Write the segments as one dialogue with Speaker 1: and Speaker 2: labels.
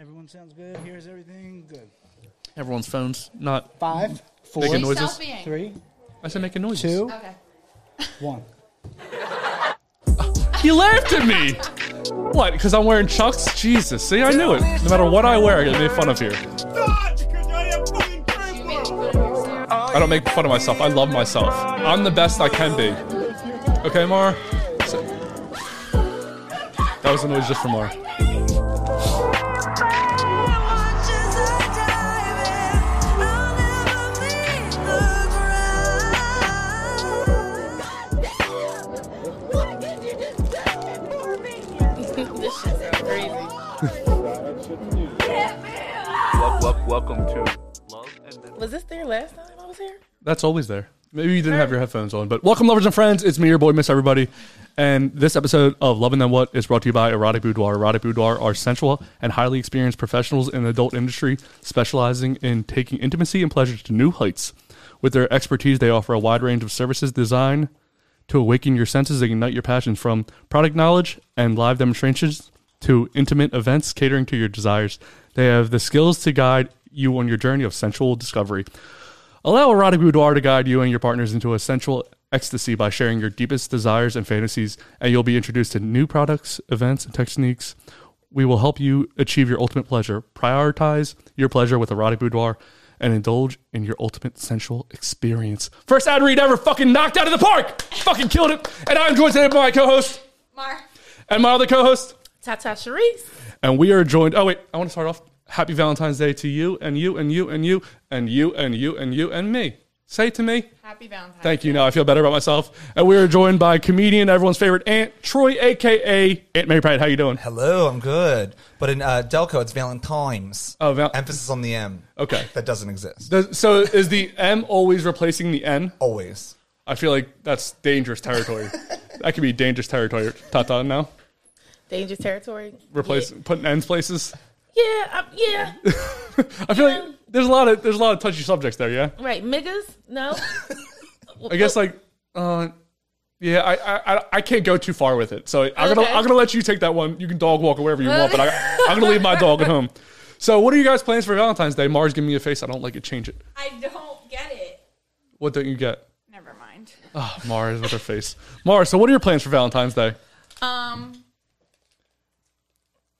Speaker 1: Everyone sounds good. Here's everything good.
Speaker 2: Everyone's phone's not.
Speaker 1: Five, four,
Speaker 2: Making
Speaker 1: three,
Speaker 2: Good
Speaker 1: two,
Speaker 2: noises.
Speaker 3: Selfieing.
Speaker 2: I said making noises.
Speaker 1: one.
Speaker 3: Okay.
Speaker 2: He laughed at me. What? Because I'm wearing Chucks? Jesus. See, I knew it. No matter what I wear, I get made fun of here.
Speaker 3: You made fun of yourself.
Speaker 2: I don't make fun of myself. I love myself. I'm the best I can be. Okay, Mar? So- that was a noise just for Mar.
Speaker 3: this shit's so crazy.
Speaker 4: Welcome to Love and
Speaker 5: Was this there last time I was here?
Speaker 2: That's always there. Maybe you didn't have your headphones on, but welcome, lovers and friends. It's me, your boy, Miss Everybody. And this episode of Loving Them What is brought to you by Erotic Boudoir. Erotic Boudoir are sensual and highly experienced professionals in the adult industry specializing in taking intimacy and pleasure to new heights. With their expertise, they offer a wide range of services designed to awaken your senses and ignite your passions from product knowledge and live demonstrations to intimate events catering to your desires. They have the skills to guide you on your journey of sensual discovery. Allow erotic boudoir to guide you and your partners into a sensual ecstasy by sharing your deepest desires and fantasies, and you'll be introduced to new products, events, and techniques. We will help you achieve your ultimate pleasure. Prioritize your pleasure with erotic boudoir and indulge in your ultimate sensual experience. First ad read ever fucking knocked out of the park! fucking killed it! And I'm joined today by my co host
Speaker 3: Mar.
Speaker 2: and my other co host.
Speaker 5: Tata Sharice.
Speaker 2: And we are joined. Oh, wait, I want to start off. Happy Valentine's Day to you and you and you and you and you and you and you and me. Say it to me.
Speaker 3: Happy Valentine's.
Speaker 2: Thank you. Now I feel better about myself. And we are joined by comedian, everyone's favorite aunt, Troy, aka Aunt Mary Pratt. How you doing?
Speaker 6: Hello, I'm good. But in uh, Delco, it's Valentine's.
Speaker 2: Oh, Val-
Speaker 6: Emphasis on the M.
Speaker 2: Okay.
Speaker 6: That doesn't exist.
Speaker 2: Does- So is the M always replacing the N?
Speaker 6: Always.
Speaker 2: I feel like that's dangerous territory. that could be dangerous territory. Tata now
Speaker 5: Dangerous territory.
Speaker 2: replace putting N's places.
Speaker 5: Yeah, um, yeah.
Speaker 2: I feel like there's a lot of there's a lot of touchy subjects there. Yeah.
Speaker 5: right, niggas. No.
Speaker 2: I guess
Speaker 3: Oh.
Speaker 2: like, uh, yeah, I, I I- I can't go too far with it. So I'm gonna
Speaker 5: Okay.
Speaker 2: I'm gonna let you take that one. You can dog walk or wherever you want, but I, I'm gonna leave my dog at home. So what are you guys plans for Valentine's Day? Mars, give me a face. I don't like it. Change it.
Speaker 3: I don't get it.
Speaker 2: What don't you get?
Speaker 3: Never mind.
Speaker 2: Oh, Mars with her face. Mars. So what are your plans for Valentine's Day?
Speaker 3: Um,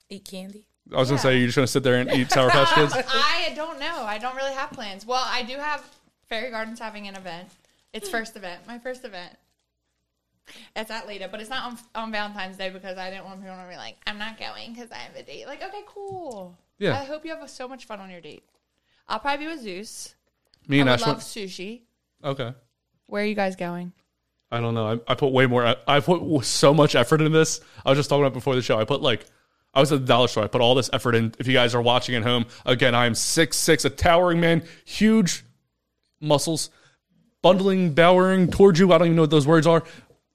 Speaker 5: Eat candy.
Speaker 2: I was gonna say you're just gonna sit there and eat Sour Patch Kids.
Speaker 3: I don't know. I don't really have plans. Well, I do have Fairy Gardens having an event. It's first event. My first event. It's at Lita, but it's not on, on Valentine's Day because I didn't want people to be like, I'm not going because I have a date. Like, okay, cool.
Speaker 2: Yeah.
Speaker 3: I hope you have so much fun on your date. I'll probably be with Zeus.
Speaker 2: Me and
Speaker 3: I
Speaker 2: Ash
Speaker 3: would love
Speaker 2: went.
Speaker 3: sushi.
Speaker 2: Okay.
Speaker 3: Where are you guys going?
Speaker 2: I don't know. I, I put way more. e, I put so much effort into this. I was just talking about before the show. I put like, I was at the dollar store. I put all this effort in. If you guys are watching at home, again, I am six six, a towering man, huge muscles, bundling, bowering towards you. I don't even know what those words are.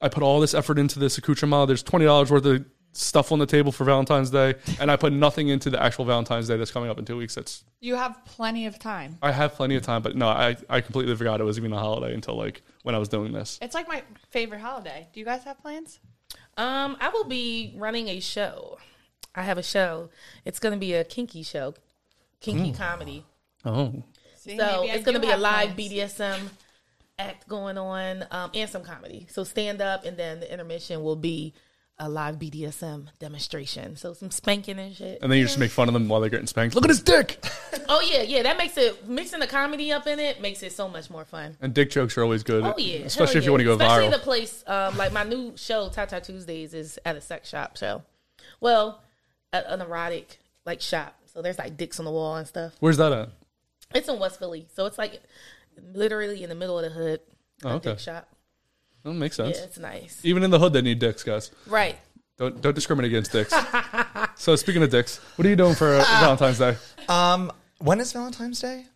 Speaker 2: I put all this effort into this accoutrement. There's twenty dollars worth of stuff on the table for Valentine's Day, and I put nothing into the actual Valentine's Day that's coming up in two weeks. That's
Speaker 3: You have plenty of time.
Speaker 2: I have plenty of time, but no, I I completely forgot it was even a holiday until like when I was doing this.
Speaker 3: It's like my favorite holiday. Do you guys have plans?
Speaker 5: Um, I will be running a show. I have a show. It's going to be a kinky show, kinky comedy.
Speaker 2: Oh.
Speaker 3: See,
Speaker 5: So
Speaker 3: maybe I
Speaker 5: it's going to
Speaker 3: do
Speaker 5: be a
Speaker 3: have
Speaker 5: live
Speaker 3: plans.
Speaker 5: BDSM act going on um, and some comedy. So stand up, and then the intermission will be a live BDSM demonstration. So some spanking and shit.
Speaker 2: And then you just make fun of them while they're getting spanked. Look at his dick.
Speaker 5: Oh yeah, yeah. That makes it mixing the comedy up in it makes it so much more fun.
Speaker 2: And dick jokes are always good,
Speaker 5: Oh yeah, Hell
Speaker 2: especially if
Speaker 5: yeah.
Speaker 2: you want to go
Speaker 5: Especially
Speaker 2: viral.
Speaker 5: the place um, like my new show Tata Tuesdays is at a sex shop. So, well, at an erotic like shop. So there's like dicks on the wall and stuff.
Speaker 2: Where's that at?
Speaker 5: It's in West Philly, so it's like literally in the middle of the hood. a
Speaker 2: Oh, okay.
Speaker 5: dick shop.
Speaker 2: That makes sense.
Speaker 5: Yeah, it's nice.
Speaker 2: Even in the hood, they need dicks, guys.
Speaker 5: Right.
Speaker 2: Don't don't discriminate against dicks. so speaking of dicks, what are you doing for uh,
Speaker 5: Ah.
Speaker 2: Valentine's Day?
Speaker 6: Um, when is Valentine's Day?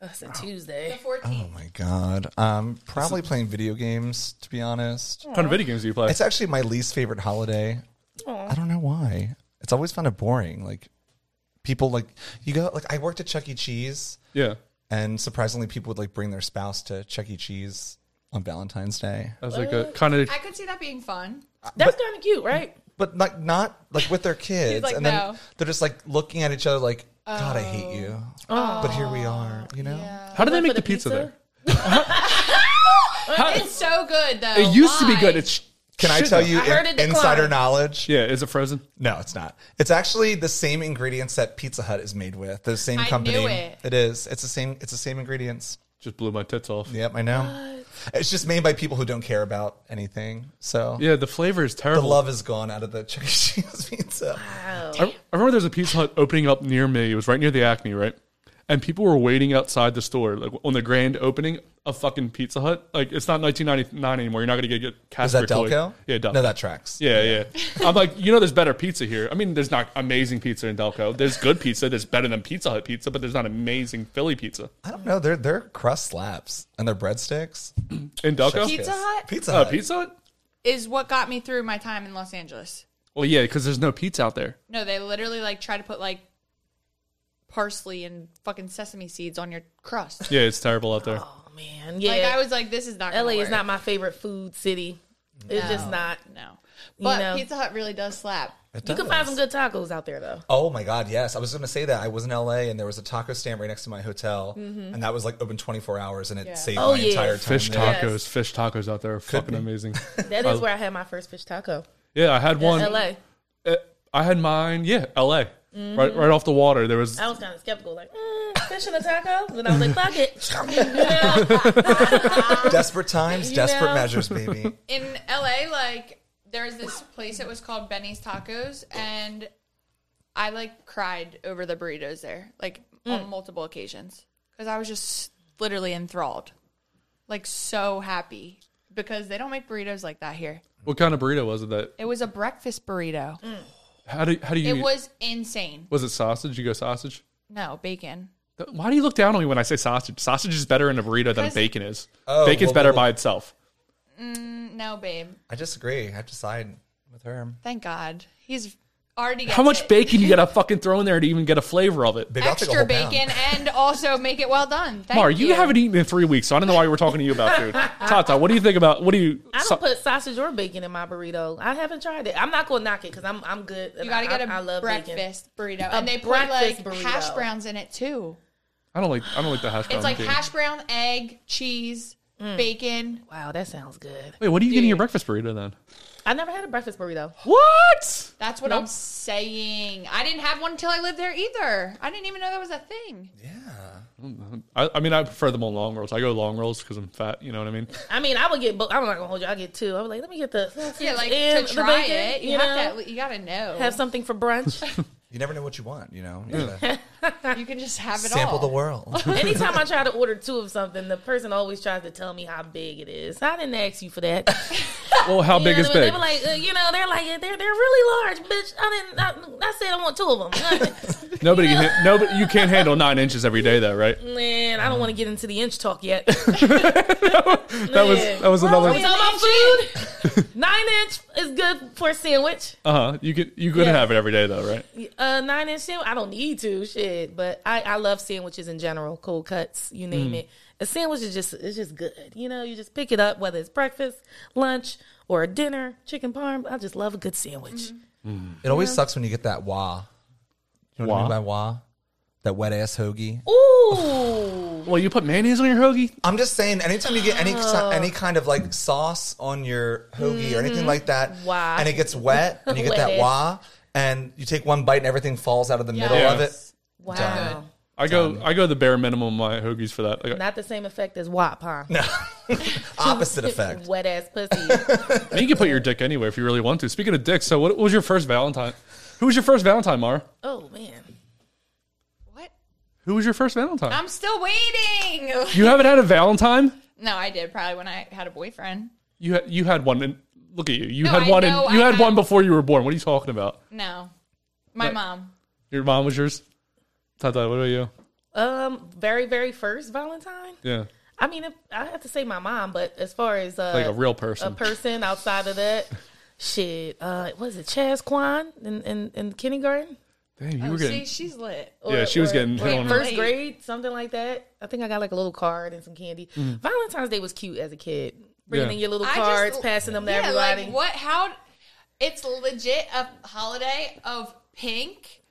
Speaker 5: That's a Tuesday.
Speaker 6: Oh my god. Um, probably playing video games. To be honest,
Speaker 2: What kind of
Speaker 5: Uh,
Speaker 2: video games do you play?
Speaker 6: it's actually my least favorite holiday. I don't know why. It's always found it boring. Like people like you go like I worked at Chuck E. Cheese,
Speaker 2: yeah.
Speaker 6: and surprisingly, people would like bring their spouse to Chuck E. Cheese on Valentine's Day.
Speaker 2: As like
Speaker 5: Uh,
Speaker 2: a kind of
Speaker 3: I could see that being fun.
Speaker 5: That's kind of cute, right?
Speaker 6: But like not like with their kids,
Speaker 3: like,
Speaker 6: and
Speaker 3: "No."
Speaker 6: then they're just like looking at each other like, God, I hate you.
Speaker 2: Oh.
Speaker 6: But here we are, you know.
Speaker 2: How do they
Speaker 5: One
Speaker 2: make
Speaker 5: for
Speaker 2: the
Speaker 5: the
Speaker 2: pizza,
Speaker 5: pizza?
Speaker 2: there? How-
Speaker 3: It's so good though.
Speaker 2: it used to be
Speaker 3: Why?
Speaker 2: good. It's
Speaker 6: Can I
Speaker 2: shit
Speaker 6: tell
Speaker 2: now.
Speaker 6: you
Speaker 5: I heard
Speaker 6: in-
Speaker 5: it
Speaker 6: insider
Speaker 5: declined.
Speaker 6: knowledge?
Speaker 2: Yeah, is it frozen?
Speaker 6: No, it's not. It's actually the same ingredients that Pizza Hut is made with. The same
Speaker 3: I knew
Speaker 6: company.
Speaker 3: it.
Speaker 6: it is. It's the same. It's the same ingredients.
Speaker 2: Just blew my tits off. Yeah,
Speaker 6: Yep, I know. It's just made by people who don't care about anything. So
Speaker 2: the flavor is
Speaker 6: the
Speaker 2: terrible.
Speaker 6: love is gone out of the Chuck E. Cheese pizza.
Speaker 5: Oh,
Speaker 2: I, I remember there was a Pizza Hut opening up near me. It was right near the Acme, right? And people were waiting outside the store, like on the grand opening of fucking Pizza Hut. Like it's not 1999 anymore. You're not gonna get, get
Speaker 6: Is
Speaker 2: Casper
Speaker 6: that
Speaker 2: toy.
Speaker 6: Delco?
Speaker 2: Yeah, Delco.
Speaker 6: No, that tracks.
Speaker 2: yeah, yeah. I'm like, you know, there's better pizza here. I mean, there's not amazing pizza in Delco. There's good pizza. There's better than Pizza Hut pizza, but there's not amazing Philly pizza
Speaker 6: I don't know. Their their crust slaps and their breadsticks.
Speaker 2: in Delco.
Speaker 3: Pizza Hut
Speaker 6: Pizza
Speaker 2: Uh,
Speaker 6: Hut.
Speaker 2: pizza Hut.
Speaker 3: is what got me through my time in Los Angeles.
Speaker 2: Well, yeah, because there's no pizza out there.
Speaker 3: No, they literally like try to put like parsley and fucking sesame seeds on your crust.
Speaker 2: Yeah, it's terrible out there.
Speaker 5: Oh man, yeah.
Speaker 3: Like I was like, this is not gonna
Speaker 5: LA is
Speaker 3: work.
Speaker 5: not my favorite food city. It's just not.
Speaker 3: no. But
Speaker 5: know.
Speaker 3: Pizza Hut really does slap.
Speaker 6: It
Speaker 5: You can
Speaker 6: does.
Speaker 5: find some good tacos out there though.
Speaker 6: Oh my God, yes. I was going to say that. I was in LA and there was a taco stand right next to my hotel and that was like open 24 hours and it saved
Speaker 5: Oh,
Speaker 6: my
Speaker 5: Mm-hmm. yeah.
Speaker 6: entire time.
Speaker 2: Fish
Speaker 6: there.
Speaker 2: tacos,
Speaker 5: Yes.
Speaker 2: fish tacos out there are fucking amazing.
Speaker 5: That is where I had my first fish taco.
Speaker 2: Yeah, I had one.
Speaker 5: LA.
Speaker 2: Uh, I had mine. Yeah, L.A. Right, right off the water. There was
Speaker 5: I was kind of skeptical, like mm, fish and a taco. Then I was like, fuck it.
Speaker 6: Desperate times, desperate
Speaker 5: know?
Speaker 6: measures, baby.
Speaker 3: In LA, like there's this place that was called Benny's Tacos and I like cried over the burritos there, like
Speaker 2: Mm.
Speaker 3: on multiple occasions. Because I was just literally enthralled. Like so happy. Because they don't make burritos like that here.
Speaker 2: what kind of burrito was it? That
Speaker 3: It was a breakfast burrito.
Speaker 2: how do how do Mm. you?
Speaker 3: It
Speaker 2: eat-
Speaker 3: was insane.
Speaker 2: was it sausage? You go sausage.
Speaker 3: No, bacon.
Speaker 2: Th- Why do you look down on me when I say sausage? Sausage is better in a burrito than
Speaker 3: Because-
Speaker 2: bacon is.
Speaker 6: Oh,
Speaker 2: Bacon's
Speaker 6: well,
Speaker 2: better
Speaker 6: well,
Speaker 2: by itself.
Speaker 3: No, babe.
Speaker 6: I disagree. I have to side with her.
Speaker 3: Thank God. He's already
Speaker 2: How
Speaker 3: gets
Speaker 2: much
Speaker 3: it.
Speaker 2: bacon you gotta fucking throw in there to even get a flavor of it?
Speaker 6: Baby, I'll take a
Speaker 3: Extra
Speaker 6: whole pound.
Speaker 3: bacon and also make it well done. Thank
Speaker 2: Mar, you, haven't eaten in three weeks, so I don't know why we're talking to you about food. Tata, what do you think about what do you?
Speaker 5: I don't
Speaker 2: so-
Speaker 5: put sausage or bacon in my burrito. I haven't tried it. I'm not gonna knock it because I'm I'm good. and
Speaker 3: You gotta
Speaker 5: I-
Speaker 3: get a
Speaker 5: I love bacon.
Speaker 3: breakfast burrito, and they put like
Speaker 5: breakfast burrito.
Speaker 3: hash browns in it too.
Speaker 2: I don't like I don't like the hash brown.
Speaker 3: It's like
Speaker 2: thing.
Speaker 3: hash brown, egg, cheese,
Speaker 5: Mm.
Speaker 3: bacon.
Speaker 5: Wow, that sounds good.
Speaker 2: Wait, what are you getting your breakfast burrito then?
Speaker 5: I never had a breakfast burrito.
Speaker 2: What?
Speaker 3: That's what I'm saying. I didn't have one until I lived there either. I didn't even know that was a thing.
Speaker 2: I, I mean, I prefer them on long rolls. I go long rolls because I'm fat. You know what I mean?
Speaker 5: I mean, I would get. Bo- I'm not gonna hold you. I get two. I was like, let me get the sausage
Speaker 3: Yeah, like
Speaker 5: and
Speaker 3: to
Speaker 5: the
Speaker 3: try
Speaker 5: bacon,
Speaker 3: it, you,
Speaker 5: you know?
Speaker 3: have to. You gotta know.
Speaker 5: have something for brunch.
Speaker 6: You never know what you want, you know?
Speaker 2: Mm.
Speaker 6: You gotta
Speaker 3: you can just have it
Speaker 6: sample
Speaker 3: all.
Speaker 6: the world.
Speaker 5: Anytime I try to order two of something, the person always tries to tell me how big it is. I didn't ask you for that.
Speaker 2: Well, how
Speaker 5: You
Speaker 2: big
Speaker 5: know,
Speaker 2: is
Speaker 5: they,
Speaker 2: big?
Speaker 5: They were like, uh, you know, they're like, they're they're really large, bitch. I didn't. I, I said I want two of them.
Speaker 2: nobody, can ha- nobody, you can't handle nine inches every day, though, right?
Speaker 5: Man, I don't want to get into the inch talk yet.
Speaker 2: That was that was another.
Speaker 5: Talking about food. nine inch is good for a sandwich.
Speaker 2: Uh huh. You could you could
Speaker 5: Yeah.
Speaker 2: have it every day though, right?
Speaker 5: Uh, nine inch sandwich. I don't need to shit, but I I love sandwiches in general. Cold cuts, you name it. A sandwich is just it's just good. You know, you just pick it up whether it's breakfast, lunch, or a dinner. Chicken parm. I just love a good sandwich.
Speaker 6: It always sucks when you get that wah. You know what I
Speaker 2: Wah?
Speaker 6: mean by wah? That wet ass hoagie.
Speaker 5: Ooh,
Speaker 2: Well, you put mayonnaise on your hoagie.
Speaker 6: I'm just saying, anytime you get any any kind of like sauce on your hoagie or anything like that,
Speaker 5: Wow.
Speaker 6: and it gets wet, and you get that
Speaker 5: Wet.
Speaker 6: wah, and you take one bite and everything falls out of the middle of it.
Speaker 3: Yes.
Speaker 5: wow.
Speaker 6: Done.
Speaker 2: I go I go the bare minimum of my hoagies for that. Like,
Speaker 5: Not the same effect as WAP, huh?
Speaker 6: Opposite effect.
Speaker 5: Wet ass pussy.
Speaker 2: and you can put your dick anywhere if you really want to. Speaking of dicks, so what, what was your first Valentine? Who was your first Valentine, Mara?
Speaker 5: oh man.
Speaker 3: What?
Speaker 2: Who was your first Valentine?
Speaker 3: I'm still waiting.
Speaker 2: you haven't had a Valentine.
Speaker 3: no, I did probably when I had a boyfriend.
Speaker 2: You had you had one. In, look at you. You
Speaker 3: No,
Speaker 2: had
Speaker 3: I
Speaker 2: one. In,
Speaker 3: know
Speaker 2: you
Speaker 3: I
Speaker 2: had
Speaker 3: had-
Speaker 2: one before you were born. What are you talking about?
Speaker 3: No, my mom.
Speaker 2: Your mom was yours. Tata, what about you?
Speaker 5: Um, very very first Valentine.
Speaker 2: Yeah,
Speaker 5: I mean, if, I have to say my mom, but as far as uh,
Speaker 2: like a real
Speaker 5: a
Speaker 2: person.
Speaker 5: person outside of that, shit. Uh, was it Chaz Kwan in in, in kindergarten?
Speaker 2: Dang, you
Speaker 3: Oh,
Speaker 2: were getting.
Speaker 3: see, she's lit.
Speaker 2: Yeah, she was getting hit
Speaker 5: like,
Speaker 2: on.
Speaker 5: first
Speaker 3: Late.
Speaker 5: grade, something like that. I think I got like a little card and some candy. Valentine's Day was cute as a kid. Bringing
Speaker 2: Mm-hmm. Yeah.
Speaker 5: in your little
Speaker 3: I
Speaker 5: cards,
Speaker 3: just-
Speaker 5: passing them to
Speaker 3: yeah,
Speaker 5: everybody.
Speaker 3: Like what? How? It's legit a holiday of pink,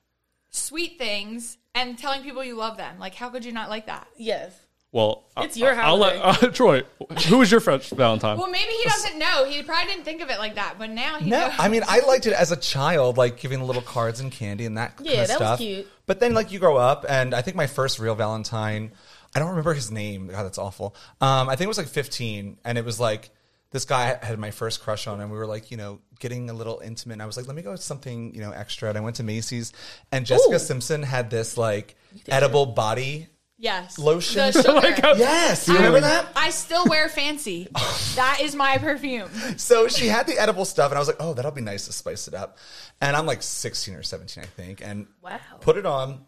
Speaker 3: sweet things, and telling people you love them. Like, how could you not like that?
Speaker 5: Yes.
Speaker 2: Well,
Speaker 5: It's your
Speaker 2: I'll let, uh, Troy, who was your French Valentine?
Speaker 3: Well, maybe he doesn't know. He probably didn't think of it like that, but now he
Speaker 6: No,
Speaker 3: knows.
Speaker 6: I mean I liked it as a child, like giving little cards and candy and that kind
Speaker 5: Yeah,
Speaker 6: of
Speaker 5: that was
Speaker 6: stuff.
Speaker 5: cute.
Speaker 6: But then, like you grow up, and I think my first real Valentine, I don't remember his name. God, that's awful. Um, I think it was like 15, and it was like this guy I had my first crush on, and we were like, you know, getting a little intimate. And I was like, let me go with something, you know, extra. And I went to Macy's, and Jessica
Speaker 5: Ooh.
Speaker 6: Simpson had this like edible body.
Speaker 3: yes,
Speaker 6: Lotion.
Speaker 3: The sugar.
Speaker 6: Yes, you remember that?
Speaker 3: I still wear fancy. that is my perfume.
Speaker 6: So she had the edible stuff, and I was like, oh, that'll be nice to spice it up. And I'm like 16 or 17, I think, and
Speaker 5: Wow.
Speaker 6: put it on,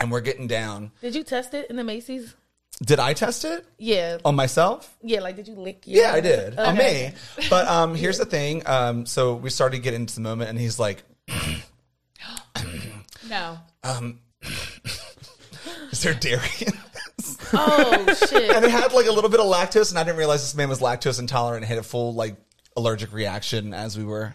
Speaker 6: and we're getting down.
Speaker 5: Did you test it in the
Speaker 2: Um,
Speaker 5: Macy's?
Speaker 6: Did I test it
Speaker 5: Yeah.
Speaker 6: on myself?
Speaker 5: Yeah, like did you lick your
Speaker 6: Yeah, I did. On me. But um, here's the thing. Um, so we started to get into the moment, and he's like,
Speaker 3: No,
Speaker 6: is there dairy in this?
Speaker 5: Oh
Speaker 6: And
Speaker 5: shit.
Speaker 6: it had like a little bit of lactose, and I didn't realize this man was lactose intolerant and had a full like allergic reaction as we were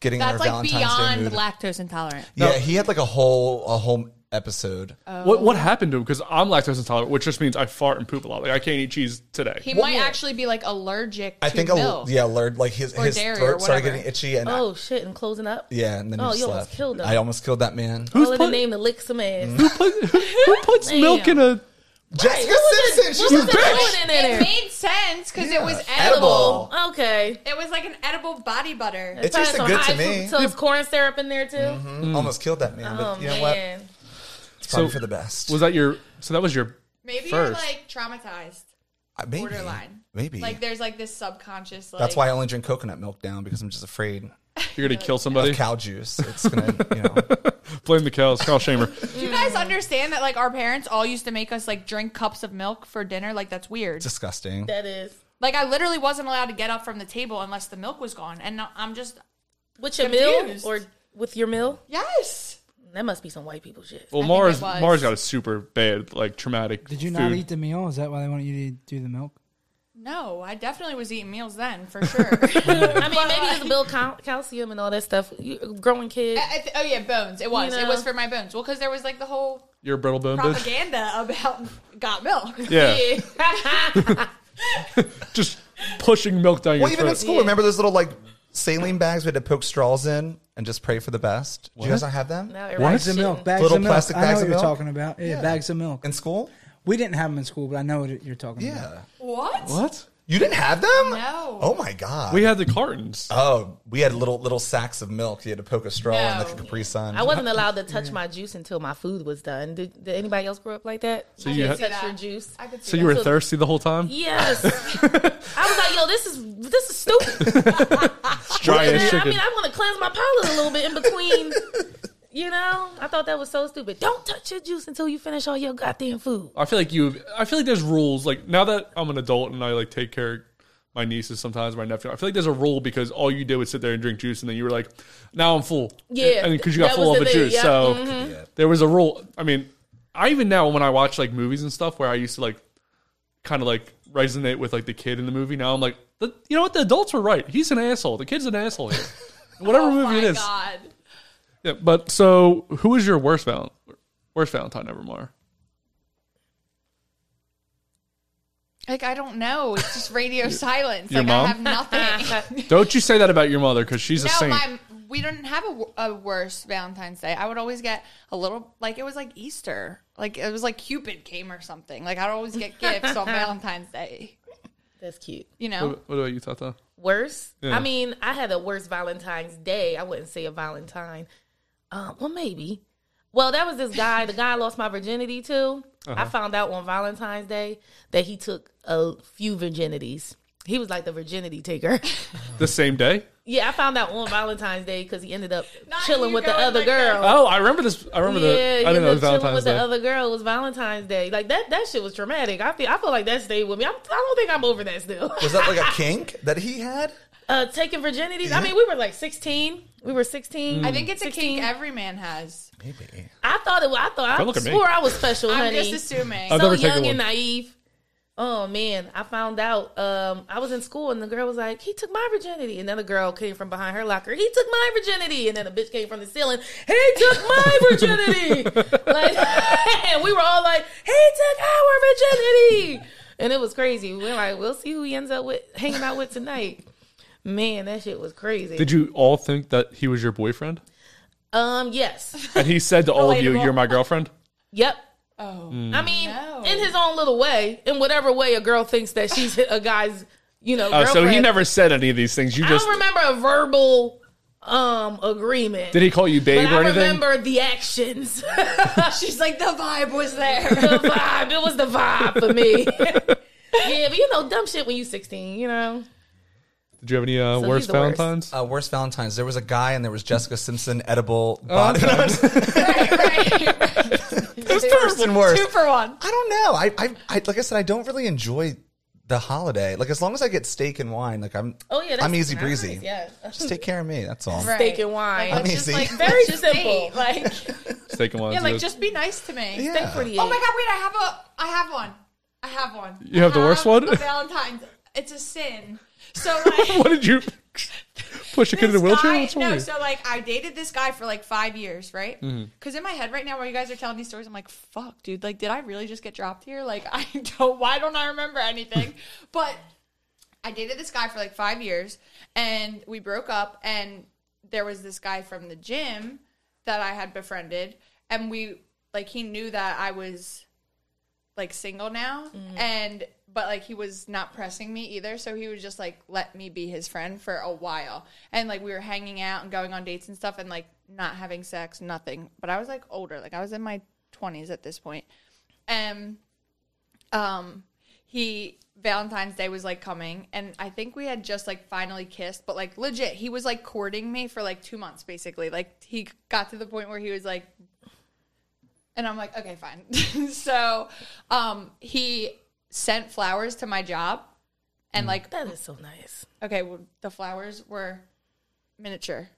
Speaker 6: getting in our
Speaker 3: that's like
Speaker 6: Valentine's Day
Speaker 3: beyond
Speaker 6: mood.
Speaker 3: lactose intolerant.
Speaker 6: yeah, he had like a whole a whole episode.
Speaker 5: Uh,
Speaker 2: What what happened to him? Because I'm lactose intolerant, which just means I fart and poop a lot. Like I can't eat cheese today.
Speaker 3: He might actually be like allergic.
Speaker 6: I
Speaker 3: to
Speaker 6: think
Speaker 3: milk.
Speaker 6: a yeah, alert like his
Speaker 3: Or
Speaker 6: his
Speaker 3: dairy or
Speaker 6: throat started
Speaker 3: whatever.
Speaker 6: getting itchy and
Speaker 5: Oh shit, and closing up.
Speaker 6: yeah, and then he
Speaker 5: Oh,
Speaker 6: just
Speaker 5: you almost
Speaker 6: left.
Speaker 5: killed him.
Speaker 6: I almost killed that man.
Speaker 2: Who's
Speaker 5: All in
Speaker 2: put-
Speaker 5: the name to lick some ass.
Speaker 6: Mm-hmm.
Speaker 2: Who puts
Speaker 5: Damn.
Speaker 2: milk in a?
Speaker 6: Jessica Simpson, she's
Speaker 5: what
Speaker 6: a
Speaker 5: was that
Speaker 6: bitch.
Speaker 5: doing in
Speaker 3: It
Speaker 5: there?
Speaker 3: made sense because it was
Speaker 6: Yeah,
Speaker 3: edible.
Speaker 6: edible.
Speaker 5: Okay.
Speaker 3: It was like an edible body butter.
Speaker 6: It tasted
Speaker 5: Probably
Speaker 6: good to
Speaker 5: some
Speaker 6: me.
Speaker 5: high fructose corn syrup in there too.
Speaker 6: Almost killed that man,
Speaker 5: Oh
Speaker 6: but you know what?
Speaker 5: man.
Speaker 6: It's probably
Speaker 2: So-
Speaker 6: for the best.
Speaker 2: Was that your? So that was your.
Speaker 3: Maybe you're
Speaker 2: First.
Speaker 3: like traumatized,
Speaker 6: Uh, maybe,
Speaker 3: borderline.
Speaker 6: Maybe.
Speaker 3: Like there's like this subconscious. Like,
Speaker 6: That's why I only drink coconut milk now because I'm just afraid
Speaker 2: You're gonna kill
Speaker 6: of
Speaker 2: somebody.
Speaker 6: cow juice. It's gonna, you know.
Speaker 2: Blame the cows. Carl Shamer.
Speaker 3: Do you guys understand that like our parents all used to make us like drink cups of milk for dinner? Like that's weird.
Speaker 6: disgusting.
Speaker 5: That is.
Speaker 3: Like I literally wasn't allowed to get up from the table unless the milk was gone, and now I'm just
Speaker 5: With your
Speaker 3: Confused.
Speaker 5: meal or with your meal?
Speaker 3: yes.
Speaker 5: That must be some white people shit.
Speaker 2: Well,
Speaker 3: it
Speaker 2: Mars
Speaker 3: was.
Speaker 2: Mars got a super bad like traumatic.
Speaker 1: Did you
Speaker 2: food.
Speaker 1: not eat the meal? Is that why they wanted you to do the milk?
Speaker 3: No, I definitely was eating meals then for sure.
Speaker 5: I mean, maybe just build cal- calcium and all that stuff. You, growing
Speaker 6: Eh,
Speaker 5: kids.
Speaker 3: I th- oh yeah, bones. It was.
Speaker 5: You
Speaker 3: It
Speaker 5: know.
Speaker 3: was for my bones. Well, because there was like the whole
Speaker 2: You're a brittle bone bitch.
Speaker 3: propaganda about got milk.
Speaker 2: Yeah. Just pushing milk down your
Speaker 6: Well, even in
Speaker 2: throat.
Speaker 6: school, remember those little like saline bags we had to poke straws in and just pray for the best? Do you guys not have them
Speaker 5: Now
Speaker 1: Bags
Speaker 5: everybody's
Speaker 1: of milk.
Speaker 5: shitting.
Speaker 1: Bags
Speaker 6: Little
Speaker 1: of milk.
Speaker 6: plastic
Speaker 1: I know
Speaker 6: bags
Speaker 1: what
Speaker 6: of
Speaker 1: you're
Speaker 6: milk?
Speaker 1: talking about. Yeah, bags of milk.
Speaker 6: in school?
Speaker 1: We didn't have them in school, but I know what you're talking about.
Speaker 6: Yeah.
Speaker 3: what?
Speaker 2: What?
Speaker 6: You didn't have them?
Speaker 3: No.
Speaker 6: Oh my god.
Speaker 2: We had the cartons.
Speaker 6: Oh, we had little little sacks of milk. You had to poke a straw in like
Speaker 3: No.
Speaker 6: a Capri Sun.
Speaker 5: I wasn't allowed to touch my juice until my food was done. Did, did anybody else grow up like that? So
Speaker 2: you had-
Speaker 5: touch your juice.
Speaker 3: I could see
Speaker 2: so you were
Speaker 5: so-
Speaker 2: thirsty the whole time.
Speaker 5: Yes. I was like, yo, this is this is stupid.
Speaker 2: Dry
Speaker 5: Man,
Speaker 2: as
Speaker 5: I
Speaker 2: chicken.
Speaker 5: mean, I want to cleanse my palate a little bit in between. You know, I thought that was so stupid. Don't touch your juice until you finish all your goddamn food.
Speaker 2: I feel like you. I feel like there's rules. Like now that I'm an adult and I like take care of my nieces sometimes, my nephew. I feel like there's a rule because all you did was sit there and drink juice, and then you were like, "Now I'm full."
Speaker 5: Yeah,
Speaker 2: and because you got
Speaker 5: that
Speaker 2: full
Speaker 5: was
Speaker 2: of the
Speaker 5: the thing,
Speaker 2: juice,
Speaker 5: yeah. Mm-hmm.
Speaker 2: so
Speaker 6: Yeah.
Speaker 2: there was a rule. I mean, I even now when I watch like movies and stuff, where I used to like kind of like resonate with like the kid in the movie. Now I'm like, "The- you know what? The adults were right. He's an asshole. The kid's an asshole here. Whatever
Speaker 3: Oh
Speaker 2: movie
Speaker 3: my
Speaker 2: it is.
Speaker 3: god.
Speaker 2: Yeah, but so who is your worst val- worst Valentine evermore?
Speaker 3: Like I don't know. It's just radio silence.
Speaker 2: your
Speaker 3: like
Speaker 2: mom?
Speaker 3: I have nothing.
Speaker 2: Don't you say that about your mother because she's a
Speaker 3: no,
Speaker 2: saint.
Speaker 3: my we didn't have a, wo- a worse Valentine's Day. I would always get a little like it was like Easter. Like it was like Cupid came or something. Like I'd always get gifts on Valentine's Day.
Speaker 5: That's cute.
Speaker 3: You know.
Speaker 2: What, what about you, Tata?
Speaker 5: Worse?
Speaker 2: Yeah.
Speaker 5: I mean, I had a worse Valentine's Day. I wouldn't say a Valentine. Uh, well, maybe. Well, that was this guy. The guy I lost my virginity to. I found out on Valentine's Day that he took a few virginities. He was like the virginity taker.
Speaker 2: The same day?
Speaker 5: yeah, I found out on Valentine's Day because he ended up
Speaker 3: Not
Speaker 5: chilling
Speaker 3: you
Speaker 5: with the
Speaker 3: going
Speaker 5: other
Speaker 3: like
Speaker 5: girl.
Speaker 2: Oh, I remember this. I remember the.
Speaker 5: Yeah,
Speaker 2: I
Speaker 5: you
Speaker 2: didn't know it was
Speaker 5: know, chilling
Speaker 2: Valentine's
Speaker 5: with
Speaker 2: Day.
Speaker 5: the other girl It was Valentine's Day. Like that, that shit was traumatic. I feel, I feel like that stayed with me. I'm, I don't think I'm over that still.
Speaker 6: Was that like a kink that he had?
Speaker 5: uh, taking virginity.
Speaker 2: Mm-hmm.
Speaker 5: I mean, we were like 16. We were 16.
Speaker 2: mm.
Speaker 3: I think it's a kink every man has.
Speaker 6: Maybe.
Speaker 5: I thought it. was- I thought
Speaker 2: Don't
Speaker 5: I
Speaker 2: look at me.
Speaker 5: swore I was special,
Speaker 3: I'm
Speaker 5: honey.
Speaker 3: just assuming.
Speaker 2: I've
Speaker 5: so
Speaker 2: never taken
Speaker 5: young
Speaker 2: one.
Speaker 5: and naive. Oh man, I found out. Um, I was in school and the girl was like, "He took my virginity," and then the girl came from behind her locker. He took my virginity, and then a bitch came from the ceiling. He took my virginity. like, and we were all like, "He took our virginity," and it was crazy. We are like, "We'll see who he ends up with hanging out with tonight." Man, that shit was crazy.
Speaker 2: Did you all think that he was your boyfriend?
Speaker 5: um, yes,
Speaker 2: And he said to all of you,
Speaker 3: Relatable.
Speaker 2: "You're my girlfriend."
Speaker 5: yep.
Speaker 3: Oh,
Speaker 5: I mean,
Speaker 3: No.
Speaker 5: in his own little way, in whatever way a girl thinks that she's a guy's, you know,
Speaker 2: Oh, so
Speaker 5: girlfriend.
Speaker 2: he never said any of these things. You
Speaker 5: I
Speaker 2: just
Speaker 5: don't remember a verbal um agreement.
Speaker 2: did he call you
Speaker 5: but
Speaker 2: babe or
Speaker 5: I
Speaker 2: anything?
Speaker 5: remember the actions.
Speaker 3: she's like the vibe was there.
Speaker 5: the vibe. It was the vibe for me. yeah, but you know, dumb shit when you 16, you know.
Speaker 2: Did you have any uh,
Speaker 5: he's
Speaker 2: worst
Speaker 5: the worst.
Speaker 2: Valentines?
Speaker 6: Uh, worst Valentine's. There was a guy and there was Jessica Simpson edible body. No, I'm just- Who's first and worst?
Speaker 3: Two for one.
Speaker 6: I don't know. I, I, I, like I said, I don't really enjoy the holiday. Like as long as I get steak and wine, like I'm,
Speaker 5: Oh yeah, that's
Speaker 6: I'm easy
Speaker 5: nice,
Speaker 6: breezy.
Speaker 5: Yeah.
Speaker 6: Just take care of me. That's all.
Speaker 3: Right.
Speaker 5: Steak and wine.
Speaker 3: Like,
Speaker 6: I'm
Speaker 3: it's just
Speaker 6: easy.
Speaker 3: like
Speaker 5: Very
Speaker 3: very just
Speaker 5: simple.
Speaker 3: simple. Like
Speaker 2: Steak and wine.
Speaker 3: yeah, like just be nice to me.
Speaker 6: Yeah.
Speaker 5: Steak 48.
Speaker 3: Oh my god! Wait, I have a, I have one, I have one.
Speaker 2: You have the
Speaker 3: I
Speaker 2: worst one?
Speaker 3: A Valentine's. It's a sin. So like,
Speaker 2: what did you push a kid in a
Speaker 3: this
Speaker 2: wheelchair?
Speaker 3: guy-
Speaker 2: What's wrong
Speaker 3: no,
Speaker 2: with you? Mm-hmm.
Speaker 3: so like I dated this guy for like five years, right? Because in my head right now, while you guys are telling these stories, I'm like, fuck, dude. Like, did I really just get dropped here? Like, I don't. Why don't I remember anything? but I dated this guy for like five years, and we broke up. And there was this guy from the gym that I had befriended, and we like he knew that I was like single now and but like he was not pressing me either so he was just like let me be his friend for a while and like we were hanging out and going on dates and stuff and like not having sex nothing but i was like older like i was in my 20s at this point and um he valentine's day was like coming and i think we had just like finally kissed but like legit he was like courting me for like two months basically like he got to the point where he was like and I'm like, okay, fine. so um, he sent flowers to my job.
Speaker 2: Mm.
Speaker 3: And like,
Speaker 5: That is so nice.
Speaker 3: okay, well, the flowers were miniature.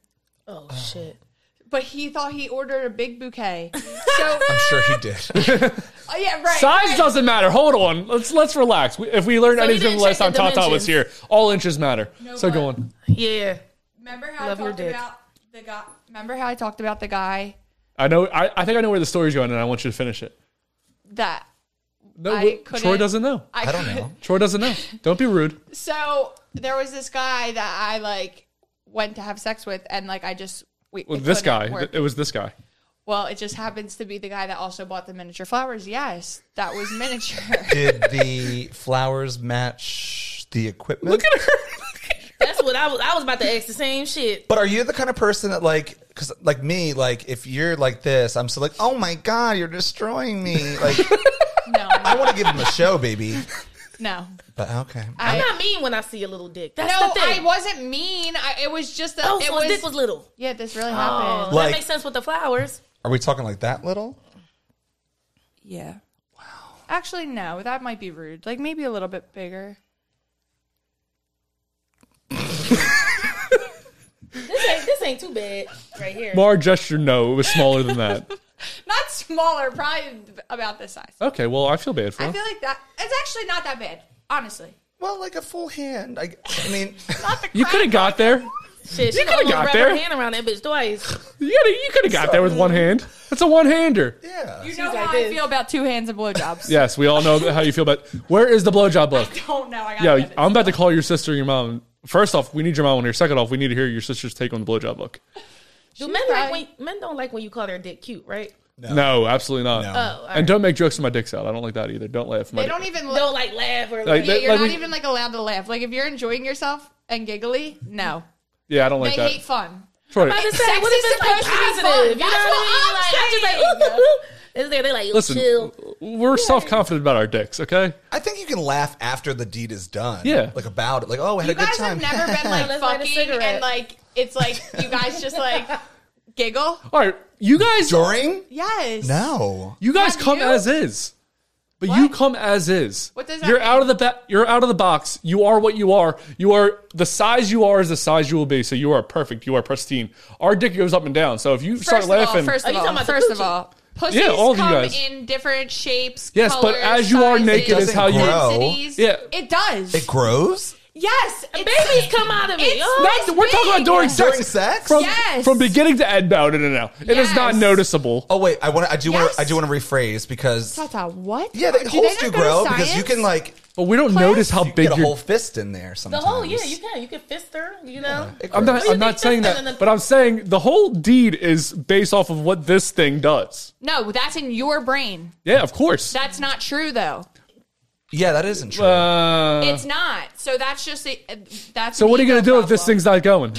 Speaker 5: Oh, shit.
Speaker 3: But he thought he ordered a big bouquet. So,
Speaker 6: I'm sure he did.
Speaker 3: oh, yeah, right.
Speaker 2: Size
Speaker 3: right.
Speaker 2: doesn't matter. Hold on. Let's let's relax. We- If we learned
Speaker 5: So you
Speaker 2: anything
Speaker 5: didn't
Speaker 2: last time
Speaker 5: check the
Speaker 2: Tata was here,
Speaker 5: dimensions.
Speaker 2: all inches matter. so
Speaker 3: but-
Speaker 2: go on.
Speaker 5: Yeah.
Speaker 3: Remember how
Speaker 5: Love
Speaker 3: I
Speaker 5: your
Speaker 3: talked
Speaker 5: dick.
Speaker 3: about the guy? Remember how I talked about the guy
Speaker 2: I know. I, I think I know where the story's going, and I want you to finish it.
Speaker 3: that
Speaker 2: No,
Speaker 3: I
Speaker 2: wait, Troy
Speaker 3: couldn't-
Speaker 2: doesn't know.
Speaker 6: I don't know.
Speaker 2: Troy doesn't know. Don't be rude.
Speaker 3: So there was this guy that I like went to have sex with, and like I just we,
Speaker 2: Well,
Speaker 3: it
Speaker 2: this
Speaker 3: couldn't
Speaker 2: guy.
Speaker 3: work.
Speaker 2: It was this guy.
Speaker 3: Well, it just happens to be the guy that also bought the miniature flowers. Yes, that was miniature.
Speaker 6: Did the flowers match the equipment?
Speaker 2: Look at her.
Speaker 5: That's what I was I was about to ask the same shit.
Speaker 6: But are you the kind of person that like, because like me, like if you're like this, I'm still like, oh my god, you're destroying me. Like
Speaker 3: no,
Speaker 6: I want to give him a show, baby.
Speaker 3: no.
Speaker 6: But okay,
Speaker 5: I'm not mean when I see a little dick. That's
Speaker 3: No,
Speaker 5: the
Speaker 3: I
Speaker 5: thing.
Speaker 3: wasn't mean. I, it was just that
Speaker 5: oh,
Speaker 3: it
Speaker 5: so
Speaker 3: was,
Speaker 5: his dick was little.
Speaker 3: Yeah, this really
Speaker 5: Oh,
Speaker 3: happened.
Speaker 6: Like-
Speaker 5: that makes sense with the flowers.
Speaker 6: are we talking like that little?
Speaker 3: Yeah. Wow. Actually, no. That might be rude. Like maybe a little bit bigger.
Speaker 5: This ain't, this ain't too bad right here.
Speaker 2: Mar gestured no. It was smaller than that.
Speaker 3: Not smaller. Probably about this size.
Speaker 2: Okay. Well, I feel bad for
Speaker 3: I
Speaker 2: him.
Speaker 3: feel like that. It's actually not that bad, honestly.
Speaker 6: Well, like a full hand. I, I mean,
Speaker 3: Not the
Speaker 2: You could have got there. You
Speaker 5: Shit, she
Speaker 2: You coulda
Speaker 5: almost
Speaker 2: got
Speaker 5: wrapped
Speaker 2: there.
Speaker 5: her hand around that bitch twice.
Speaker 2: could you could have got there with one hand. That's a one hander.
Speaker 6: yeah.
Speaker 3: You know
Speaker 5: like
Speaker 3: how I
Speaker 5: this.
Speaker 3: feel about two hands and blowjobs.
Speaker 2: Yes, we all know how you feel about. Where is the blowjob book?
Speaker 3: I don't know. I got
Speaker 2: Yeah, I'm about to call your sister and your mom. First off, we need your mom on here. Second off, we need to hear your sister's take on the blowjob book.
Speaker 5: Do men
Speaker 3: right.
Speaker 5: like when men don't like when you call their dick cute, right?
Speaker 2: No, absolutely not.
Speaker 5: Oh, all right.
Speaker 2: And don't make jokes when my dick's out. I don't like that either. Don't laugh.
Speaker 3: They don't even.
Speaker 5: don't like laugh or
Speaker 2: Like
Speaker 5: like.
Speaker 3: Yeah,
Speaker 2: They-
Speaker 3: you're not
Speaker 2: we-
Speaker 3: even like allowed to laugh. Like if you're enjoying yourself and giggly, no,
Speaker 2: yeah, I don't like
Speaker 3: they
Speaker 2: that.
Speaker 3: hate fun.
Speaker 2: Troy,
Speaker 5: I'm about to say,
Speaker 3: Sex
Speaker 5: what
Speaker 3: is
Speaker 5: if it's like
Speaker 3: supposed to be fun.
Speaker 5: positive? You know
Speaker 3: That's what
Speaker 5: what I mean?
Speaker 3: I'm
Speaker 5: Like, I'm just like,
Speaker 3: saying.
Speaker 5: ooh, ooh, ooh. Is there they like
Speaker 2: listen,
Speaker 5: chill?
Speaker 2: we're self confident about our dicks, okay?
Speaker 6: I think you can laugh after the deed is done.
Speaker 2: Yeah.
Speaker 6: Like about it. Like, oh, I had
Speaker 3: You
Speaker 6: a good
Speaker 3: guys
Speaker 6: time.
Speaker 3: have never been like
Speaker 5: Let's light a
Speaker 3: fucking
Speaker 5: cigarette.
Speaker 3: and like it's like you guys just like giggle.
Speaker 2: All right, you guys,
Speaker 6: During?
Speaker 3: Yes.
Speaker 6: No.
Speaker 2: you guys
Speaker 3: Have
Speaker 2: come
Speaker 3: you?
Speaker 2: as is. But you
Speaker 3: What?
Speaker 2: come as is.
Speaker 3: What does that
Speaker 2: you're
Speaker 3: mean?
Speaker 2: out of the ba- you're out of the box. You are what you are. You are the size you are is the size you will be. So you are perfect. You are pristine. Our dick goes up and down. So if you start
Speaker 3: First of all,
Speaker 2: laughing,
Speaker 3: first
Speaker 5: Are
Speaker 3: of
Speaker 5: you talking
Speaker 3: all,
Speaker 5: about the
Speaker 3: first of
Speaker 5: coochie?
Speaker 3: all, pussies
Speaker 2: Yeah, all of you
Speaker 3: come
Speaker 2: guys.
Speaker 3: in different shapes.
Speaker 2: Yes, but
Speaker 3: colors,
Speaker 2: as you are
Speaker 3: sizes,
Speaker 2: naked
Speaker 6: is how you-
Speaker 3: densities.
Speaker 2: Yeah.
Speaker 3: it does.
Speaker 6: It grows
Speaker 3: yes, it's-
Speaker 5: Babies come out of it.
Speaker 3: It's
Speaker 5: Oh,
Speaker 3: not-
Speaker 5: it's
Speaker 2: we're talking about
Speaker 3: big.
Speaker 2: during sex.
Speaker 6: during sex.
Speaker 2: From,
Speaker 3: Yes.
Speaker 2: from beginning to end, no, no, no, no. It is
Speaker 3: Yes.
Speaker 2: not noticeable.
Speaker 6: oh wait, I want. to I do want.
Speaker 3: Yes.
Speaker 6: to I do want to rephrase because
Speaker 3: Tata, what?
Speaker 6: yeah, the
Speaker 3: Do
Speaker 6: holes
Speaker 3: not go
Speaker 6: do
Speaker 3: to
Speaker 6: grow because you
Speaker 3: science?
Speaker 6: can like
Speaker 2: But we don't
Speaker 3: Class?
Speaker 2: notice how
Speaker 6: you
Speaker 2: big
Speaker 6: get a
Speaker 2: your.
Speaker 6: whole fist in there.
Speaker 5: The
Speaker 6: Sometimes
Speaker 5: whole, yeah, you can. You can fist her, you know?
Speaker 2: I'm not.
Speaker 5: do you
Speaker 2: I'm not
Speaker 5: think
Speaker 2: saying
Speaker 5: that's better
Speaker 2: that.
Speaker 5: than-
Speaker 2: But I'm saying the whole deed is based off of what this thing does.
Speaker 3: No, that's in your brain.
Speaker 2: Yeah, of course.
Speaker 3: That's not true, though.
Speaker 6: Yeah, that isn't true.
Speaker 2: Uh,
Speaker 3: it's not. So that's just a, that's.
Speaker 2: so
Speaker 3: an
Speaker 2: what are you
Speaker 3: ego
Speaker 2: gonna do if this
Speaker 3: problem.
Speaker 2: thing's not going?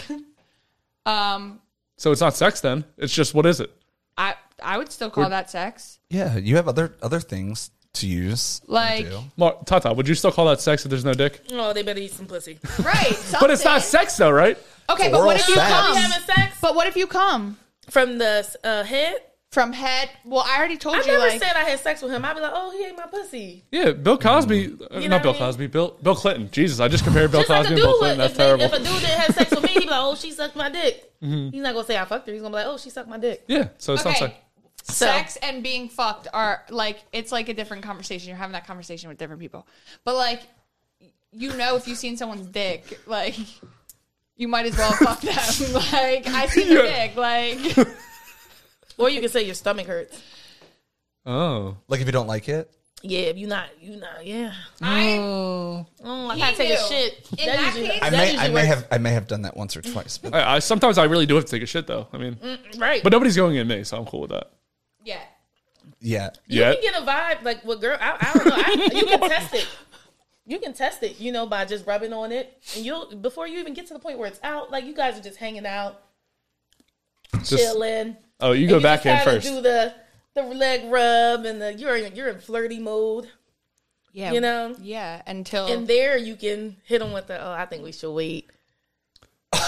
Speaker 3: Um,
Speaker 2: So it's not sex then. It's just what is it?
Speaker 3: I I would still call that sex.
Speaker 6: yeah, you have other other things to use. and
Speaker 3: Like-
Speaker 6: do.
Speaker 2: Mar- Tata, would you still call that sex if there's no dick?
Speaker 5: Oh, they better eat some pussy.
Speaker 3: Right.
Speaker 2: But it's not
Speaker 3: something.
Speaker 2: sex though, right?
Speaker 3: Okay,
Speaker 6: Oral
Speaker 3: but what if you
Speaker 6: sex.
Speaker 5: You
Speaker 3: come?
Speaker 5: having sex
Speaker 3: But what if you come
Speaker 5: from the uh, head?
Speaker 3: from head? Well, I already told
Speaker 5: I
Speaker 3: you.
Speaker 5: never
Speaker 3: like,
Speaker 5: said I had sex with him. I'd be like, oh, he ate my pussy.
Speaker 2: Yeah, Bill Cosby, uh,
Speaker 5: Mm. You know
Speaker 2: not Bill
Speaker 5: what I mean?
Speaker 2: Cosby, Bill Bill Clinton. Jesus, I just compared Bill
Speaker 5: Just like
Speaker 2: Cosby
Speaker 5: a
Speaker 2: and
Speaker 5: dude
Speaker 2: Bill
Speaker 5: would.
Speaker 2: Clinton. That's
Speaker 5: If, they,
Speaker 2: terrible. Mm-hmm.
Speaker 5: if a dude didn't have sex with me, he'd be like, oh, she sucked my dick. He's not going to say I fucked her. He's going to be like, oh, she sucked my dick.
Speaker 2: yeah, so it's not sex.
Speaker 3: okay. Sex and being fucked are like it's like a different conversation. You're having that conversation with different people, but like you know, if you've seen someone's dick, like you might as well fuck them. like I see your
Speaker 2: Yeah.
Speaker 3: dick, like
Speaker 5: Or you could say your stomach hurts.
Speaker 2: Oh,
Speaker 6: Like if you don't like it,
Speaker 5: Yeah, if you not, you not, yeah.
Speaker 3: I
Speaker 5: Mm, I gotta
Speaker 3: He
Speaker 5: take a
Speaker 3: knew.
Speaker 5: shit.
Speaker 3: In that case-
Speaker 6: I
Speaker 3: That
Speaker 6: may I
Speaker 5: usually
Speaker 6: may
Speaker 5: works.
Speaker 6: have I may have done that once or twice. But
Speaker 2: I, I sometimes I really do have to take a shit though. I mean,
Speaker 5: right.
Speaker 2: but nobody's going in me, so I'm cool with that.
Speaker 3: yeah.
Speaker 6: yeah,
Speaker 5: you
Speaker 2: Yeah,
Speaker 5: can get a vibe like well girl i, I don't know I, you can test it you can test it you know by just rubbing on it and you'll before you even get to the point where it's out like you guys are just hanging out
Speaker 2: just
Speaker 5: chilling
Speaker 2: oh, you
Speaker 5: And
Speaker 2: go
Speaker 5: you
Speaker 2: back
Speaker 5: just
Speaker 2: in
Speaker 5: kinda
Speaker 2: first.
Speaker 5: do the the leg rub and the you're in you're in flirty mode
Speaker 3: Yeah.
Speaker 5: You know?
Speaker 3: Yeah. Until
Speaker 5: and there you can hit them with the oh i think we should wait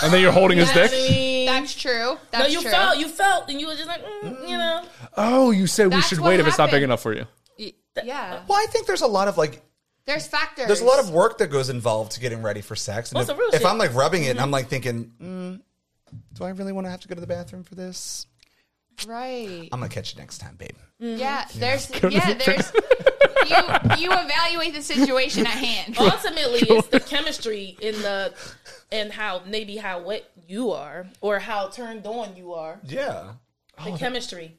Speaker 2: and then you're holding his dick.
Speaker 5: I mean,
Speaker 3: that's true.
Speaker 5: no,
Speaker 3: That's
Speaker 5: you
Speaker 3: true.
Speaker 5: felt you felt and you were just like mm, you know
Speaker 2: Oh, you said we
Speaker 3: That's
Speaker 2: should
Speaker 3: what
Speaker 2: wait if it's not big
Speaker 3: happened.
Speaker 2: enough for you.
Speaker 3: Y- yeah.
Speaker 6: well, I think there's a lot of like
Speaker 3: There's factors.
Speaker 6: there's a lot of work that goes involved to getting ready for sex. And
Speaker 5: Well, it's
Speaker 6: if,
Speaker 5: the real Mm-hmm.
Speaker 6: if
Speaker 5: shit.
Speaker 6: I'm like rubbing it, and I'm like thinking, mm, do I really want to have to go to the bathroom for this?
Speaker 3: right.
Speaker 6: I'm gonna catch you next time, babe.
Speaker 5: Mm.
Speaker 3: Yeah. There's yeah. There's you. You evaluate the situation at hand.
Speaker 2: Mm.
Speaker 5: ultimately it's the chemistry in the and how maybe how wet you are or how turned on you are
Speaker 6: Yeah.
Speaker 2: Oh,
Speaker 5: the chemistry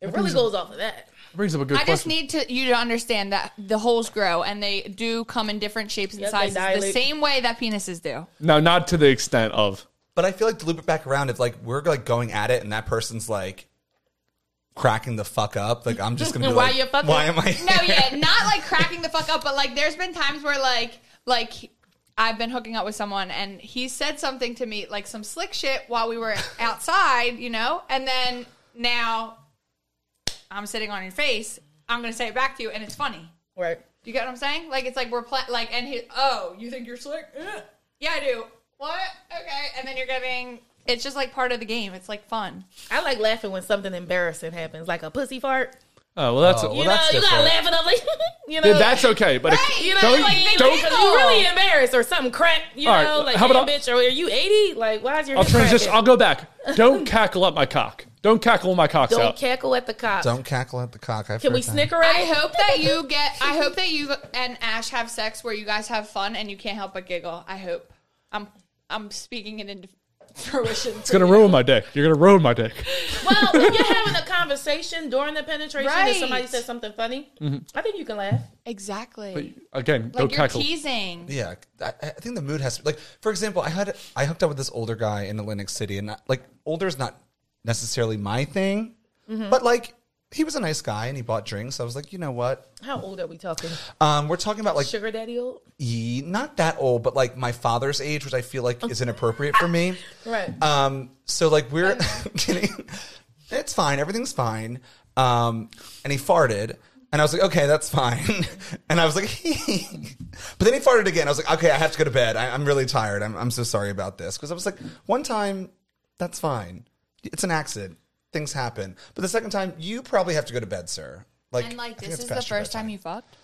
Speaker 5: it really goes off of that
Speaker 2: That brings up a good
Speaker 3: I
Speaker 2: question.
Speaker 3: just need to you to understand that the holes grow and they do come in different shapes and
Speaker 5: Yep, they
Speaker 3: sizes, the
Speaker 5: dilate.
Speaker 3: same way that penises do.
Speaker 2: no, not to the extent of.
Speaker 6: But I feel like to loop it back around, if like we're like going at it and that person's like cracking the fuck up, like I'm just gonna be
Speaker 5: Why
Speaker 6: like,
Speaker 5: you fucking-
Speaker 6: why am I?
Speaker 3: No, yeah, not like cracking the fuck up, but like there's been times where like like I've been hooking up with someone and he said something to me like some slick shit while we were outside, you know, and then now I'm sitting on your face. I'm gonna say it back to you, and it's funny.
Speaker 5: right
Speaker 3: You get what I'm saying? Like it's like we're pla- like and he oh you think you're slick? Ugh. Yeah, I do. What? Okay, and then you're getting it's just like part of the game. It's like fun.
Speaker 5: i like laughing when something embarrassing happens like a pussy fart
Speaker 2: Oh well, that's
Speaker 6: Oh,
Speaker 5: you
Speaker 6: Well, that's
Speaker 5: know you gotta
Speaker 6: different.
Speaker 5: laugh it up like you know
Speaker 2: yeah, that's okay. But
Speaker 3: Right,
Speaker 5: you know,
Speaker 2: don't
Speaker 5: like they
Speaker 2: don't
Speaker 5: think you really embarrassed or something crack, you
Speaker 2: All right,
Speaker 5: know, like
Speaker 2: how
Speaker 5: how
Speaker 2: about I-
Speaker 5: bitch, or are you eighty? Like, why is your
Speaker 2: I'll
Speaker 5: hip cracking?
Speaker 2: transition. I'll go back. Don't cackle up my cock. Don't cackle my cock's
Speaker 5: Don't
Speaker 2: out.
Speaker 5: cackle at the cop.
Speaker 6: Don't cackle at the cock. I've
Speaker 5: Can
Speaker 6: heard
Speaker 5: we
Speaker 6: that.
Speaker 5: snicker at
Speaker 3: I
Speaker 5: it?
Speaker 3: hope that you get. I hope that you and Ash have sex where you guys have fun and you can't help but giggle. I hope. I'm I'm speaking it into fruition.
Speaker 2: it's gonna ruin my dick. You're gonna ruin my dick.
Speaker 5: Well, if you're having a conversation during the penetration
Speaker 3: Right.
Speaker 5: and somebody says something funny,
Speaker 2: Mm-hmm.
Speaker 5: I think you can laugh.
Speaker 3: exactly.
Speaker 2: Again,
Speaker 3: like
Speaker 2: don't
Speaker 3: you're
Speaker 2: cackle.
Speaker 3: teasing.
Speaker 6: Yeah, I, I think the mood has to like. For example, I had I hooked up with this older guy in Atlantic City, and not, like older is not necessarily my thing,
Speaker 5: Mm-hmm.
Speaker 6: but like he was a nice guy and he bought drinks. I was like, you know what?
Speaker 5: How old are we talking?
Speaker 6: Um, we're talking about like
Speaker 5: Sugar daddy old?
Speaker 6: ye- not that old, but like my father's age, which I feel like is inappropriate for me.
Speaker 5: Oh. Right.
Speaker 6: Um, so like we're kidding. It's fine. Everything's fine. Um, and he farted. And I was like, okay, that's fine. And I was like, but then he farted again. I was like, okay, I have to go to bed. I, I'm really tired. I'm, I'm so sorry about this. Cause I was like, one time, that's fine. It's an accident. Things happen. But the second time, you probably have to go to bed, sir. Like,
Speaker 3: and
Speaker 6: I
Speaker 3: like,
Speaker 6: think
Speaker 3: this
Speaker 6: it's
Speaker 3: is the
Speaker 6: Pastor
Speaker 3: first
Speaker 6: Bedtime.
Speaker 3: time you fucked?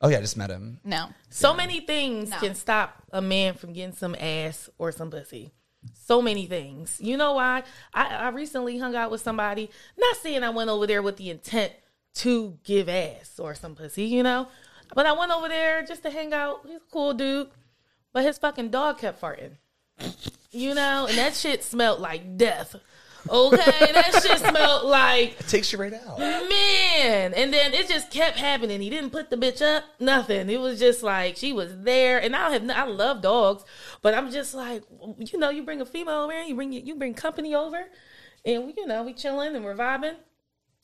Speaker 6: Oh yeah, I just met him.
Speaker 3: No.
Speaker 5: So many things
Speaker 3: No.
Speaker 5: can stop a man from getting some ass or some pussy. So many things. You know why? I, I recently hung out with somebody, not saying I went over there with the intent to give ass or some pussy, you know? But I went over there just to hang out. He's a cool dude. But his fucking dog kept farting. You know? And that shit smelled like death. Okay? that shit smelled like
Speaker 6: It takes you right out.
Speaker 5: man and then it just kept happening he didn't put the bitch up nothing it was just like she was there and i don't have no- i love dogs but i'm just like you know you bring a female over you bring you bring company over and we, you know we chilling and we're vibing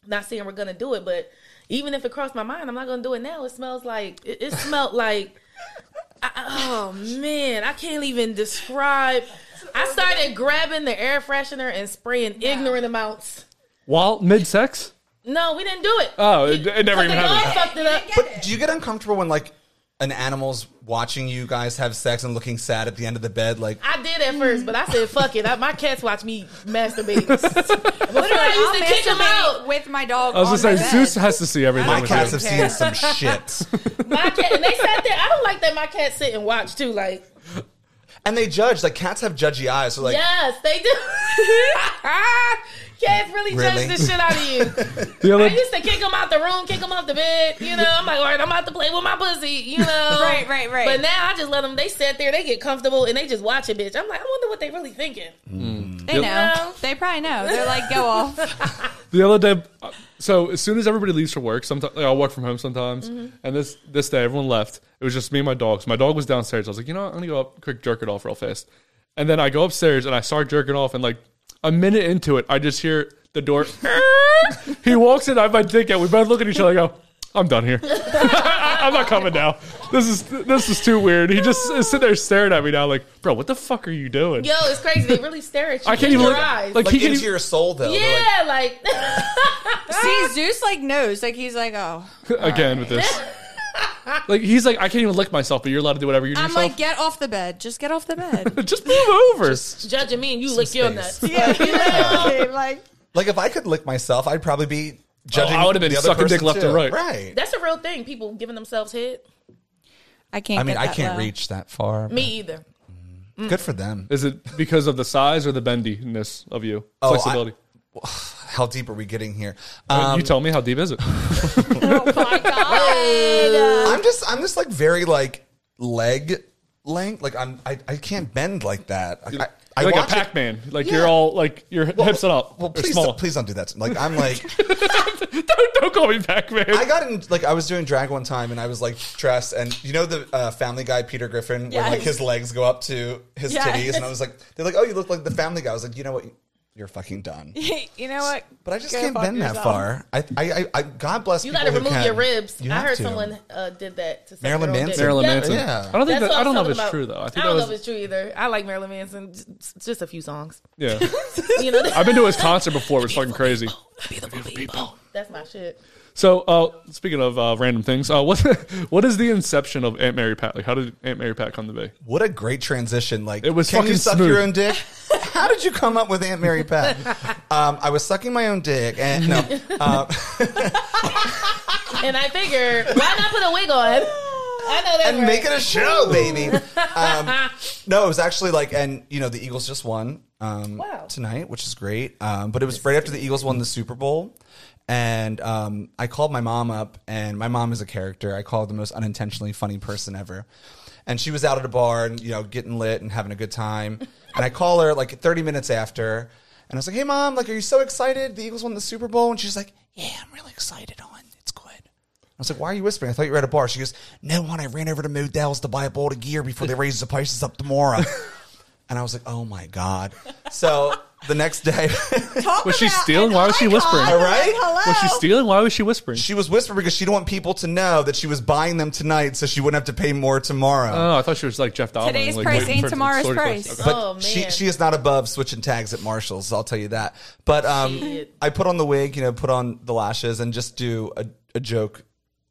Speaker 5: not saying we're gonna do it but even if it crossed my mind i'm not gonna do it now it smells like it, it smelled like Oh man, I can't even describe. I started grabbing the air freshener and spraying ignorant amounts.
Speaker 2: While mid sex?
Speaker 5: No, we didn't do it.
Speaker 2: Oh, it, it never even
Speaker 5: Fucking dog
Speaker 2: happened.
Speaker 5: fucked it up.
Speaker 6: But do you get uncomfortable when like an animal's watching you guys have sex and looking sad at the end of the bed? Like,
Speaker 5: I did at first, but I said, fuck it. I, my cats watch me masturbate. Before I used to kick them out.
Speaker 3: with my dog.
Speaker 2: I was
Speaker 3: on
Speaker 2: gonna say,
Speaker 3: Oh my
Speaker 2: Zeus
Speaker 3: bed.
Speaker 2: has to see everything.
Speaker 6: my
Speaker 2: with
Speaker 6: cats
Speaker 2: you.
Speaker 6: have seen some shit,
Speaker 5: My cat, and they sat there. I don't like that my cats sit and watch too. Like,
Speaker 6: and they judge. Like cats have judgy eyes. So like,
Speaker 5: yes, they do. cats really,
Speaker 6: Really?
Speaker 5: judge the shit out of you.
Speaker 2: The other-
Speaker 5: I used to kick them out the room, kick them off the bed. You know, I'm like, all right, I'm about to play with my pussy. You know,
Speaker 3: Right, right, right.
Speaker 5: But now I just let them. They sit there, they get comfortable, and they just watch it, bitch. I'm like, I wonder what they really thinking.
Speaker 3: They
Speaker 5: Yep.
Speaker 3: know. They probably know. They're like, go off.
Speaker 2: The other day, uh, so as soon as everybody leaves for work, sometimes like, I work from home sometimes.
Speaker 5: Mm-hmm.
Speaker 2: And this this day, everyone left. It was just me and my dog. So my dog was downstairs. I was like, you know, what? I'm gonna go up, quick jerk it off real fast. And then I go upstairs and I start jerking off. And like a minute into it, I just hear the door. he walks in. I have my dick out. We both look at each other. and go. I'm done here. I'm not coming now. This is this is too weird. He just is sitting there staring at me now, like, bro, what the fuck are you doing?
Speaker 5: Yo, it's crazy. They really stare at you.
Speaker 2: I can't
Speaker 5: in
Speaker 2: even
Speaker 5: your
Speaker 2: look-
Speaker 5: eyes.
Speaker 2: like,
Speaker 6: like
Speaker 2: he
Speaker 6: into
Speaker 2: can
Speaker 6: your soul though. They're like-
Speaker 5: yeah, like
Speaker 3: See, Zeus like knows. Like he's like, oh.
Speaker 2: again with this. like he's like, I can't even lick myself, but you're allowed to do whatever you do.
Speaker 3: I'm
Speaker 2: yourself.
Speaker 3: like, get off the bed. Just get off the bed.
Speaker 2: just move over.
Speaker 5: judging me and you lick your
Speaker 6: space.
Speaker 5: nuts.
Speaker 3: like,
Speaker 6: Like if I could lick myself, I'd probably be judging.
Speaker 2: Oh, I would've been
Speaker 6: the other
Speaker 2: sucking dick
Speaker 6: person,
Speaker 2: left
Speaker 6: too.
Speaker 2: and right.
Speaker 6: Right.
Speaker 5: That's a real thing. People giving themselves head.
Speaker 3: I can't.
Speaker 6: I mean,
Speaker 3: get
Speaker 6: I
Speaker 3: that
Speaker 6: can't
Speaker 3: low.
Speaker 6: reach that far.
Speaker 5: Me either.
Speaker 6: Good for them.
Speaker 2: Is it because of the size or the bendiness of you?
Speaker 6: Oh,
Speaker 2: Flexibility.
Speaker 6: How deep are we getting here?
Speaker 2: Uh,
Speaker 6: um,
Speaker 2: you tell me how deep is it?
Speaker 3: Oh
Speaker 6: I'm just, I'm just like very like leg length. Like I'm, I, I can't bend like that. I, I, I
Speaker 2: like a
Speaker 6: watch it-
Speaker 2: Pac-Man. Like
Speaker 6: Yeah.
Speaker 2: you're all like your hips are up.
Speaker 6: Well,
Speaker 2: They're
Speaker 6: please,
Speaker 2: small.
Speaker 6: don't, please don't do that. to- Like I'm like,
Speaker 2: don't, don't call me Pac-Man.
Speaker 6: I got in like I was doing drag one time and I was like dressed and you know the uh, Family Guy Peter Griffin when like
Speaker 3: Yes.
Speaker 6: his legs go up to his
Speaker 3: Yes.
Speaker 6: titties and I was like, they're like, oh, you look like the Family Guy. I was like, you know what, you're fucking done.
Speaker 3: you know what?
Speaker 6: But I just
Speaker 3: Go
Speaker 6: can't
Speaker 3: fuck
Speaker 6: bend that
Speaker 3: yourself.
Speaker 6: far. I, I, I, I God bless
Speaker 5: You
Speaker 6: people
Speaker 5: got to
Speaker 6: who
Speaker 5: remove
Speaker 6: can.
Speaker 5: your ribs.
Speaker 6: You
Speaker 5: I
Speaker 6: have
Speaker 5: heard
Speaker 6: to.
Speaker 5: someone uh, did that to suck
Speaker 6: Marilyn
Speaker 5: their own
Speaker 6: Manson.
Speaker 5: dick.
Speaker 2: Marilyn
Speaker 5: Yeah.
Speaker 2: Manson.
Speaker 6: Yeah.
Speaker 2: I don't think
Speaker 5: That's
Speaker 2: that,
Speaker 5: what
Speaker 2: I don't know if
Speaker 5: was
Speaker 2: it's
Speaker 5: talking
Speaker 2: true
Speaker 5: about.
Speaker 2: though. I think
Speaker 5: I don't
Speaker 2: that
Speaker 5: know if
Speaker 2: was
Speaker 5: it's true either. I like Marilyn Manson. Just, just a few songs.
Speaker 2: yeah.
Speaker 5: You know,
Speaker 2: I've been to his concert before. It was fucking crazy.
Speaker 5: that's my shit.
Speaker 2: So, uh, speaking of uh, random things, uh, what what is the inception of Aunt Mary Pat? Like, how did Aunt Mary Pat come to be?
Speaker 6: What a great transition! Like
Speaker 2: It was
Speaker 6: can you
Speaker 2: fucking
Speaker 6: suck
Speaker 2: smooth.
Speaker 6: your own dick? How did you come up with Aunt Mary Pat? um, I was sucking my own dick, and no, um,
Speaker 5: And I figure, why not put a wig on? I know that.
Speaker 6: and make it a show, baby. Um, no, it was actually like, and you know, the Eagles just won um,
Speaker 5: Wow.
Speaker 6: tonight, which is great. Um, but it was right after the Eagles won the Super Bowl, and um, I called my mom up, and my mom is a character. I call her the most unintentionally funny person ever. And she was out at a bar and you know getting lit and having a good time. And I call her like 30 minutes after, and I was like, "Hey, mom, like, are you so excited? The Eagles won the Super Bowl?" And she's like, "Yeah, I'm really excited. On it's good." I was like, why are you whispering? I thought you were at a bar. She goes, no, one. I ran over to Modell's to buy a bowl of gear before they raised the prices up tomorrow. and I was like, oh my God. So the next day,
Speaker 3: Talk
Speaker 2: Was she
Speaker 3: about
Speaker 2: stealing?
Speaker 3: an
Speaker 2: Why was she
Speaker 3: icon.
Speaker 2: whispering?
Speaker 6: All right.
Speaker 3: Hello.
Speaker 2: Was she stealing? Why was she whispering?
Speaker 6: she was whispering because she didn't want people to know that she was buying them tonight so she wouldn't have to pay more tomorrow.
Speaker 2: oh, I thought she was like Jeff Dahmer.
Speaker 3: Today's
Speaker 2: like,
Speaker 3: price
Speaker 2: waiting
Speaker 3: ain't
Speaker 2: for it to
Speaker 3: tomorrow's
Speaker 2: sort of
Speaker 3: price.
Speaker 2: close.
Speaker 6: But
Speaker 5: Oh, man.
Speaker 6: she she is not above switching tags at Marshalls. I'll tell you that. But um,
Speaker 5: Shit.
Speaker 6: I put on the wig, you know, put on the lashes, and just do a, a joke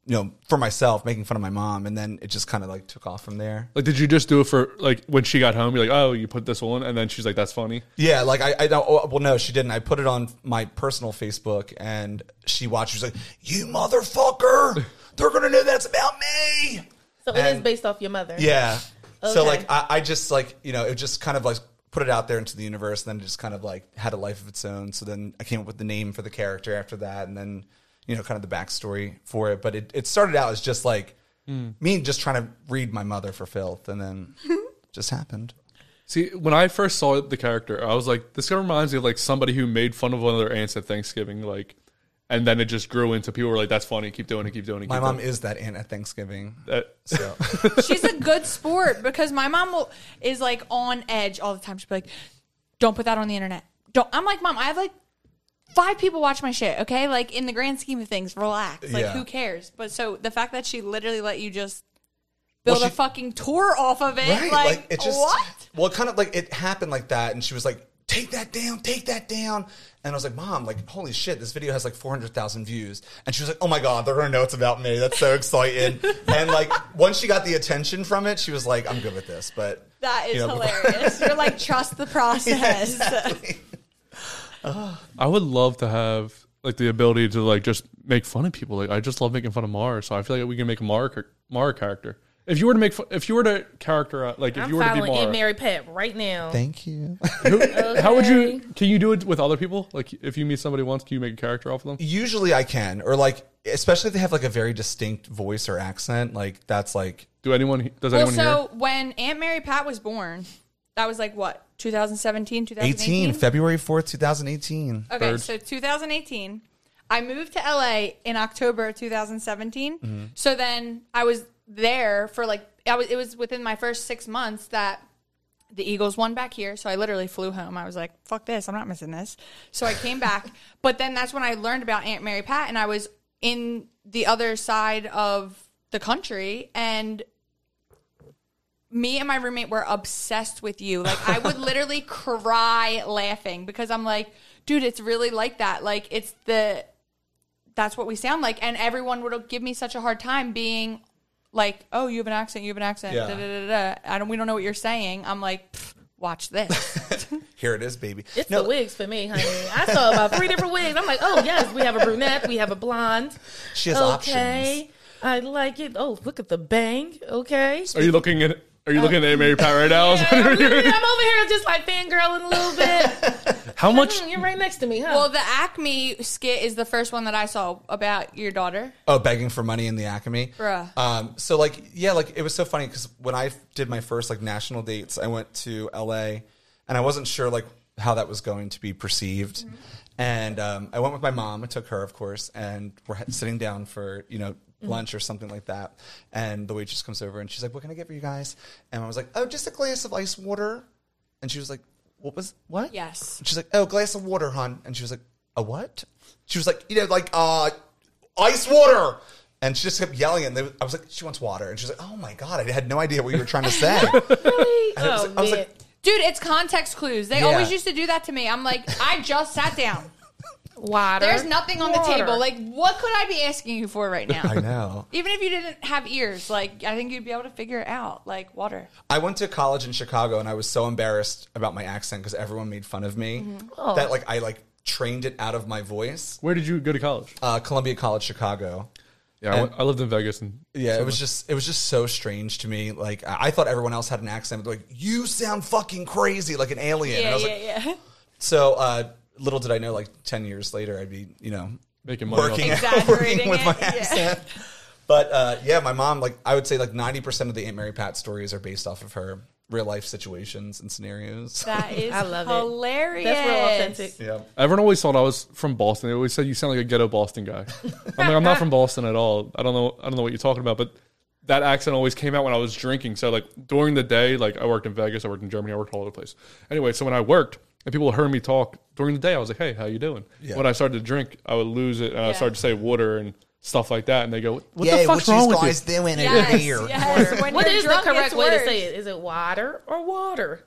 Speaker 6: you know, for myself, making fun of my mom, and then it just kind of like took off from there.
Speaker 2: Like, did you just do it for like when she got home? You're like, oh, you put this on, and then she's like, that's funny.
Speaker 6: Yeah, like I, I don't. oh, Well, no, she didn't. I put it on my personal Facebook, and she watched. She was like, "You motherfucker! They're gonna know that's about me."
Speaker 5: So it is
Speaker 6: And-
Speaker 5: based off your mother.
Speaker 6: Yeah.
Speaker 5: Okay.
Speaker 6: So like I, I just like you know it just kind of like put it out there into the universe, and then it just kind of like had a life of its own. So then I came up with the name for the character after that, and then you know kind of the backstory for it. But it, it started out as just like
Speaker 2: Hmm.
Speaker 6: me just trying to read my mother for filth, and then just happened.
Speaker 2: See, when I first saw the character, I was like, this guy reminds me of like somebody who made fun of one of their aunts at Thanksgiving, like, and then it just grew into people were like, that's funny, keep doing it, keep doing it. Keep
Speaker 6: My
Speaker 2: doing
Speaker 6: mom is that aunt at Thanksgiving.
Speaker 2: That-
Speaker 6: So
Speaker 3: She's a good sport because my mom will, is like on edge all the time. She'll be like, "Don't put that on the internet." Don't. I'm like, mom, I have like five people watch my shit. Okay, like in the grand scheme of things, relax. Like
Speaker 6: Yeah.
Speaker 3: who cares? But so the fact that she literally let you just build
Speaker 6: Well,
Speaker 3: a
Speaker 6: she-
Speaker 3: fucking tour off of it,
Speaker 6: right,
Speaker 3: like,
Speaker 6: like, it just
Speaker 3: what?
Speaker 6: well, it kind of like it happened like that, and she was like, "Take that down, take that down," and I was like, "Mom, like, holy shit, this video has like four hundred thousand views," and she was like, "Oh my god, they're gonna know it's about me. That's so exciting!" and like once she got the attention from it, she was like, "I'm good with this," but
Speaker 3: That is
Speaker 6: you know, before-
Speaker 3: hilarious. You're like, trust the process.
Speaker 2: I would love to have like the ability to like just make fun of people. Like, I just love making fun of Mara, so I feel like we can make a Mara, char- Mara character. If you were to make, fun, if you were to character, like, if
Speaker 5: I'm
Speaker 2: you were to be
Speaker 5: filing
Speaker 2: Mara,
Speaker 5: Aunt Mary Pat right now.
Speaker 6: Thank you.
Speaker 2: how would you? Can you do it with other people? Like, if you meet somebody once, can you make a character off of them?
Speaker 6: Usually, I can, or like, especially if they have like a very distinct voice or accent, like that's like
Speaker 2: Do anyone? Does
Speaker 3: well,
Speaker 2: anyone hear?
Speaker 3: so when Aunt Mary Pat was born, that was like what 2017, 2018,
Speaker 6: 18 February fourth, two thousand eighteen.
Speaker 3: Okay,
Speaker 2: Bird.
Speaker 3: so 2018, I moved to LA in October of 2017. So then I was there for like I was. It was within my first six months that the Eagles won back here. So I literally flew home. I was like, "Fuck this! I'm not missing this." So I came back, but then that's when I learned about Aunt Mary Pat, and I was in the other side of the country and me and my roommate were obsessed with you. Like I would literally cry laughing because I'm like, dude, it's really like that. Like it's the that's what we sound like. And everyone would give me such a hard time being like, oh, you have an accent, you have an accent.
Speaker 6: Yeah.
Speaker 3: Da, da, da, da. I don't we don't know what you're saying. I'm like, "Pfft, watch this.
Speaker 6: Here it is, baby.
Speaker 5: It's the wigs for me, honey. I saw about three different wigs. I'm like, oh yes, we have a brunette, we have a blonde.
Speaker 6: She has options.
Speaker 5: Okay, I like it. Oh, look at the bang. Okay,
Speaker 2: Are you looking at? Are you looking at Mary Pat right now?
Speaker 5: Uh, Yeah, I'm, looking- I'm over here just like fangirling a little bit.
Speaker 2: How much?
Speaker 5: Hmm, You're right next to me, huh?
Speaker 3: well, the Acme skit is the first one that I saw about your daughter.
Speaker 6: Oh, begging for money in the Acme.
Speaker 3: Bruh.
Speaker 6: Um, so like, yeah, like it was so funny because when I did my first like national dates, I went to LA, and I wasn't sure like how that was going to be perceived. And um, I went with my mom. I took her, of course, and we're ha- sitting down for you know lunch or something like that. And the waitress comes over and she's like, "What can I get for you guys?" And I was like, "Oh, just a glass of ice water." And she was like, "What was what?"
Speaker 3: Yes.
Speaker 6: She's like, "Oh, glass of water, hon," and she was like, "A what?" She was like, "You know, like uh, ice water," and she just kept yelling. And they, I was like, "She wants water," and she's like, "Oh my god, I had no idea what you were trying to say."
Speaker 5: really?
Speaker 6: And it was
Speaker 5: oh
Speaker 6: like- I was
Speaker 5: man.
Speaker 6: like-
Speaker 3: Dude, it's context clues. They
Speaker 6: Yeah.
Speaker 3: always used to do that to me. I'm like, I just sat down.
Speaker 5: water.
Speaker 3: There's nothing on the
Speaker 5: Water.
Speaker 3: table. Like, what could I be asking you for right now?
Speaker 6: I know.
Speaker 3: Even if you didn't have ears, like, I think you'd be able to figure it out. Like, water.
Speaker 6: I went to college in Chicago, and I was so embarrassed about my accent because everyone made fun of me
Speaker 3: Mm-hmm. Oh.
Speaker 6: that like I like trained it out of my voice.
Speaker 2: Where did you go to college?
Speaker 6: Uh, Columbia College, Chicago.
Speaker 2: Yeah, I, went, I lived in Vegas, and
Speaker 6: Yeah, it was just it was just so strange to me. Like I I thought everyone else had an accent, but like you sound fucking crazy, like an alien. and I
Speaker 3: Yeah,
Speaker 6: was
Speaker 3: yeah,
Speaker 6: like,
Speaker 3: yeah.
Speaker 6: So uh, little did I know, like ten years later, I'd be you know
Speaker 2: making money. off
Speaker 6: working
Speaker 2: it.
Speaker 6: working
Speaker 3: Exaggerating
Speaker 6: with
Speaker 3: it,
Speaker 6: my
Speaker 3: yeah.
Speaker 6: accent. But uh, yeah, my mom, like I would say, like ninety percent of the Aunt Mary Pat stories are based off of her real life situations and scenarios.
Speaker 3: That is
Speaker 5: I love it.
Speaker 3: hilarious.
Speaker 5: That's real authentic.
Speaker 6: yeah,
Speaker 2: Everyone always thought I was from Boston. They always said you sound like a ghetto Boston guy. I'm like, I'm not from Boston at all. I don't know. I don't know what you're talking about. But that accent always came out when I was drinking. So like during the day, like I worked in Vegas, I worked in Germany, I worked all over the place. Anyway, so when I worked and people heard me talk during the day, I was like, Hey, how you doing?
Speaker 6: Yeah.
Speaker 2: When I started to drink, I would lose it and I
Speaker 3: Yeah.
Speaker 2: started to say water and stuff like that. And they go, What
Speaker 6: Yeah,
Speaker 2: the fuck's wrong with you?
Speaker 6: doing
Speaker 3: Yes, yes. When
Speaker 5: What
Speaker 3: you're
Speaker 5: is the
Speaker 3: drunk,
Speaker 5: correct
Speaker 3: it's
Speaker 5: way to
Speaker 3: worse.
Speaker 5: say it? Is it water or water?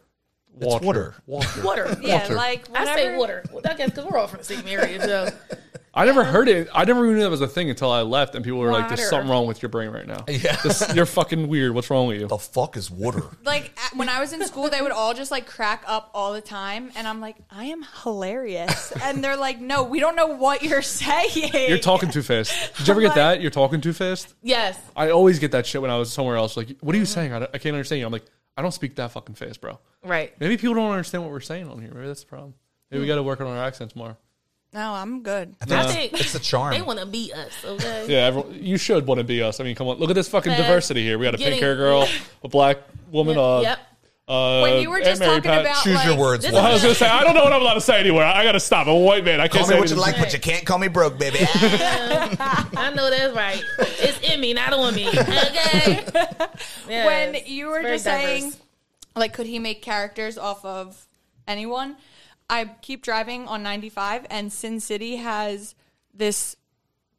Speaker 6: water.
Speaker 2: Water.
Speaker 5: Water.
Speaker 3: Yeah,
Speaker 2: Water.
Speaker 3: like,
Speaker 5: I say
Speaker 3: whatever-
Speaker 5: water. Well, I guess because we're all from the same area, so
Speaker 2: I never heard it. I never even knew that was a thing until I left, and people were like, "There's
Speaker 5: Water.
Speaker 2: something wrong with your brain right now.
Speaker 6: Yeah.
Speaker 2: This- you're fucking weird. What's wrong with you?"
Speaker 6: The fuck is water?
Speaker 3: Like at, when I was in school, they would all just like crack up all the time, and I'm like, I am hilarious, and they're like, No, we don't know what you're saying.
Speaker 2: You're talking too fast. Did you ever get that? You're talking too fast.
Speaker 5: Yes.
Speaker 2: I always get that shit when I was somewhere else. Like, what are you saying? I, don't- I can't understand you. I'm like, I don't speak that fucking fast, bro.
Speaker 5: Right.
Speaker 2: Maybe people don't understand what we're saying on here. Maybe that's the problem. Maybe
Speaker 3: Hmm.
Speaker 2: we got to work on our accents more.
Speaker 3: No, I'm good.
Speaker 5: I think
Speaker 6: It's the charm.
Speaker 5: they want to be us. Okay.
Speaker 2: Yeah, everyone, you should want to be us. I mean, come on, look at this fucking
Speaker 5: Fast.
Speaker 2: diversity here. We got a
Speaker 5: Getting-
Speaker 2: pink hair girl, a black woman. Uh,
Speaker 5: Yep.
Speaker 2: uh,
Speaker 3: When you were
Speaker 2: Aunt
Speaker 3: just
Speaker 2: Mary
Speaker 3: talking
Speaker 2: Pat.
Speaker 3: about
Speaker 6: Choose
Speaker 3: like,
Speaker 6: your words.
Speaker 5: this
Speaker 6: Walt.
Speaker 2: I was gonna say I don't know what I'm allowed to say anywhere. I gotta stop. I'm a white man. I can't
Speaker 6: Call
Speaker 2: say
Speaker 6: me what you
Speaker 2: anything.
Speaker 6: like, but you can't call me broke, baby.
Speaker 5: I know that's right. It's in me, not on me. Okay.
Speaker 3: when
Speaker 5: Yes.
Speaker 3: you were
Speaker 5: Very
Speaker 3: just
Speaker 5: diverse.
Speaker 3: saying like could he make characters off of anyone i keep driving on 95 and sin city has this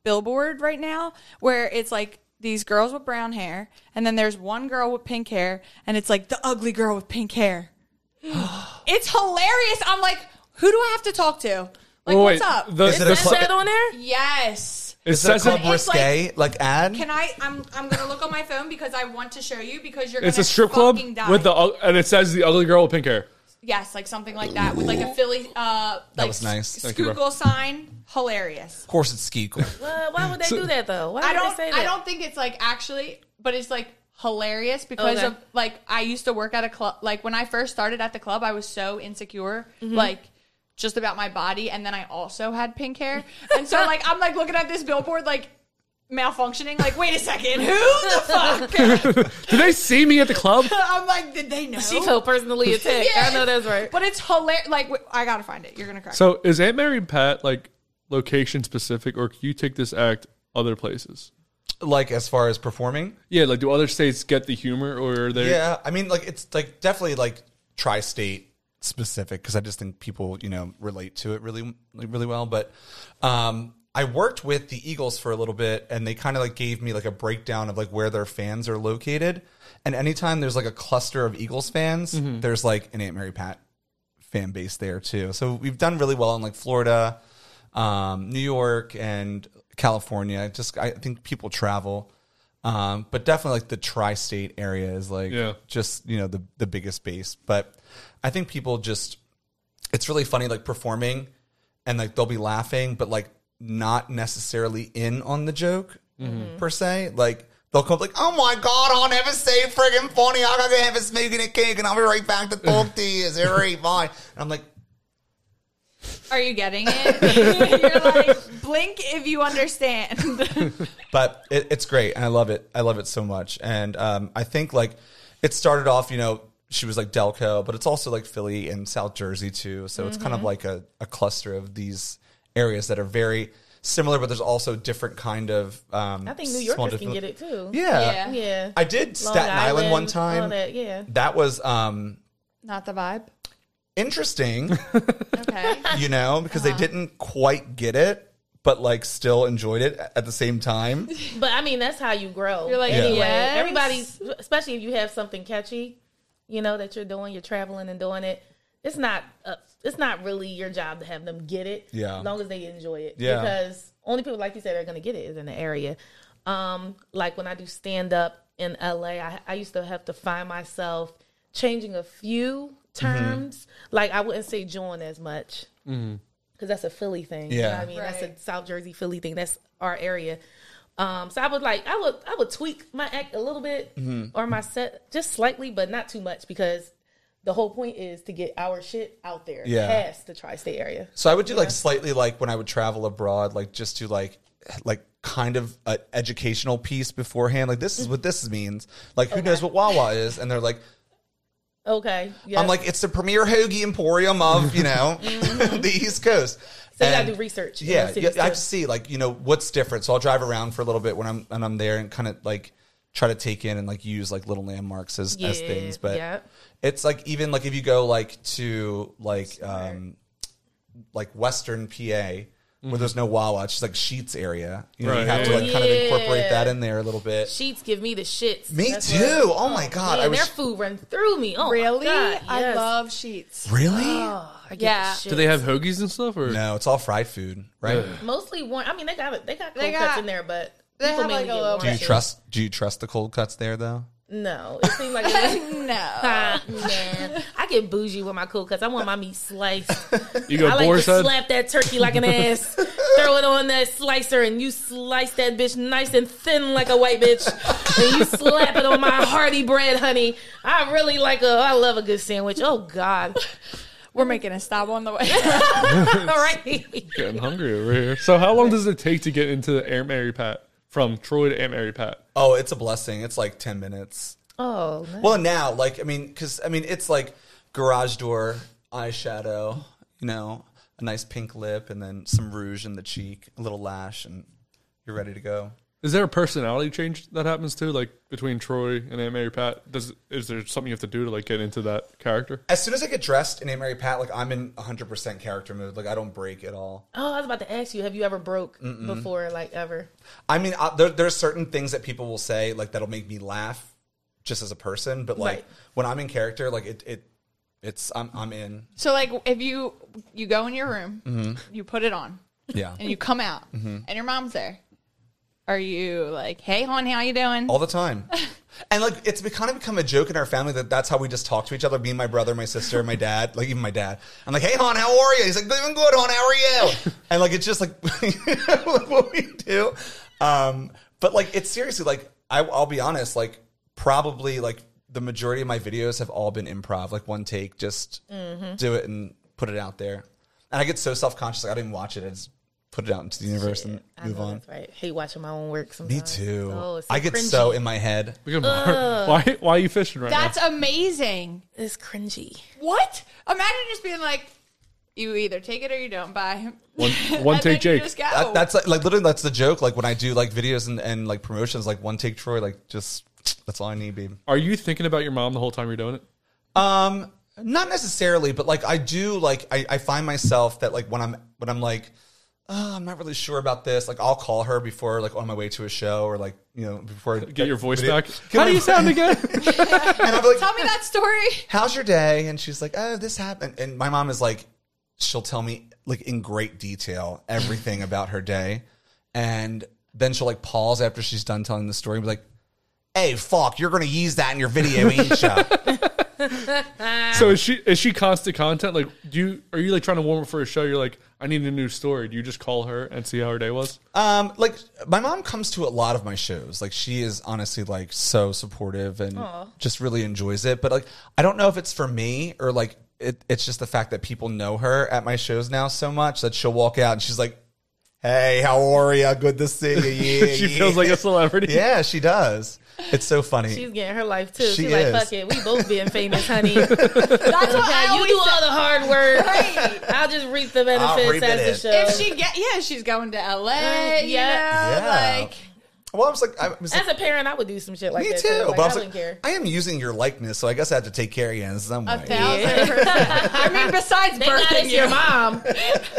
Speaker 3: billboard right now where it's like these girls with brown hair and then there's one girl with pink hair and it's like the ugly girl with pink hair it's hilarious i'm like who do i have to talk to
Speaker 2: Wait,
Speaker 3: like what's up
Speaker 2: the-
Speaker 6: Is it
Speaker 2: the-
Speaker 6: a
Speaker 5: Is that on there?
Speaker 3: yes
Speaker 2: it
Speaker 6: Is it a
Speaker 2: says it-
Speaker 6: club
Speaker 3: It's like-
Speaker 6: risque? Like, ad?
Speaker 3: can I? I'm I'm gonna look on my phone because I want to show you because you're.
Speaker 2: it's
Speaker 3: gonna
Speaker 2: a strip club
Speaker 3: fucking die.
Speaker 2: with the u- and it says the ugly girl with pink hair.
Speaker 3: Yes, like something like that with like a Philly uh like
Speaker 6: was nice.
Speaker 3: s-
Speaker 2: Thank you, bro.
Speaker 3: Schuylkill sign. Hilarious.
Speaker 6: of course, it's Skeekle.
Speaker 5: Well, why would they do that though? Why
Speaker 3: I
Speaker 5: would
Speaker 3: don't
Speaker 5: they say that?
Speaker 3: I don't think it's like actually, but it's like hilarious because
Speaker 5: Okay.
Speaker 3: of like I used to work at a club like when I first started at the club I was so insecure
Speaker 5: Mm-hmm.
Speaker 3: like just about my body and then I also had pink hair. And so like I'm like looking at this billboard like malfunctioning like wait a second, who the fuck?
Speaker 2: Did they see me at the club?
Speaker 3: I'm like did they know?
Speaker 5: She felt personally attacked.
Speaker 3: Yeah.
Speaker 5: I know that's right.
Speaker 3: but it's hilarious. Like w- I gotta find it. You're gonna cry.
Speaker 2: So is Aunt Mary Pat like location specific, or can you take this act other places?
Speaker 6: like, as far as performing?
Speaker 2: Yeah, like do other states get the humor, or are they?
Speaker 6: Yeah, I mean, like it's like definitely like tri-state specific because I just think people you know relate to it really really well. But um, I worked with the Eagles for a little bit, and they kind of like gave me like a breakdown of like where their fans are located. And anytime there's like a cluster of Eagles fans, there's like an Aunt Mary Pat fan base there too. So we've done really well in like Florida, um, New York, and California. Just I think people travel, um, but definitely like the tri-state area is like
Speaker 2: Yeah.
Speaker 6: just you know the the biggest base. But I think people just it's really funny like performing and like they'll be laughing, but like not necessarily in on the joke per se. Like they'll come up like, "Oh my god, I'll never say friggin' funny. I gotta have a smoking a cake, and I'll be right back to talk to you. Is it right, fine?" And I'm like,
Speaker 3: Are you getting it? You're like, blink if you understand.
Speaker 6: but it, it's great and i love it i love it so much and um, i think like it started off you know she was like delco but it's also like philly and south jersey too so it's
Speaker 5: Mm-hmm.
Speaker 6: kind of like a, a cluster of these areas that are very similar but there's also different kind of um,
Speaker 5: I think New
Speaker 6: small
Speaker 5: Yorkers can
Speaker 6: different-
Speaker 5: get it too.
Speaker 6: yeah.
Speaker 3: Yeah.
Speaker 5: Yeah.
Speaker 6: i did
Speaker 5: Long
Speaker 6: staten island, one
Speaker 5: all
Speaker 6: time that.
Speaker 5: that, yeah.
Speaker 6: was um,
Speaker 3: Not the vibe.
Speaker 6: interesting
Speaker 3: Okay.
Speaker 6: you know because
Speaker 5: Uh-huh.
Speaker 6: they didn't quite get it but like still enjoyed it at the same time
Speaker 5: But I mean, that's how you grow.
Speaker 3: You're like,
Speaker 5: anyway,
Speaker 3: yes.
Speaker 5: everybody, especially if you have something catchy, you know that you're doing, you're traveling and doing it. It's not, uh, it's not really your job to have them get it.
Speaker 6: Yeah.
Speaker 5: as long as they enjoy it.
Speaker 6: Yeah.
Speaker 5: because only people like you said are going to get it is in the area. Um, like when I do stand up in LA, I, I used to have to find myself changing a few
Speaker 6: Mm-hmm.
Speaker 5: terms. Like I wouldn't say join as much. Because that's a Philly thing. You know
Speaker 6: Yeah.
Speaker 5: what I mean,
Speaker 3: Right.
Speaker 5: that's a South Jersey Philly thing. That's our area. Um, so I would like I would I would tweak my act a little bit
Speaker 6: Mm-hmm.
Speaker 5: or my set just slightly, but not too much because the whole point is to get our shit out there
Speaker 6: Yeah.
Speaker 5: past the tri-state area.
Speaker 6: So I would do like slightly like when I would travel abroad, like just to like like kind of an educational piece beforehand. Like this is what this means. Like who knows what Wawa is? And they're like,
Speaker 5: Okay, yeah.
Speaker 6: I'm like, it's the premier hoagie emporium of you know the East Coast.
Speaker 5: Mm-hmm. so you gotta do
Speaker 6: And-
Speaker 5: research. in
Speaker 6: yeah,
Speaker 5: those
Speaker 6: yeah
Speaker 5: cities
Speaker 6: I have
Speaker 5: too.
Speaker 6: to see like you know what's different. So I'll drive around for a little bit when I'm and I'm there and kind of like try to take in and like use like little landmarks as, as
Speaker 5: Yeah,
Speaker 6: things. But
Speaker 5: yeah.
Speaker 6: it's like even like if you go like to like um like Western PA where there's no Wawa, it's just like Sheets area. You know,
Speaker 2: Right,
Speaker 6: you have
Speaker 2: yeah,
Speaker 6: to like kind of
Speaker 5: yeah.
Speaker 6: incorporate that in there a little bit.
Speaker 5: Sheets give me the shits.
Speaker 6: Me
Speaker 5: That's
Speaker 6: too.
Speaker 5: what-
Speaker 6: Oh my God,
Speaker 5: man,
Speaker 6: I was-
Speaker 5: their food run through me. Oh my
Speaker 3: really?
Speaker 5: God,
Speaker 3: I
Speaker 5: yes.
Speaker 3: love sheets.
Speaker 6: Really?
Speaker 5: I get
Speaker 3: Yeah.
Speaker 5: the
Speaker 2: Do they have
Speaker 5: shits.
Speaker 2: hoagies and stuff? Or
Speaker 6: No, it's all fried food, right?
Speaker 5: mostly warm? I mean, they got they got
Speaker 3: They
Speaker 5: cold
Speaker 3: got-
Speaker 5: cuts in there, but
Speaker 3: they
Speaker 5: people
Speaker 3: have, like,
Speaker 5: mainly
Speaker 3: a
Speaker 5: get
Speaker 3: little
Speaker 5: warm
Speaker 6: Do you
Speaker 5: cuts.
Speaker 6: trust? Do you trust the cold cuts there though?
Speaker 5: No, it seemed like. It was-
Speaker 3: no.
Speaker 5: Ah, man, I get bougie with my cold cuts. I want my meat sliced.
Speaker 2: you go
Speaker 5: I like to
Speaker 2: boar's head.
Speaker 5: slap that turkey like an ass, throw it on that slicer, and you slice that bitch nice and thin like a white bitch, and you slap it on my hearty bread, honey. I really like a. I love a good sandwich. Oh God,
Speaker 3: We're making a stop on the way.
Speaker 5: all right.
Speaker 2: Getting hungry over here. So how long does it take to get into Aunt Mary Pat from Troy to Aunt Mary Pat?
Speaker 6: Oh, it's a blessing. It's like ten minutes.
Speaker 5: Oh, nice.
Speaker 6: Well, now, like, I mean, because I mean, it's like garage door eyeshadow, you know, a nice pink lip, and then some rouge in the cheek, a little lash, and you're ready to go.
Speaker 2: Is there a personality change that happens too, like between Troy and Aunt Mary Pat? Does is there something you have to do to like get into that character?
Speaker 6: As soon as I get dressed in Aunt Mary Pat, like I'm in 100 percent character mood. Like I don't break at all.
Speaker 5: Oh, I was about to ask you, have you ever broke before, like ever?
Speaker 6: I mean, I, there, there are certain things that people will say like that'll make me laugh, just as a person. But like
Speaker 5: Right.
Speaker 6: when I'm in character, like it, it, it's I'm I'm in.
Speaker 3: so like if you you go in your room, you put it on,
Speaker 6: Yeah.
Speaker 3: and you come out, and your mom's there. Are you like, hey, hon, how you doing?
Speaker 6: all the time. And like it's be, kind of become a joke in our family that that's how we just talk to each other. Me and my brother, my sister, my dad, like even my dad. I'm like, "Hey, hon, how are you?" He's like, "Doing good, hon. How are you?" And like it's just like, like what we do. Um, but like it's seriously like I, I'll be honest, like probably like the majority of my videos have all been improv, like one take, just
Speaker 5: Mm-hmm.
Speaker 6: do it and put it out there. And I get so self conscious, like I didn't watch it. I just put it out into the universe
Speaker 5: I
Speaker 6: and move
Speaker 5: know
Speaker 6: on.
Speaker 5: That's right. Hate watching my own work sometimes.
Speaker 6: Me too.
Speaker 5: Oh, it's
Speaker 6: I get so
Speaker 5: cringy.
Speaker 6: in my head.
Speaker 2: Look at Mark. Why why are you fishing right
Speaker 3: That's
Speaker 2: now?
Speaker 3: amazing.
Speaker 5: It's cringy.
Speaker 3: What? Imagine just being like, you either take it or you don't. Bye.
Speaker 2: One, one
Speaker 3: And
Speaker 2: take,
Speaker 3: then you
Speaker 2: Jake.
Speaker 3: just go.
Speaker 6: That, that's like, like literally that's the joke. Like when I do like videos and, and like promotions, like one take Troy, like just that's all I need, babe.
Speaker 2: Are you thinking about your mom the whole time you're doing it?
Speaker 6: Um, not necessarily, but like I do like I, I find myself that like when I'm when I'm like, oh, I'm not really sure about this. Like I'll call her before like on my way to a show or like you know before
Speaker 2: Get your voice
Speaker 6: video-
Speaker 2: back.
Speaker 6: Get
Speaker 2: How
Speaker 6: my
Speaker 2: do you
Speaker 6: vo-
Speaker 2: sound again?
Speaker 6: And I'll be like,
Speaker 3: Tell me that story.
Speaker 6: how's your day? And she's like, oh, this happened. And my mom is like, she'll tell me like in great detail everything about her day. And then she'll like pause after she's done telling the story and be like, hey, fuck, you're going to use that in your video, ain't ya?
Speaker 5: Um,
Speaker 2: so is she is she constant content? Like do you are you like trying to warm up for a show? You're like, I need a new story. Do you just call her and see how her day was?
Speaker 6: um, like my mom comes to a lot of my shows. Like she is honestly like so supportive and just really enjoys it. But like, I don't know if it's for me or like, it, it's just the fact that people know her at my shows now so much that she'll walk out and she's like, Hey, how are ya? Good to see you. Yeah,
Speaker 2: she
Speaker 6: yeah.
Speaker 2: feels like a celebrity.
Speaker 6: Yeah, she does. It's so funny.
Speaker 5: She's getting her life too.
Speaker 6: She
Speaker 5: She's
Speaker 6: is.
Speaker 5: like, fuck it. We both being famous, honey. Okay,
Speaker 3: That's what I
Speaker 5: you
Speaker 3: always
Speaker 5: do
Speaker 3: say.
Speaker 5: all the hard work.
Speaker 3: Right.
Speaker 5: I'll just reap the
Speaker 6: I'll reap
Speaker 5: benefits
Speaker 6: it
Speaker 5: as the
Speaker 6: in.
Speaker 5: show.
Speaker 3: If she get, yeah, she's going to LA.
Speaker 5: Right,
Speaker 3: you
Speaker 5: yeah.
Speaker 3: know,
Speaker 6: Yeah.
Speaker 3: like
Speaker 6: well, I was like, I was
Speaker 5: as
Speaker 6: like,
Speaker 5: a parent, I would do some shit like
Speaker 6: me
Speaker 5: that
Speaker 6: too.
Speaker 5: Like,
Speaker 6: but I
Speaker 5: I
Speaker 6: was
Speaker 5: wouldn't
Speaker 6: like,
Speaker 5: care.
Speaker 6: I am using your likeness, so I guess I have to take care of you in some
Speaker 3: a
Speaker 6: way.
Speaker 3: thousand percent. I mean, besides
Speaker 5: Thank God
Speaker 3: birthing
Speaker 5: it's your
Speaker 3: you,
Speaker 5: mom.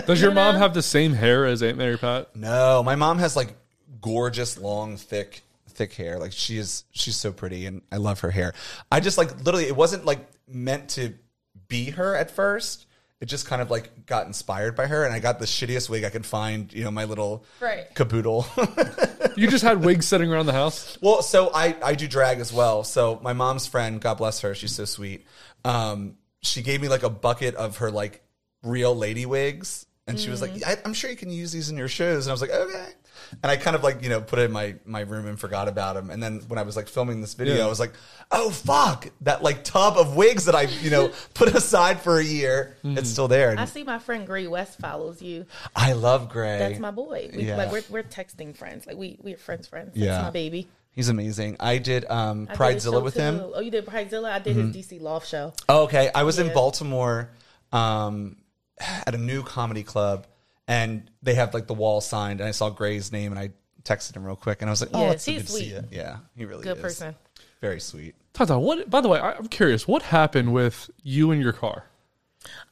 Speaker 2: Does your mom have the same hair as Aunt Mary Pat?
Speaker 6: No, my mom has like gorgeous, long, thick, thick hair. Like she is, she's so pretty, and I love her hair. I just like literally, it wasn't like meant to be her at first. It just kind of like got inspired by her, and I got the shittiest wig I could find. You know, my little
Speaker 3: Right.
Speaker 6: caboodle.
Speaker 2: You just had wigs sitting around the house.
Speaker 6: Well, so I, I do drag as well. So my mom's friend, God bless her, she's so sweet. Um, she gave me like a bucket of her like real lady wigs, and she was like, I, "I'm sure you can use these in your shows." And I was like, "Okay." And I kind of like you know put it in my my room and forgot about them. And then when I was like filming this video,
Speaker 2: Yeah.
Speaker 6: I was like, "Oh fuck!" That like tub of wigs that I you know put aside for a year, it's still there. And
Speaker 5: I
Speaker 6: I,
Speaker 5: see my friend Gray West follows you.
Speaker 6: love Gray.
Speaker 5: That's my boy. We,
Speaker 6: Yeah.
Speaker 5: Like we're, we're texting friends. Like we we're friends friends. That's
Speaker 6: Yeah.
Speaker 5: my baby.
Speaker 6: He's amazing. I did um,
Speaker 5: I did his
Speaker 6: Pridezilla
Speaker 5: show,
Speaker 6: with
Speaker 5: too.
Speaker 6: him. Mm-hmm.
Speaker 5: Oh, you did Pridezilla. I did his DC Loft show.
Speaker 6: Okay, I was in
Speaker 5: Yeah.
Speaker 6: Baltimore um, at a new comedy club, and they have like the wall signed, and I saw Gray's name, and I texted him real quick, and I was like, "Oh,
Speaker 5: Yeah,
Speaker 6: it's so
Speaker 5: he's
Speaker 6: good to see
Speaker 5: sweet.
Speaker 6: you." Yeah, he really
Speaker 5: Good
Speaker 6: is.
Speaker 5: person.
Speaker 6: very sweet.
Speaker 2: Tata, what? By the way, I, I'm curious. What happened with you and your car?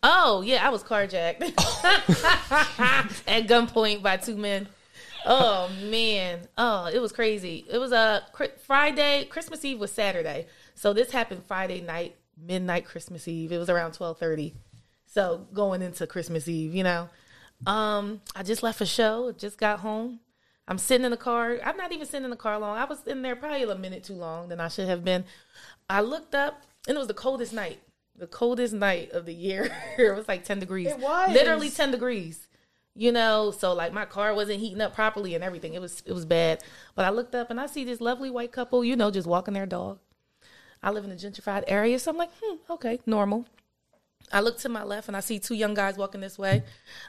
Speaker 5: Oh yeah, I was carjacked at gunpoint by two men. Oh man, oh it was crazy. It was a uh, Friday. Christmas Eve was Saturday, so this happened Friday night, midnight Christmas Eve. It was around twelve thirty. So going into Christmas Eve, you know, um, I just left a show. Just got home. I'm sitting in the car. I'm not even sitting in the car long. I was in there probably a minute too long than I should have been. I looked up, and it was the coldest night. The coldest night of the year. it was like 10 degrees.
Speaker 3: It was.
Speaker 5: literally 10 degrees. You know, so like my car wasn't heating up properly and everything. It was it was bad. But I looked up and I see this lovely white couple, you know, just walking their dog. I live in a gentrified area, so I'm like, hmm, okay, normal. I look to my left and I see two young guys walking this way.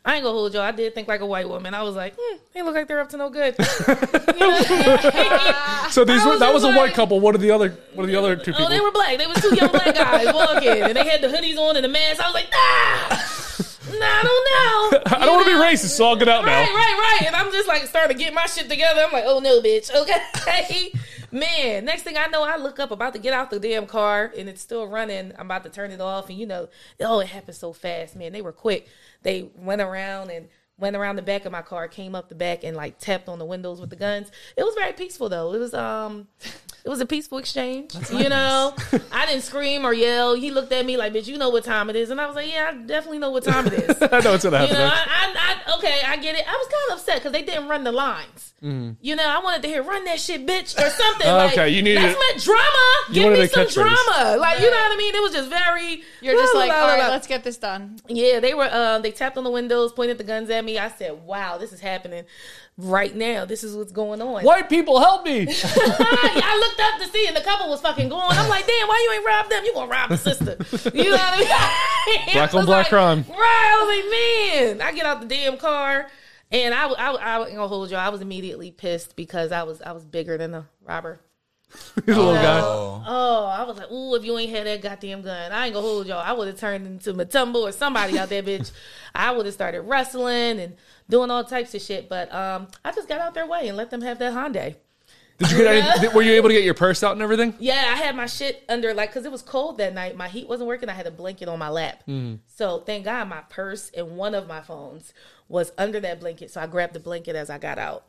Speaker 5: I ain't gonna hold y'all. I did think like a white woman. I was like, hmm, they look like they're up to no good. You know?
Speaker 2: So these
Speaker 5: I
Speaker 2: were,
Speaker 5: was
Speaker 2: that
Speaker 5: just
Speaker 2: was a
Speaker 5: like-
Speaker 2: white couple. What are the other? What are the other two people?
Speaker 5: Oh, they were black. They was two young black guys walking, and they had the hoodies on and the masks. I was like, nah, nah, I don't know.
Speaker 2: I don't want to be racist, so I'll get out
Speaker 5: Right,
Speaker 2: now.
Speaker 5: right, right. And I'm just like starting to get my shit together. I'm like, oh no, bitch. Okay. Man, next thing I know, I look up about to get out the damn car and it's still running. I'm about to turn it off. And you know, oh, it happened so fast, man. They were quick. They went around and went around the back of my car, came up the back and like tapped on the windows with the guns. It was very peaceful though. It was um it was a peaceful exchange. you know, I didn't scream or yell. He looked at me like, bitch, you know what time it is. And I was like, yeah, I definitely know what time it is.
Speaker 2: I know it's gonna happen.
Speaker 5: You know,
Speaker 2: next.
Speaker 5: I, I, I, okay, I get it. I was kind of upset because they didn't run the lines. You know, I wanted to hear "run that shit, bitch" or something.
Speaker 2: Mm. Oh,
Speaker 5: like,
Speaker 2: okay, you needed-
Speaker 5: that's my drama. Give
Speaker 2: wanted
Speaker 5: me
Speaker 2: a
Speaker 5: some
Speaker 2: catchphrase.
Speaker 5: drama, like you know what I mean. It was just very.
Speaker 3: You're just
Speaker 5: la,
Speaker 3: like,
Speaker 5: la,
Speaker 3: all
Speaker 5: la,
Speaker 3: right,
Speaker 5: la."
Speaker 3: let's get this done.
Speaker 5: Yeah, they were. Um, they tapped on the windows, pointed the guns at me. I said, "Wow, this is happening right now. This is what's going on."
Speaker 2: White people, help me!
Speaker 5: I, I looked up to see, and the couple was fucking going. I'm like, damn, why you ain't rob them? You gonna rob the sister? You know what I mean?
Speaker 2: Black
Speaker 5: I
Speaker 2: on
Speaker 5: was
Speaker 2: black
Speaker 5: like,
Speaker 2: crime.
Speaker 5: Right? I was like, man, I get out the damn car, and I, I, I, ain't gonna hold you. I was immediately pissed because I was, I was bigger than the robber.
Speaker 2: He's a little guy.
Speaker 5: Oh, I was like, ooh, if you ain't had that goddamn gun, I ain't gonna hold y'all. I would have turned into Matumbo or somebody out there, bitch. I would have started wrestling and doing all types of shit. But um, I just got out their way and let them have that Hyundai.
Speaker 2: Did you get any, did- Were you able to get your purse out and everything?
Speaker 5: Yeah, I had my shit under like because it was cold that night. My heat wasn't working. I had a blanket on my lap.
Speaker 3: Mm-hmm.
Speaker 5: So thank God my purse and one of my phones was under that blanket. So I grabbed the blanket as I got out.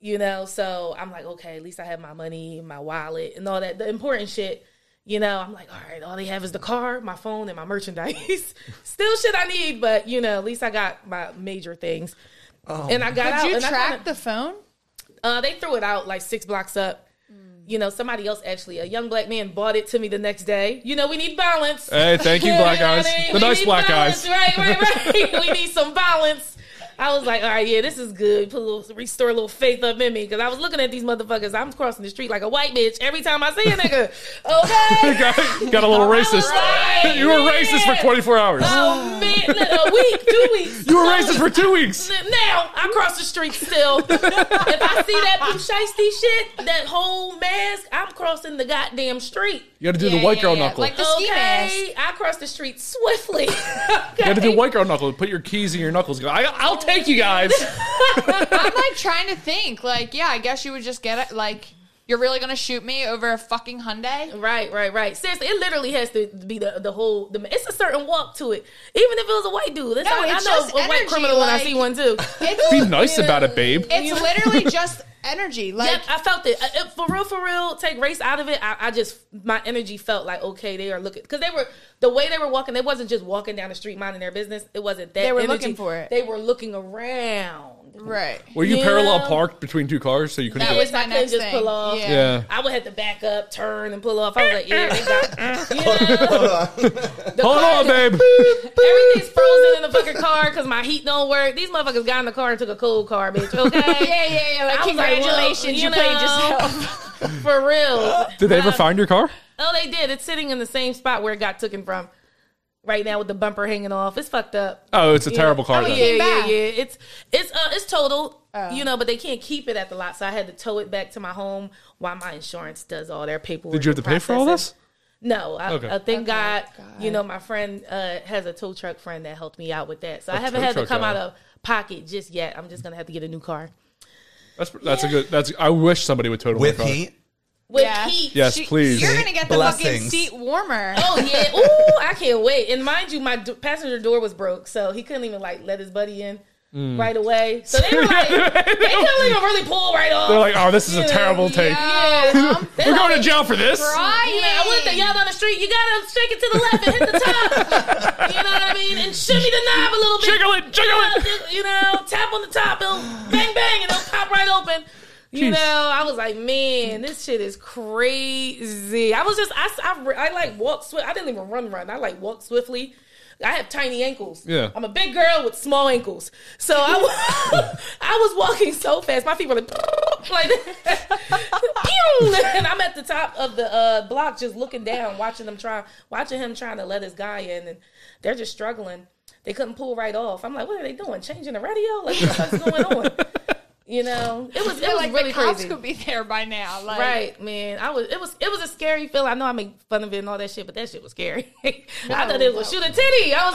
Speaker 5: You know, so I'm like, okay, at least I have my money, my wallet, and all that the important shit. You know, I'm like, all right, all they have is the car, my phone, and my merchandise. Still shit I need, but you know, at least I got my major things. and I got
Speaker 3: Did
Speaker 5: out.
Speaker 3: you
Speaker 5: and I
Speaker 3: track
Speaker 5: kinda-
Speaker 3: the phone?
Speaker 5: uh, they threw it out like six blocks up. You know, somebody else actually, a young black man bought it to me the next day. You know, we need balance.
Speaker 2: Hey, thank you,
Speaker 5: know
Speaker 2: black
Speaker 5: what I
Speaker 2: guys.
Speaker 5: mean?
Speaker 2: The
Speaker 5: We
Speaker 2: nice
Speaker 5: need
Speaker 2: black
Speaker 5: balance,
Speaker 2: guys.
Speaker 5: Right, right, right. we need some balance. I was like, all right, yeah, this is good. Put a little, restore a little faith up in me because I was looking at these motherfuckers. I'm crossing the street like a white bitch every time I see a nigga. Okay.
Speaker 2: got, got a little racist.
Speaker 5: Alright,
Speaker 2: you were racist for
Speaker 5: man.
Speaker 2: 24 hours.
Speaker 5: Oh man, no, a week, two weeks.
Speaker 2: you were racist for two weeks.
Speaker 5: Now I cross the street still. if I see that blue shiesty shit, that whole mask, I'm crossing the goddamn street.
Speaker 2: You got to do the white girl knuckle.
Speaker 3: Like the ski mask.
Speaker 5: Okay, I cross the street swiftly.
Speaker 2: you got to do
Speaker 5: okay.
Speaker 2: white girl knuckle. Put your keys in your knuckles. Go. I, I'll take you guys.
Speaker 3: I'm like trying to think. Like, yeah, I guess you would just get it. Like, you're really gonna shoot me over a fucking Hyundai?
Speaker 5: Right, right, right. Seriously, it literally has to be the the whole. The, it's a certain walk to it. Even if it was a white dude, that's
Speaker 3: No,
Speaker 5: how- I,
Speaker 3: it's
Speaker 5: know
Speaker 3: just
Speaker 5: a white
Speaker 3: energy,
Speaker 5: criminal when I
Speaker 3: like-
Speaker 5: see one too.
Speaker 3: It's,
Speaker 2: Be nice about it, babe.
Speaker 3: it's literally just energy. Like,
Speaker 5: Yep, I felt it. I- it- For real, for real, take race out of it. I, I just, my energy felt like, okay, they are looking. Because they were, the way they were walking, they wasn't just walking down the street minding their business. It wasn't that.
Speaker 3: They were
Speaker 5: energy.
Speaker 3: looking for it.
Speaker 5: They were looking around.
Speaker 3: right.
Speaker 2: Were you
Speaker 5: Yeah.
Speaker 2: parallel parked between two cars so you couldn't?
Speaker 3: That
Speaker 2: Go?
Speaker 3: was
Speaker 5: I
Speaker 3: my
Speaker 5: couldn't
Speaker 3: next
Speaker 5: just
Speaker 3: thing.
Speaker 5: pull off.
Speaker 3: Yeah.
Speaker 2: yeah.
Speaker 5: I would have to back up, turn, and pull off. I was like, yeah, they got, you know, The
Speaker 2: Hold
Speaker 5: car-
Speaker 2: on, babe.
Speaker 5: Everything's frozen in the fucking car because my heat don't work. These motherfuckers got in the car and took a cold car, bitch. Okay,
Speaker 3: Yeah, yeah, yeah. Like,
Speaker 5: I was like,
Speaker 3: congratulations,
Speaker 5: well,
Speaker 3: you,
Speaker 5: you
Speaker 3: played
Speaker 5: know.
Speaker 3: yourself.
Speaker 5: for real.
Speaker 2: Did they ever find your car?
Speaker 5: Oh, they did. It's sitting in the same spot where it got taken from. Right now with the bumper hanging off, it's fucked up.
Speaker 2: Oh, it's a terrible car.
Speaker 5: Oh,
Speaker 2: then.
Speaker 5: yeah, yeah,
Speaker 3: back. Oh.
Speaker 5: yeah. It's it's uh, it's totaled, you know, but they can't keep it at the lot, so I had to tow it back to my home while my insurance does all their paperwork.
Speaker 2: Did you have to
Speaker 5: and
Speaker 2: pay for all
Speaker 5: processing.
Speaker 2: this?
Speaker 5: No, I,
Speaker 2: Okay.
Speaker 5: uh, thank God,
Speaker 3: God.
Speaker 5: You know, my friend uh, has a tow truck friend that helped me out with that, so I I
Speaker 2: tow
Speaker 5: haven't had to
Speaker 2: truck
Speaker 5: come
Speaker 2: guy.
Speaker 5: out of pocket just yet. I'm just gonna have to get a new car
Speaker 2: That's that's a good. That's I wish somebody would total
Speaker 6: With
Speaker 2: my car.
Speaker 6: heat?
Speaker 5: with
Speaker 3: Yeah.
Speaker 5: heat.
Speaker 2: Yes,
Speaker 3: She-
Speaker 2: please.
Speaker 3: You're gonna get the fucking
Speaker 6: Blessings.
Speaker 3: seat warmer.
Speaker 5: Oh yeah. Ooh, I can't wait. And mind you, my d- passenger door was broke, so he couldn't even like let his buddy in.
Speaker 2: Mm.
Speaker 5: right away. So they were like, they couldn't even really pull right off.
Speaker 2: They're like, oh, this is a
Speaker 5: Yeah,
Speaker 2: terrible take.
Speaker 3: Yeah, I'm
Speaker 5: They're
Speaker 2: We're
Speaker 5: like,
Speaker 2: going to jail for this.
Speaker 3: crying.
Speaker 5: You know, I want the y'all on the street. You gotta shake it to the left and hit the top. you know what I mean? And shimmy the knob a little bit.
Speaker 2: Jiggle it, jiggle
Speaker 5: You know,
Speaker 2: it.
Speaker 5: just, you know, tap on the top. It'll bang bang, and it'll pop right open. You
Speaker 2: Jeez.
Speaker 5: know, I was like, man, this shit is crazy. I was just, I, I, I like walk swift. I didn't even run, run. I like walk swiftly. I have tiny ankles.
Speaker 2: Yeah.
Speaker 5: I'm a big girl with small ankles. So I was, I was walking so fast. My feet were like, like pew! and I'm at the top of the uh, block just looking down, watching them try, watching him trying to let his guy in. And they're just struggling. They couldn't pull right off. I'm like, what are they doing? Changing the radio? Like, what the fuck's going on? You know, it was, it was
Speaker 3: like
Speaker 5: really
Speaker 3: the cops
Speaker 5: crazy.
Speaker 3: could be there by now. Like,
Speaker 5: Right, man. I was it was it was a scary feeling. I know I make fun of it and all that shit, but that shit was scary. I thought it was shoot a titty. I was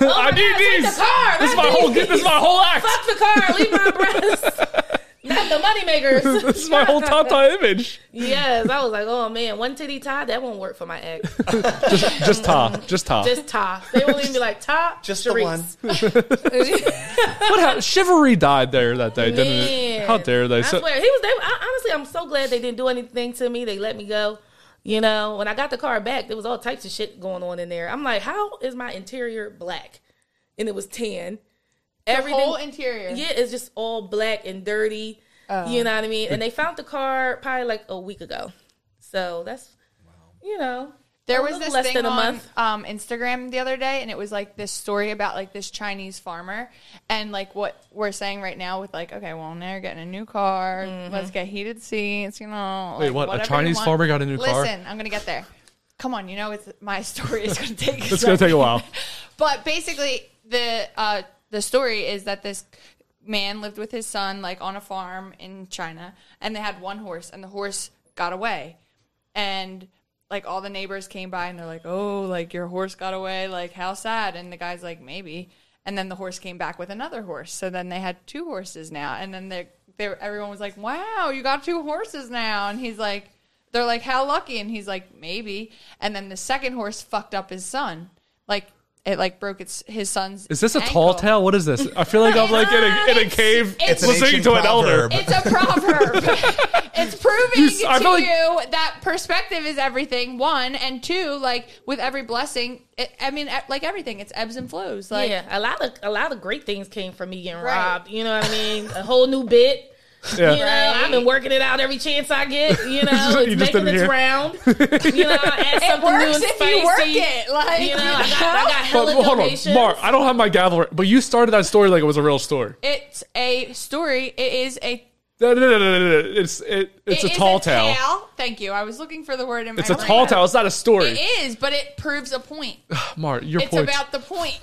Speaker 5: like, oh my
Speaker 2: I need
Speaker 5: God, take
Speaker 2: these.
Speaker 5: The car.
Speaker 2: This is
Speaker 5: not
Speaker 2: my whole.
Speaker 5: these.
Speaker 2: This is my whole act.
Speaker 5: Fuck the car. Leave my breasts. Not the moneymakers.
Speaker 2: This is my whole top tie image.
Speaker 5: Yes, I was like, oh man, one titty tie that won't work for my ex.
Speaker 2: Just, just ta, just ta.
Speaker 5: Just tie. They won't even be like tie.
Speaker 6: Just the
Speaker 5: Charisse.
Speaker 2: what happened? Chivalry died there that day, didn't it?
Speaker 5: Man.
Speaker 2: How dare they?
Speaker 5: I
Speaker 2: So,
Speaker 5: swear, he was. They, I, honestly, I'm so glad they didn't do anything to me. They let me go. You know, when I got the car back, there was all types of shit going on in there. I'm like, how is my interior black? And it was tan.
Speaker 3: The whole interior. Oh.
Speaker 5: Yeah, it's just all black and dirty. You know what I mean? And they found the car probably like a week ago. So that's, you know,
Speaker 3: There
Speaker 5: a
Speaker 3: was
Speaker 5: little
Speaker 3: this
Speaker 5: less
Speaker 3: thing
Speaker 5: than a
Speaker 3: on
Speaker 5: month.
Speaker 3: Um, Instagram the other day, and it was like this story about like this Chinese farmer, and like what we're saying right now with like, okay, well, now you're getting a new car. Let's get heated seats. You know,
Speaker 2: Wait,
Speaker 3: like,
Speaker 2: what? A
Speaker 3: whatever you
Speaker 2: Chinese
Speaker 3: want.
Speaker 2: farmer got a new car?
Speaker 3: Listen, I'm gonna get there. Come on, you know it's my story. It's gonna take.
Speaker 2: it's gonna take a while.
Speaker 3: But basically, the uh, the story is that this man lived with his son, like on a farm in China, and they had one horse, and the horse got away, and like all the neighbors came by, and they're like, "Oh, like your horse got away, like how sad?" And the guy's like, "Maybe." And then the horse came back with another horse, so then they had two horses now, and then they they everyone was like, "Wow, you got two horses now," and he's like. They're like, how lucky? And he's like, maybe. And then the second horse fucked up his son. Like, it like broke its his son's.
Speaker 2: Is this a tall
Speaker 3: ankle.
Speaker 2: tale? What is this? I feel like I'm like in a, in a
Speaker 3: It's-
Speaker 2: cave
Speaker 3: it's-
Speaker 6: an
Speaker 2: listening
Speaker 6: ancient
Speaker 2: to an elder.
Speaker 6: proverb.
Speaker 3: It's a proverb. it's proving
Speaker 2: You s- I
Speaker 3: to
Speaker 2: feel like-
Speaker 3: you that perspective is everything. One and two, like with every blessing, it, I mean, e- like everything, it's ebbs and flows. Like
Speaker 5: yeah, a lot of a lot of great things came from me getting
Speaker 3: Right.
Speaker 5: robbed. You know what I mean? A whole new bit.
Speaker 2: Yeah.
Speaker 5: You know, I've been working it out every chance I get. You know,
Speaker 2: You
Speaker 5: it's
Speaker 2: just
Speaker 5: making
Speaker 2: didn't
Speaker 5: its
Speaker 2: hear.
Speaker 5: round. You know, I
Speaker 3: it
Speaker 5: add something
Speaker 3: works
Speaker 5: new and
Speaker 3: if
Speaker 5: spicy.
Speaker 3: you work it. Like
Speaker 5: You know, I got, I got
Speaker 2: But
Speaker 5: hella
Speaker 2: well, hold on,
Speaker 5: donations.
Speaker 2: Mark. I don't have my gavel, but you started that story like it was a real story.
Speaker 3: it's a story. It is a.
Speaker 2: No, no, no, no, no, no. It's it, it's
Speaker 3: it
Speaker 2: a
Speaker 3: is
Speaker 2: tall tale.
Speaker 3: Thank you. I was looking for the word in my.
Speaker 2: It's a tall
Speaker 3: brain.
Speaker 2: tale. It's not a story.
Speaker 3: It is, but it proves a point.
Speaker 2: Mark, your
Speaker 3: It's
Speaker 2: point.
Speaker 3: about the point.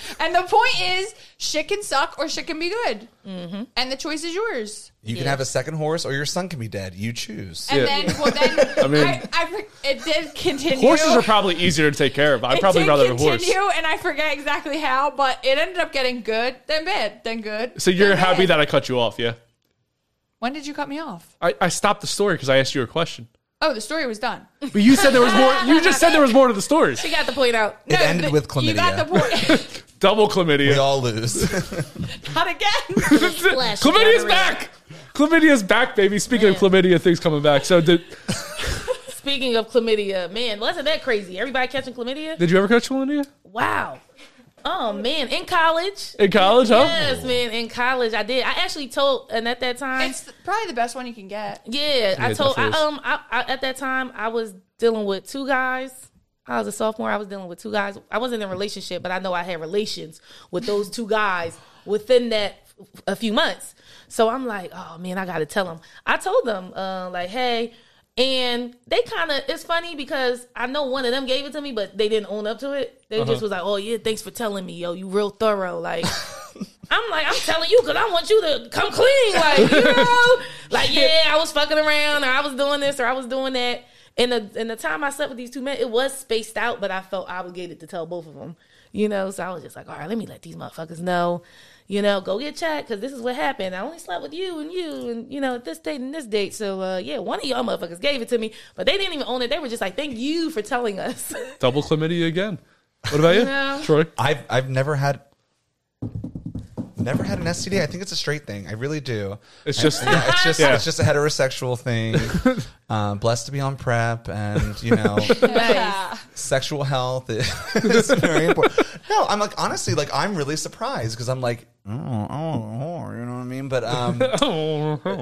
Speaker 3: and the point is shit can suck or shit can be good.
Speaker 2: Mm-hmm.
Speaker 3: And the choice is yours.
Speaker 6: You can have a second horse, or your son can be dead. You choose.
Speaker 3: And
Speaker 2: Yeah.
Speaker 3: then, well, then I,
Speaker 2: mean-
Speaker 3: I, for- it did continue.
Speaker 2: Horses are probably easier to take care of. I'd
Speaker 3: It
Speaker 2: probably
Speaker 3: did
Speaker 2: rather have a
Speaker 3: continue,
Speaker 2: horse.
Speaker 3: and I forget exactly how, but it ended up getting good, then bad, then good.
Speaker 2: So you're
Speaker 3: then
Speaker 2: happy
Speaker 3: bad.
Speaker 2: that I cut you off, yeah?
Speaker 3: When did you cut me off?
Speaker 2: I, I stopped the story because I asked you a question.
Speaker 3: Oh, the story was done. No,
Speaker 2: But you said there was more. You just said there was more to the story.
Speaker 5: She got the point out.
Speaker 6: It
Speaker 3: but
Speaker 6: ended with
Speaker 3: You got the
Speaker 6: chlamydia.
Speaker 3: point.
Speaker 2: Double
Speaker 6: We
Speaker 2: chlamydia.
Speaker 6: all lose.
Speaker 3: Not again.
Speaker 5: Flesh
Speaker 2: Chlamydia's
Speaker 5: gonorrhea.
Speaker 2: back. Chlamydia's back, baby. Speaking of chlamydia, things coming back. So did
Speaker 5: Speaking of chlamydia, man, wasn't that crazy? Everybody catching chlamydia?
Speaker 2: did you ever catch chlamydia
Speaker 5: Wow. Oh man, in college.
Speaker 2: in college? Huh?
Speaker 5: Yes, man, in college I did. I actually told, and at that time,
Speaker 3: it's probably the best one you can get.
Speaker 5: Yeah,
Speaker 2: Yeah,
Speaker 5: I
Speaker 2: it
Speaker 5: told I,
Speaker 2: definitely is.
Speaker 5: um I, I at that time I was dealing with two guys. I was a sophomore. I was dealing with two guys. I wasn't in a relationship, but I know I had relations with those two guys within that f- a few months. So I'm like, oh man, I got to tell them. I told them uh, like, hey, and they kind of it's funny because I know one of them gave it to me, but they didn't own up to it. They just was like, oh yeah, thanks for telling me, yo, you real thorough, like. I'm like, I'm telling you because I want you to come clean. Like, you know, like, yeah, I was fucking around or I was doing this or I was doing that. And the, and the time I slept with these two men, it was spaced out, but I felt obligated to tell both of them, you know? So I was just like, all right, let me let these motherfuckers know, you know, go get checked because this is what happened. I only slept with you and you and, you know, at this date and this date. So, uh, yeah, one of y'all motherfuckers gave it to me, but they didn't even own it. They were just like, thank you for telling us.
Speaker 2: Double chlamydia again. What about you, Troy?
Speaker 6: I've I've never had never had an STD. I think it's a straight thing. I really do.
Speaker 2: It's
Speaker 6: I-
Speaker 2: just-
Speaker 6: yeah, it's just
Speaker 2: Yeah.
Speaker 6: it's just a heterosexual thing. um, blessed to be on prep, and you know,
Speaker 3: Yeah.
Speaker 6: sexual health is very important. No, I'm like honestly, like I'm really surprised because I'm like, oh, oh, oh, you know what I mean. But um,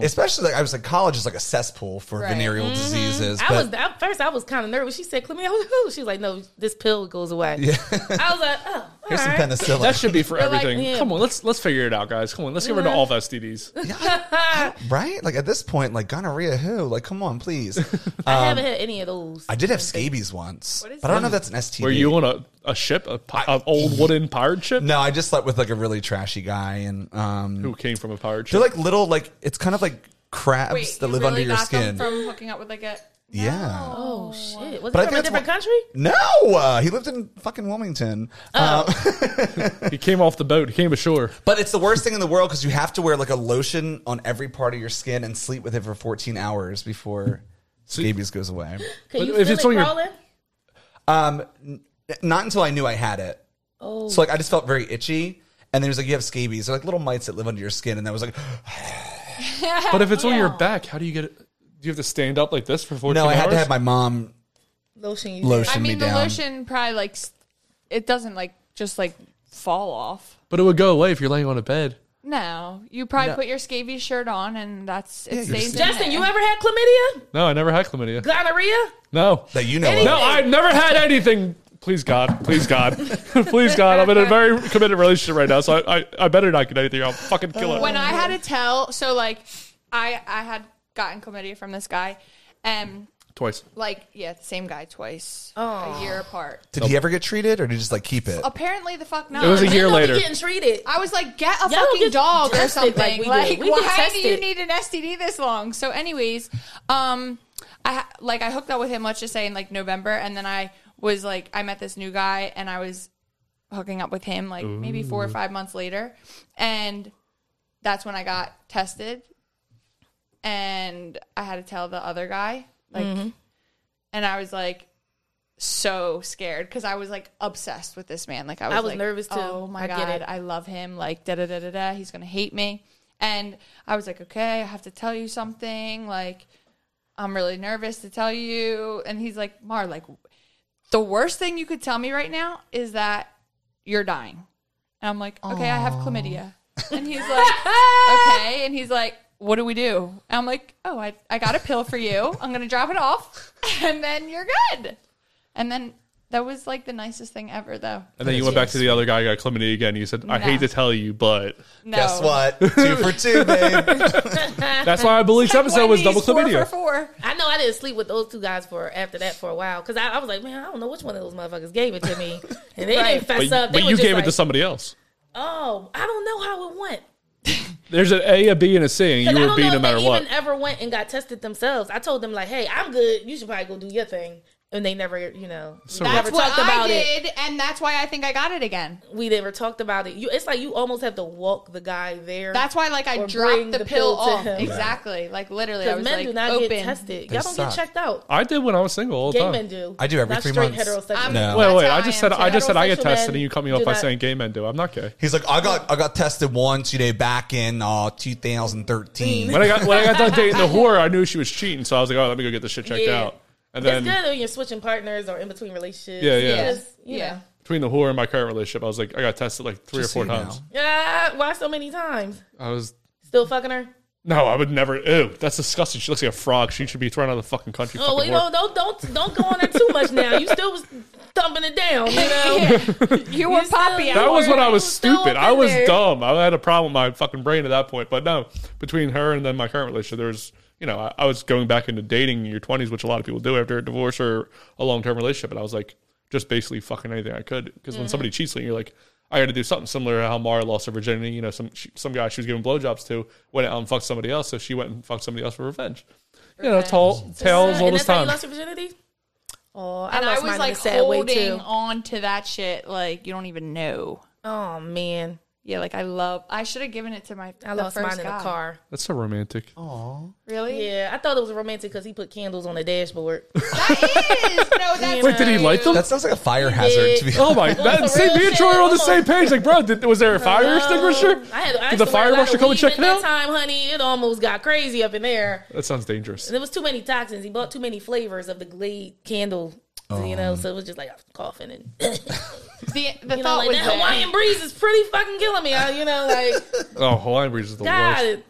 Speaker 6: especially like I was like, college is like a cesspool for
Speaker 3: Right. Mm-hmm.
Speaker 6: venereal diseases.
Speaker 5: I
Speaker 6: but
Speaker 5: was at first. I was kind of nervous. She said, "Chlamydia." I was like, "Who?" She was like, "No, this pill goes away." I was like, "Oh, all
Speaker 6: here's some
Speaker 5: right."
Speaker 6: penicillin.
Speaker 2: That should be for
Speaker 5: They're like,
Speaker 2: everything.
Speaker 5: yeah.
Speaker 2: Come on, let's let's figure it out, guys. Come on, let's get rid of all STDs.
Speaker 6: right? Like at this point, like gonorrhea, who? Like, come on, please.
Speaker 2: um,
Speaker 5: I haven't had any of those.
Speaker 6: I did have scabies once,
Speaker 3: What is
Speaker 6: but I don't
Speaker 3: that?
Speaker 6: know if that's an STD.
Speaker 2: Were you on a, a ship, a, pi- a old wooden pirate ship?
Speaker 6: No, I just slept with like a really trashy guy, and um,
Speaker 2: Who came from a pirate
Speaker 6: they're
Speaker 2: ship?
Speaker 6: like little, like it's kind of like crabs
Speaker 3: Wait,
Speaker 6: that
Speaker 3: you
Speaker 6: live
Speaker 3: really
Speaker 6: under your
Speaker 3: got them
Speaker 6: skin.
Speaker 3: from hooking up with like a
Speaker 6: Yeah.
Speaker 5: oh shit! Was
Speaker 6: But I
Speaker 5: it from
Speaker 6: think
Speaker 5: a different
Speaker 6: that's why-
Speaker 5: country?
Speaker 6: No, uh, he lived in fucking Wilmington.
Speaker 3: Oh,
Speaker 6: Uh,
Speaker 2: he came off the boat. He came ashore.
Speaker 6: but it's the worst thing in the world because you have to wear like a lotion on every part of your skin and sleep with it for 14 hours before scabies goes away.
Speaker 5: Can you
Speaker 2: If
Speaker 5: feel
Speaker 2: it's
Speaker 5: it
Speaker 2: on your-
Speaker 5: crawling?
Speaker 6: Um, n- not until I knew I had it. Oh. So like I just felt very itchy, and then he was like, "You have scabies." They're like little mites that live under your skin, and I was like,
Speaker 2: But if it's on your back, how do you get it? Do you have to stand up like this for 14
Speaker 6: "No, I
Speaker 2: hours?
Speaker 6: had to have my mom
Speaker 5: Lotion. You
Speaker 6: lotion
Speaker 3: I
Speaker 6: me
Speaker 3: mean, the
Speaker 6: down."
Speaker 3: lotion probably like s- it doesn't like just like fall off.
Speaker 2: but it would go away if you're laying on a bed.
Speaker 3: No, you probably
Speaker 6: No.
Speaker 3: put your scabies shirt on, and that's it
Speaker 6: you're
Speaker 3: stays.
Speaker 6: just-
Speaker 3: in
Speaker 5: Justin, you
Speaker 3: there.
Speaker 5: ever had chlamydia,
Speaker 2: No, I never had chlamydia.
Speaker 5: gonorrhea?
Speaker 2: No.
Speaker 6: That you know,
Speaker 5: Any-
Speaker 6: of.
Speaker 2: No, I've never had anything. Please God, please God, please God. I'm in a very committed relationship right now, so I, I, I better not get anything. I'll fucking kill it.
Speaker 3: when I had to tell, so like I I had gotten chlamydia from this guy, and
Speaker 2: Twice.
Speaker 3: like yeah, the same guy twice,
Speaker 5: Aw.
Speaker 3: a year apart.
Speaker 6: Did he ever get treated, or did he just like keep it?
Speaker 3: Apparently, the fuck not.
Speaker 2: It was a
Speaker 5: I
Speaker 2: year
Speaker 5: know we
Speaker 2: later.
Speaker 5: getting treated.
Speaker 3: I was like, get a
Speaker 5: Y'all
Speaker 3: fucking
Speaker 5: get
Speaker 3: dog or
Speaker 5: tested like
Speaker 3: something.
Speaker 5: we
Speaker 3: Like,
Speaker 5: do. We get
Speaker 3: why do you
Speaker 5: tested.
Speaker 3: need an STD this long? So, anyways, um, I ha- like I hooked up with him. Let's just say in like November, and then I was like, I met this new guy, and I was hooking up with him like maybe four or five months later, and that's when I got tested, and I had to tell the other guy like,
Speaker 5: Mm-hmm.
Speaker 3: and I was like. So scared because I was like obsessed with this man. Like I was,
Speaker 5: I was
Speaker 3: like,
Speaker 5: nervous, too.
Speaker 3: Oh my
Speaker 5: I
Speaker 3: god,
Speaker 5: get it.
Speaker 3: I love him, like da da da da da. He's gonna hate me. And I was like, okay, I have to tell you something. Like, I'm really nervous to tell you. And he's like, Mar, like, the worst thing you could tell me right now is that you're dying. And I'm like, okay, I have chlamydia. And he's
Speaker 2: Ah!
Speaker 3: like, okay. And he's like, what do we do? And I'm like, oh, I, I got a pill for you. I'm gonna drop it off, and then you're good. And then that was like the nicest thing ever, though.
Speaker 2: And then you went back to the other guy, got chlamydia again. You said, "I hate to tell you, but
Speaker 3: No.
Speaker 6: Guess what? two for two, babe.
Speaker 2: that's why I believe this episode was double chlamydia."
Speaker 5: I know I didn't sleep with those two guys for after that for a while because I, I was like, man, I don't know which one of those motherfuckers gave it to me, and they didn't fess
Speaker 2: But,
Speaker 5: up. They
Speaker 2: but you
Speaker 5: were just
Speaker 2: gave it
Speaker 5: like,
Speaker 2: to somebody else.
Speaker 5: Oh, I don't know how it went.
Speaker 2: There's an A, a B, and a C, and
Speaker 5: Because
Speaker 2: you were
Speaker 5: I
Speaker 2: a
Speaker 5: don't
Speaker 2: B
Speaker 5: know
Speaker 2: no
Speaker 5: if
Speaker 2: matter
Speaker 5: they
Speaker 2: what.
Speaker 5: even ever went and got tested themselves. I told them like, hey, I'm good. You should probably go do your thing. And they never, you know, we
Speaker 2: That's
Speaker 5: never
Speaker 3: That's what
Speaker 5: talked about
Speaker 3: I
Speaker 5: it.
Speaker 3: did, and that's why I think I got it again.
Speaker 5: We never talked about it. You, it's like you almost have to walk the guy there.
Speaker 3: That's why, like, I
Speaker 5: Or bring
Speaker 3: dropped the,
Speaker 5: the
Speaker 3: pill,
Speaker 5: pill to
Speaker 3: off.
Speaker 5: him.
Speaker 3: Exactly, like literally, I
Speaker 5: because
Speaker 3: was
Speaker 5: men
Speaker 3: like,
Speaker 5: do not
Speaker 3: open.
Speaker 5: get tested. Y'all don't
Speaker 6: suck.
Speaker 5: get checked out.
Speaker 2: I did when I was single all the
Speaker 5: Gay
Speaker 2: time.
Speaker 5: men do.
Speaker 6: I do every
Speaker 5: Not
Speaker 6: three
Speaker 5: straight
Speaker 6: months.
Speaker 5: heterosexual.
Speaker 3: I'm-
Speaker 6: No.
Speaker 2: Wait,
Speaker 3: That's
Speaker 2: wait.
Speaker 3: how
Speaker 2: I
Speaker 3: I
Speaker 2: just
Speaker 3: am,
Speaker 2: said
Speaker 3: too.
Speaker 2: I just said I get
Speaker 5: Heterosexual men
Speaker 2: tested, and you cut me off
Speaker 5: do
Speaker 2: by
Speaker 5: not-
Speaker 2: saying gay men do. I'm not gay.
Speaker 6: He's like, I got, I got tested once today back in uh, 2013.
Speaker 2: When I got when I got done dating the whore, I knew she was cheating, so I was like, "Oh, let me go get this shit checked
Speaker 5: Yeah.
Speaker 2: out." And
Speaker 5: It's
Speaker 2: then
Speaker 5: good when you're switching partners or in between relationships.
Speaker 2: Yeah, yeah.
Speaker 5: Because, you
Speaker 3: Yeah.
Speaker 5: know.
Speaker 2: between the whore and my current relationship, I was like, I got tested like three
Speaker 6: Just so
Speaker 2: or four
Speaker 6: you know.
Speaker 2: times.
Speaker 5: Yeah, why so many times?
Speaker 2: I was
Speaker 5: Still fucking her?
Speaker 2: no, I would never. Ew, that's disgusting. She looks like a frog. She should be thrown out of the fucking country.
Speaker 5: Oh, well,
Speaker 2: fucking
Speaker 5: you
Speaker 2: whore.
Speaker 5: know, don't don't don't go on there too much now. You still was thumping it down, you know.
Speaker 3: You were
Speaker 5: still-
Speaker 3: poppy.
Speaker 5: That
Speaker 2: That was when I was
Speaker 5: Still up
Speaker 2: stupid.
Speaker 5: in
Speaker 2: I was
Speaker 5: there.
Speaker 2: dumb. I had a problem with my fucking brain at that point. But no, between her and then my current relationship, there was, you know, I, I was going back into dating in your 20s, which a lot of people do after a divorce or a long term relationship. And I was like, just basically fucking anything I could. Because when
Speaker 5: Mm-hmm.
Speaker 2: somebody cheats on you, you're like, I got to do something similar to how Mara lost her virginity. You know, some she, some guy she was giving blowjobs to went out and fucked somebody else. So she went and fucked somebody else for revenge. You know, tall, tales all
Speaker 5: and
Speaker 2: this
Speaker 5: that's how you
Speaker 2: time.
Speaker 5: lost your virginity? Oh, I
Speaker 3: and I
Speaker 5: lost
Speaker 3: was
Speaker 5: mine in a
Speaker 3: like
Speaker 5: sad way
Speaker 3: holding
Speaker 5: too.
Speaker 3: on to that shit, like you don't even know.
Speaker 5: Oh man.
Speaker 3: Yeah, like I love. I should have given it to my.
Speaker 5: I
Speaker 3: the
Speaker 5: lost
Speaker 3: first
Speaker 5: mine in
Speaker 3: guy.
Speaker 5: a car.
Speaker 2: That's so romantic.
Speaker 5: Oh.
Speaker 3: Really?
Speaker 5: Yeah, I thought it was romantic because he put candles on the dashboard.
Speaker 3: That is no. That's
Speaker 2: Wait, did he light them?
Speaker 6: That sounds like a fire hazard. To be
Speaker 2: Oh my! That,
Speaker 5: That's
Speaker 2: see,
Speaker 5: a
Speaker 2: me
Speaker 5: real
Speaker 2: and Troy are on the
Speaker 5: shit.
Speaker 2: same page. Like, bro, did, was there a fire extinguisher?
Speaker 5: I had, I
Speaker 2: Did the
Speaker 5: used to wear a
Speaker 2: fire
Speaker 5: lot
Speaker 2: marshal
Speaker 5: of
Speaker 2: come and
Speaker 5: weave
Speaker 2: check
Speaker 5: at
Speaker 2: it out?
Speaker 5: That time, honey, it almost got crazy up in there.
Speaker 2: That sounds dangerous.
Speaker 5: There was too many toxins. He bought too many flavors of the Glade candle. You
Speaker 2: Um.
Speaker 5: know, so it was just like I was coughing and
Speaker 3: the the
Speaker 5: you know,
Speaker 3: thought
Speaker 5: like
Speaker 3: was
Speaker 5: that
Speaker 3: there.
Speaker 5: Hawaiian breeze is pretty fucking killing me. I, you know, like
Speaker 2: Oh, Hawaiian breeze is the worst.
Speaker 5: God,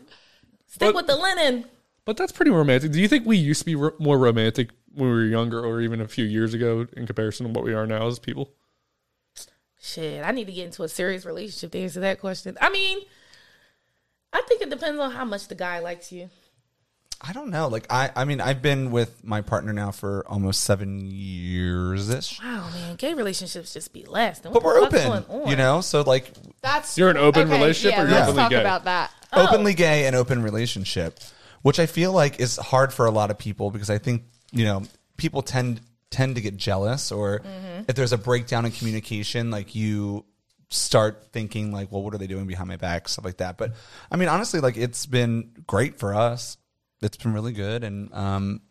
Speaker 5: stick
Speaker 2: But-
Speaker 5: with the linen.
Speaker 2: But that's pretty romantic. Do you think we used to be ro- more romantic when we were younger, or even a few years ago, in comparison to what we are now as people?
Speaker 5: Shit, I need to get into a serious relationship to answer that question. I mean, I think it depends on how much the guy likes you.
Speaker 6: I don't know. Like I, I mean, I've been with my partner now for almost seven years ish.
Speaker 5: Wow, Oh, man, gay relationships just be lasting. What
Speaker 6: But
Speaker 5: the
Speaker 6: we're
Speaker 5: fuck's
Speaker 6: open,
Speaker 5: going on?
Speaker 6: you know. So like,
Speaker 3: That's
Speaker 2: You're an open relationship
Speaker 3: yeah,
Speaker 2: or you're
Speaker 3: let's
Speaker 2: openly
Speaker 3: talk
Speaker 2: gay?
Speaker 3: about that.
Speaker 6: openly gay and open relationship, which I feel like is hard for a lot of people because I think you know people tend tend to get jealous or
Speaker 3: Mm-hmm.
Speaker 6: if there's a breakdown in communication, like you start thinking like, well, what are they doing behind my back, stuff like that. But I mean, honestly, like it's been great for us. It's been really good, and um,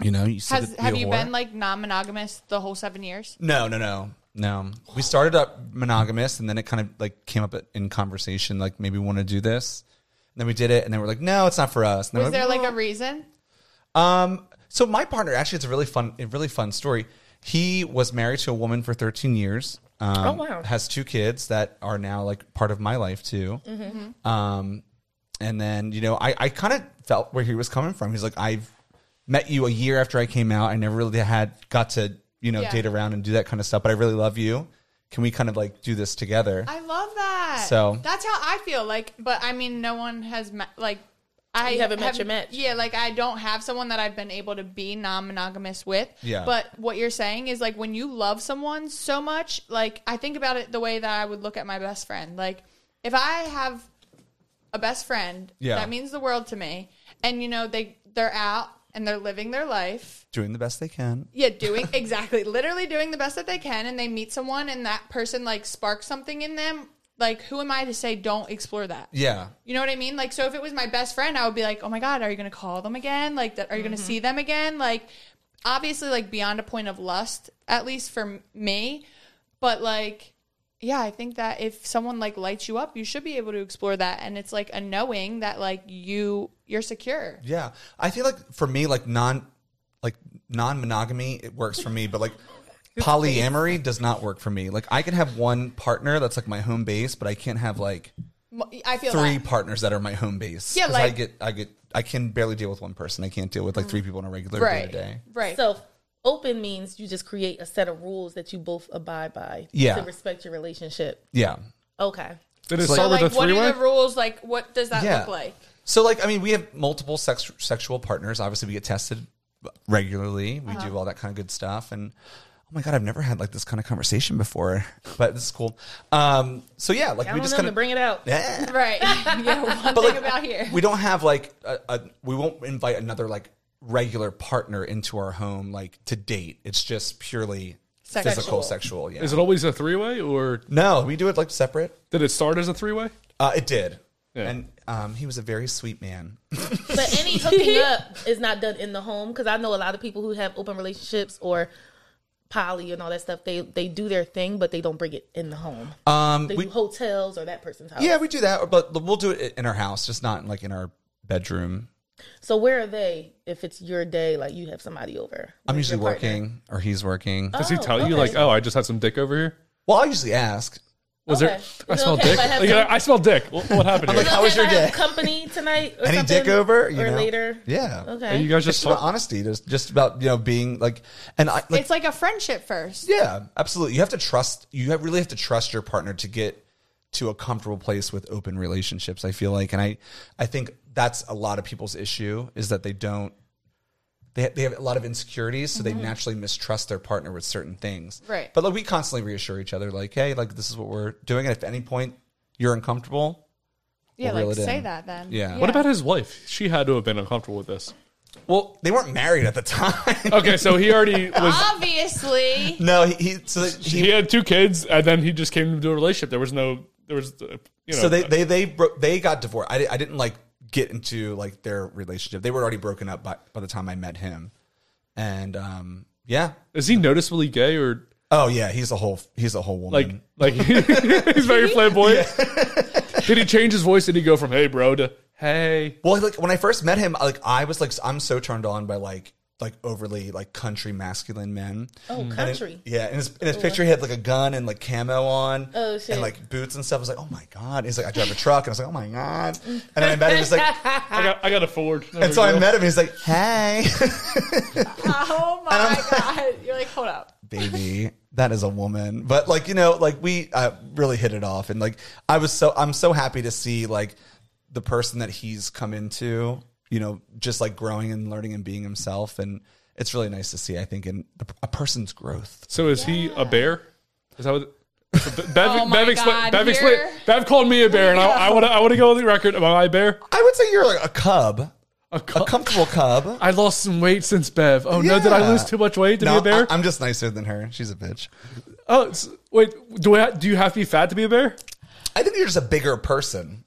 Speaker 6: you know, you said
Speaker 3: Has
Speaker 6: that
Speaker 3: have
Speaker 6: be a
Speaker 3: you
Speaker 6: whore.
Speaker 3: been like non-monogamous the whole seven years?
Speaker 6: No, no, no, no. We started up monogamous, and then it kind of like came up in conversation, like maybe we want to do this. And then we did it, and then we're like, no, it's not for us. And then
Speaker 3: Was
Speaker 6: we're
Speaker 3: there like a reason?
Speaker 6: um, so my partner actually, it's a really fun, a really fun story. He was married to a woman for 13 years. Um,
Speaker 5: Oh, wow.
Speaker 6: Has two kids that are now like part of my life too. Um, and then you know, I I kind of felt where he was coming from. He's like, I've met you a year after I came out. I never really had got to you know
Speaker 3: Yeah.
Speaker 6: date around and do that kind of stuff, but I really love you. Can we kind of like do this together?
Speaker 3: I love that.
Speaker 6: So-
Speaker 3: that's how I feel. Like, but I mean, no one has met. Like, I
Speaker 5: You haven't met
Speaker 3: have-
Speaker 5: your match.
Speaker 3: Yeah, like I don't have someone that I've been able to be non-monogamous with.
Speaker 6: Yeah.
Speaker 3: But what you're saying is like when you love someone so much, like I think about it the way that I would look at my best friend. Like, if I have a best friend,
Speaker 6: Yeah.
Speaker 3: that means the world to me. And you know, they they're out and they're living their life
Speaker 6: Doing the best they can.
Speaker 3: yeah doing exactly literally doing the best that they can and they meet someone and that person like sparks something in them like who am i to say don't explore that
Speaker 6: Yeah.
Speaker 3: you know what i mean like so if it was my best friend i would be like oh my god are you gonna call them again like that are you gonna see them again like obviously like beyond a point of lust at least for m- me but like yeah i think that if someone like lights you up you should be able to explore that and it's like a knowing that like you you're secure
Speaker 6: Yeah, I feel like for me, like non, like non monogamy, it works for me, but like polyamory does not work for me. Like I can have one partner that's like my home base, but I can't have like
Speaker 3: Mo- i feel
Speaker 6: three
Speaker 3: that.
Speaker 6: partners that are my home base.
Speaker 3: Yeah,
Speaker 6: 'Cause I
Speaker 3: like-
Speaker 6: get, I get, I can barely deal with one person. I can't deal with like three people on a regular day
Speaker 3: right
Speaker 6: to day.
Speaker 3: right
Speaker 5: So open means you just create a set of rules that you both abide by
Speaker 6: Yeah.
Speaker 5: to respect your relationship.
Speaker 6: Yeah.
Speaker 5: Okay.
Speaker 2: Did it
Speaker 6: So,
Speaker 2: start
Speaker 3: like,
Speaker 2: with a
Speaker 3: what
Speaker 2: three
Speaker 3: are
Speaker 2: way?
Speaker 3: the rules? Like, what does that
Speaker 6: Yeah.
Speaker 3: look like?
Speaker 6: So like, I mean, we have multiple sex sexual partners. Obviously, we get tested regularly. We
Speaker 3: Uh-huh.
Speaker 6: do all that kind of good stuff. And oh my god, I've never had like this kind of conversation before, but this is cool. Um, so yeah, like we
Speaker 5: Count on
Speaker 6: just
Speaker 5: them
Speaker 6: kind
Speaker 5: to
Speaker 6: of
Speaker 5: bring it out.
Speaker 6: Yeah.
Speaker 3: Right. yeah. One thing about here.
Speaker 6: We don't have like a, a we won't invite another like regular partner into our home like to date. It's just purely
Speaker 3: Sexual.
Speaker 6: physical sexual. Yeah.
Speaker 2: Is it always a three way, or
Speaker 6: no, we do it like separate.
Speaker 2: did it start as a three way?
Speaker 6: Uh, it did.
Speaker 2: Yeah. Uh,
Speaker 6: And um, he was a very sweet man.
Speaker 5: But any hooking up is not done in the home because I know a lot of people who have open relationships or poly and all that stuff. They they do their thing, but they don't bring it in the home.
Speaker 6: Um,
Speaker 5: they
Speaker 6: we-
Speaker 5: do hotels or that person's house.
Speaker 6: yeah, we do that, but we'll do it in our house, just not like in our bedroom.
Speaker 5: So where are they if it's your day? Like you have somebody over.
Speaker 6: I'm
Speaker 5: Where's
Speaker 6: usually
Speaker 5: your partner?
Speaker 6: working or he's working.
Speaker 2: Does he
Speaker 5: Oh,
Speaker 2: tell
Speaker 5: okay.
Speaker 2: you like, oh, I just had some dick over here?
Speaker 6: Well, I usually ask.
Speaker 2: Was
Speaker 5: Okay.
Speaker 2: there?
Speaker 5: Is
Speaker 2: I
Speaker 5: it
Speaker 2: smell
Speaker 5: okay
Speaker 2: dick.
Speaker 5: if I have
Speaker 2: Like,
Speaker 5: some-
Speaker 2: I smell dick. What, what happened here?
Speaker 6: like, how was
Speaker 5: Okay, if
Speaker 6: your
Speaker 5: I
Speaker 6: day?
Speaker 5: have Company tonight. Or
Speaker 6: Any
Speaker 5: something,
Speaker 6: dick over? You
Speaker 5: or
Speaker 6: know?
Speaker 5: later?
Speaker 6: Yeah.
Speaker 5: Okay.
Speaker 2: Are you guys just
Speaker 6: Just about
Speaker 2: talk-
Speaker 6: honesty, just just about you know being like, and I like
Speaker 3: it's like a friendship first.
Speaker 6: Yeah, absolutely. You have to trust. You have, really have to trust your partner to get to a comfortable place with open relationships. I feel like, and I, I think that's a lot of people's issue is that they don't. They, they have a lot of insecurities, so they naturally mistrust their partner with certain things.
Speaker 3: Right.
Speaker 6: But like we constantly reassure each other, like, hey, like this is what we're doing, and if at any point you're uncomfortable,
Speaker 3: Yeah.
Speaker 6: We'll reel
Speaker 3: like,
Speaker 6: it
Speaker 3: say
Speaker 6: in.
Speaker 3: that then.
Speaker 6: Yeah.
Speaker 2: What about his wife? She had to have been uncomfortable with this.
Speaker 6: well, they weren't married at the time.
Speaker 2: Okay, so he already was.
Speaker 3: Obviously.
Speaker 6: no, he, he so that
Speaker 2: He had two kids, and then he just came into a relationship. There was no there was uh, you know
Speaker 6: so they they they bro- they got divorced. I, di- I didn't like get into like their relationship. They were already broken up by by the time I met him, and um yeah.
Speaker 2: is he noticeably gay or
Speaker 6: Oh yeah, he's a whole he's a whole woman.
Speaker 2: like like he's very flamboyant? Did he change his voice? Did he go from hey bro to hey?
Speaker 6: Well, like when I first met him, like I was like I'm so turned on by like like overly like country masculine men.
Speaker 5: Oh, country.
Speaker 6: Yeah, in his, in his picture, he had like a gun and like camo on,
Speaker 5: Oh, shit.
Speaker 6: and like boots and stuff. I was like, oh my god. He's like, I drive a truck, and I was like, oh my god. And then I met him, he's like,
Speaker 2: I got I got a Ford.
Speaker 6: and so I met him. He's like, hey,
Speaker 3: Oh my god! You're like, hold up.
Speaker 6: baby, that is a woman. But like you know, like we uh, really hit it off, and like I was so I'm so happy to see like the person that he's come into. You know, just like growing and learning and being himself, and it's really nice to see. I think in the, a person's growth.
Speaker 2: So is he a bear? Is that what? Bev,
Speaker 3: Oh my
Speaker 2: Bev, expla-
Speaker 3: God,
Speaker 2: Bev,
Speaker 3: here-
Speaker 2: expla- Bev called me a bear, and I want to. I want to go on the record. Am I a bear?
Speaker 6: I would say you're like a cub,
Speaker 2: A
Speaker 6: a
Speaker 2: cu-
Speaker 6: comfortable cub.
Speaker 2: I lost some weight since Bev. Oh no, did I
Speaker 6: Yeah.
Speaker 2: lose too much weight to be a bear?
Speaker 6: I, am just nicer than her. She's a bitch.
Speaker 2: oh, s- wait. Do I? Do you have to be fat to be a bear?
Speaker 6: I think you're just a bigger person.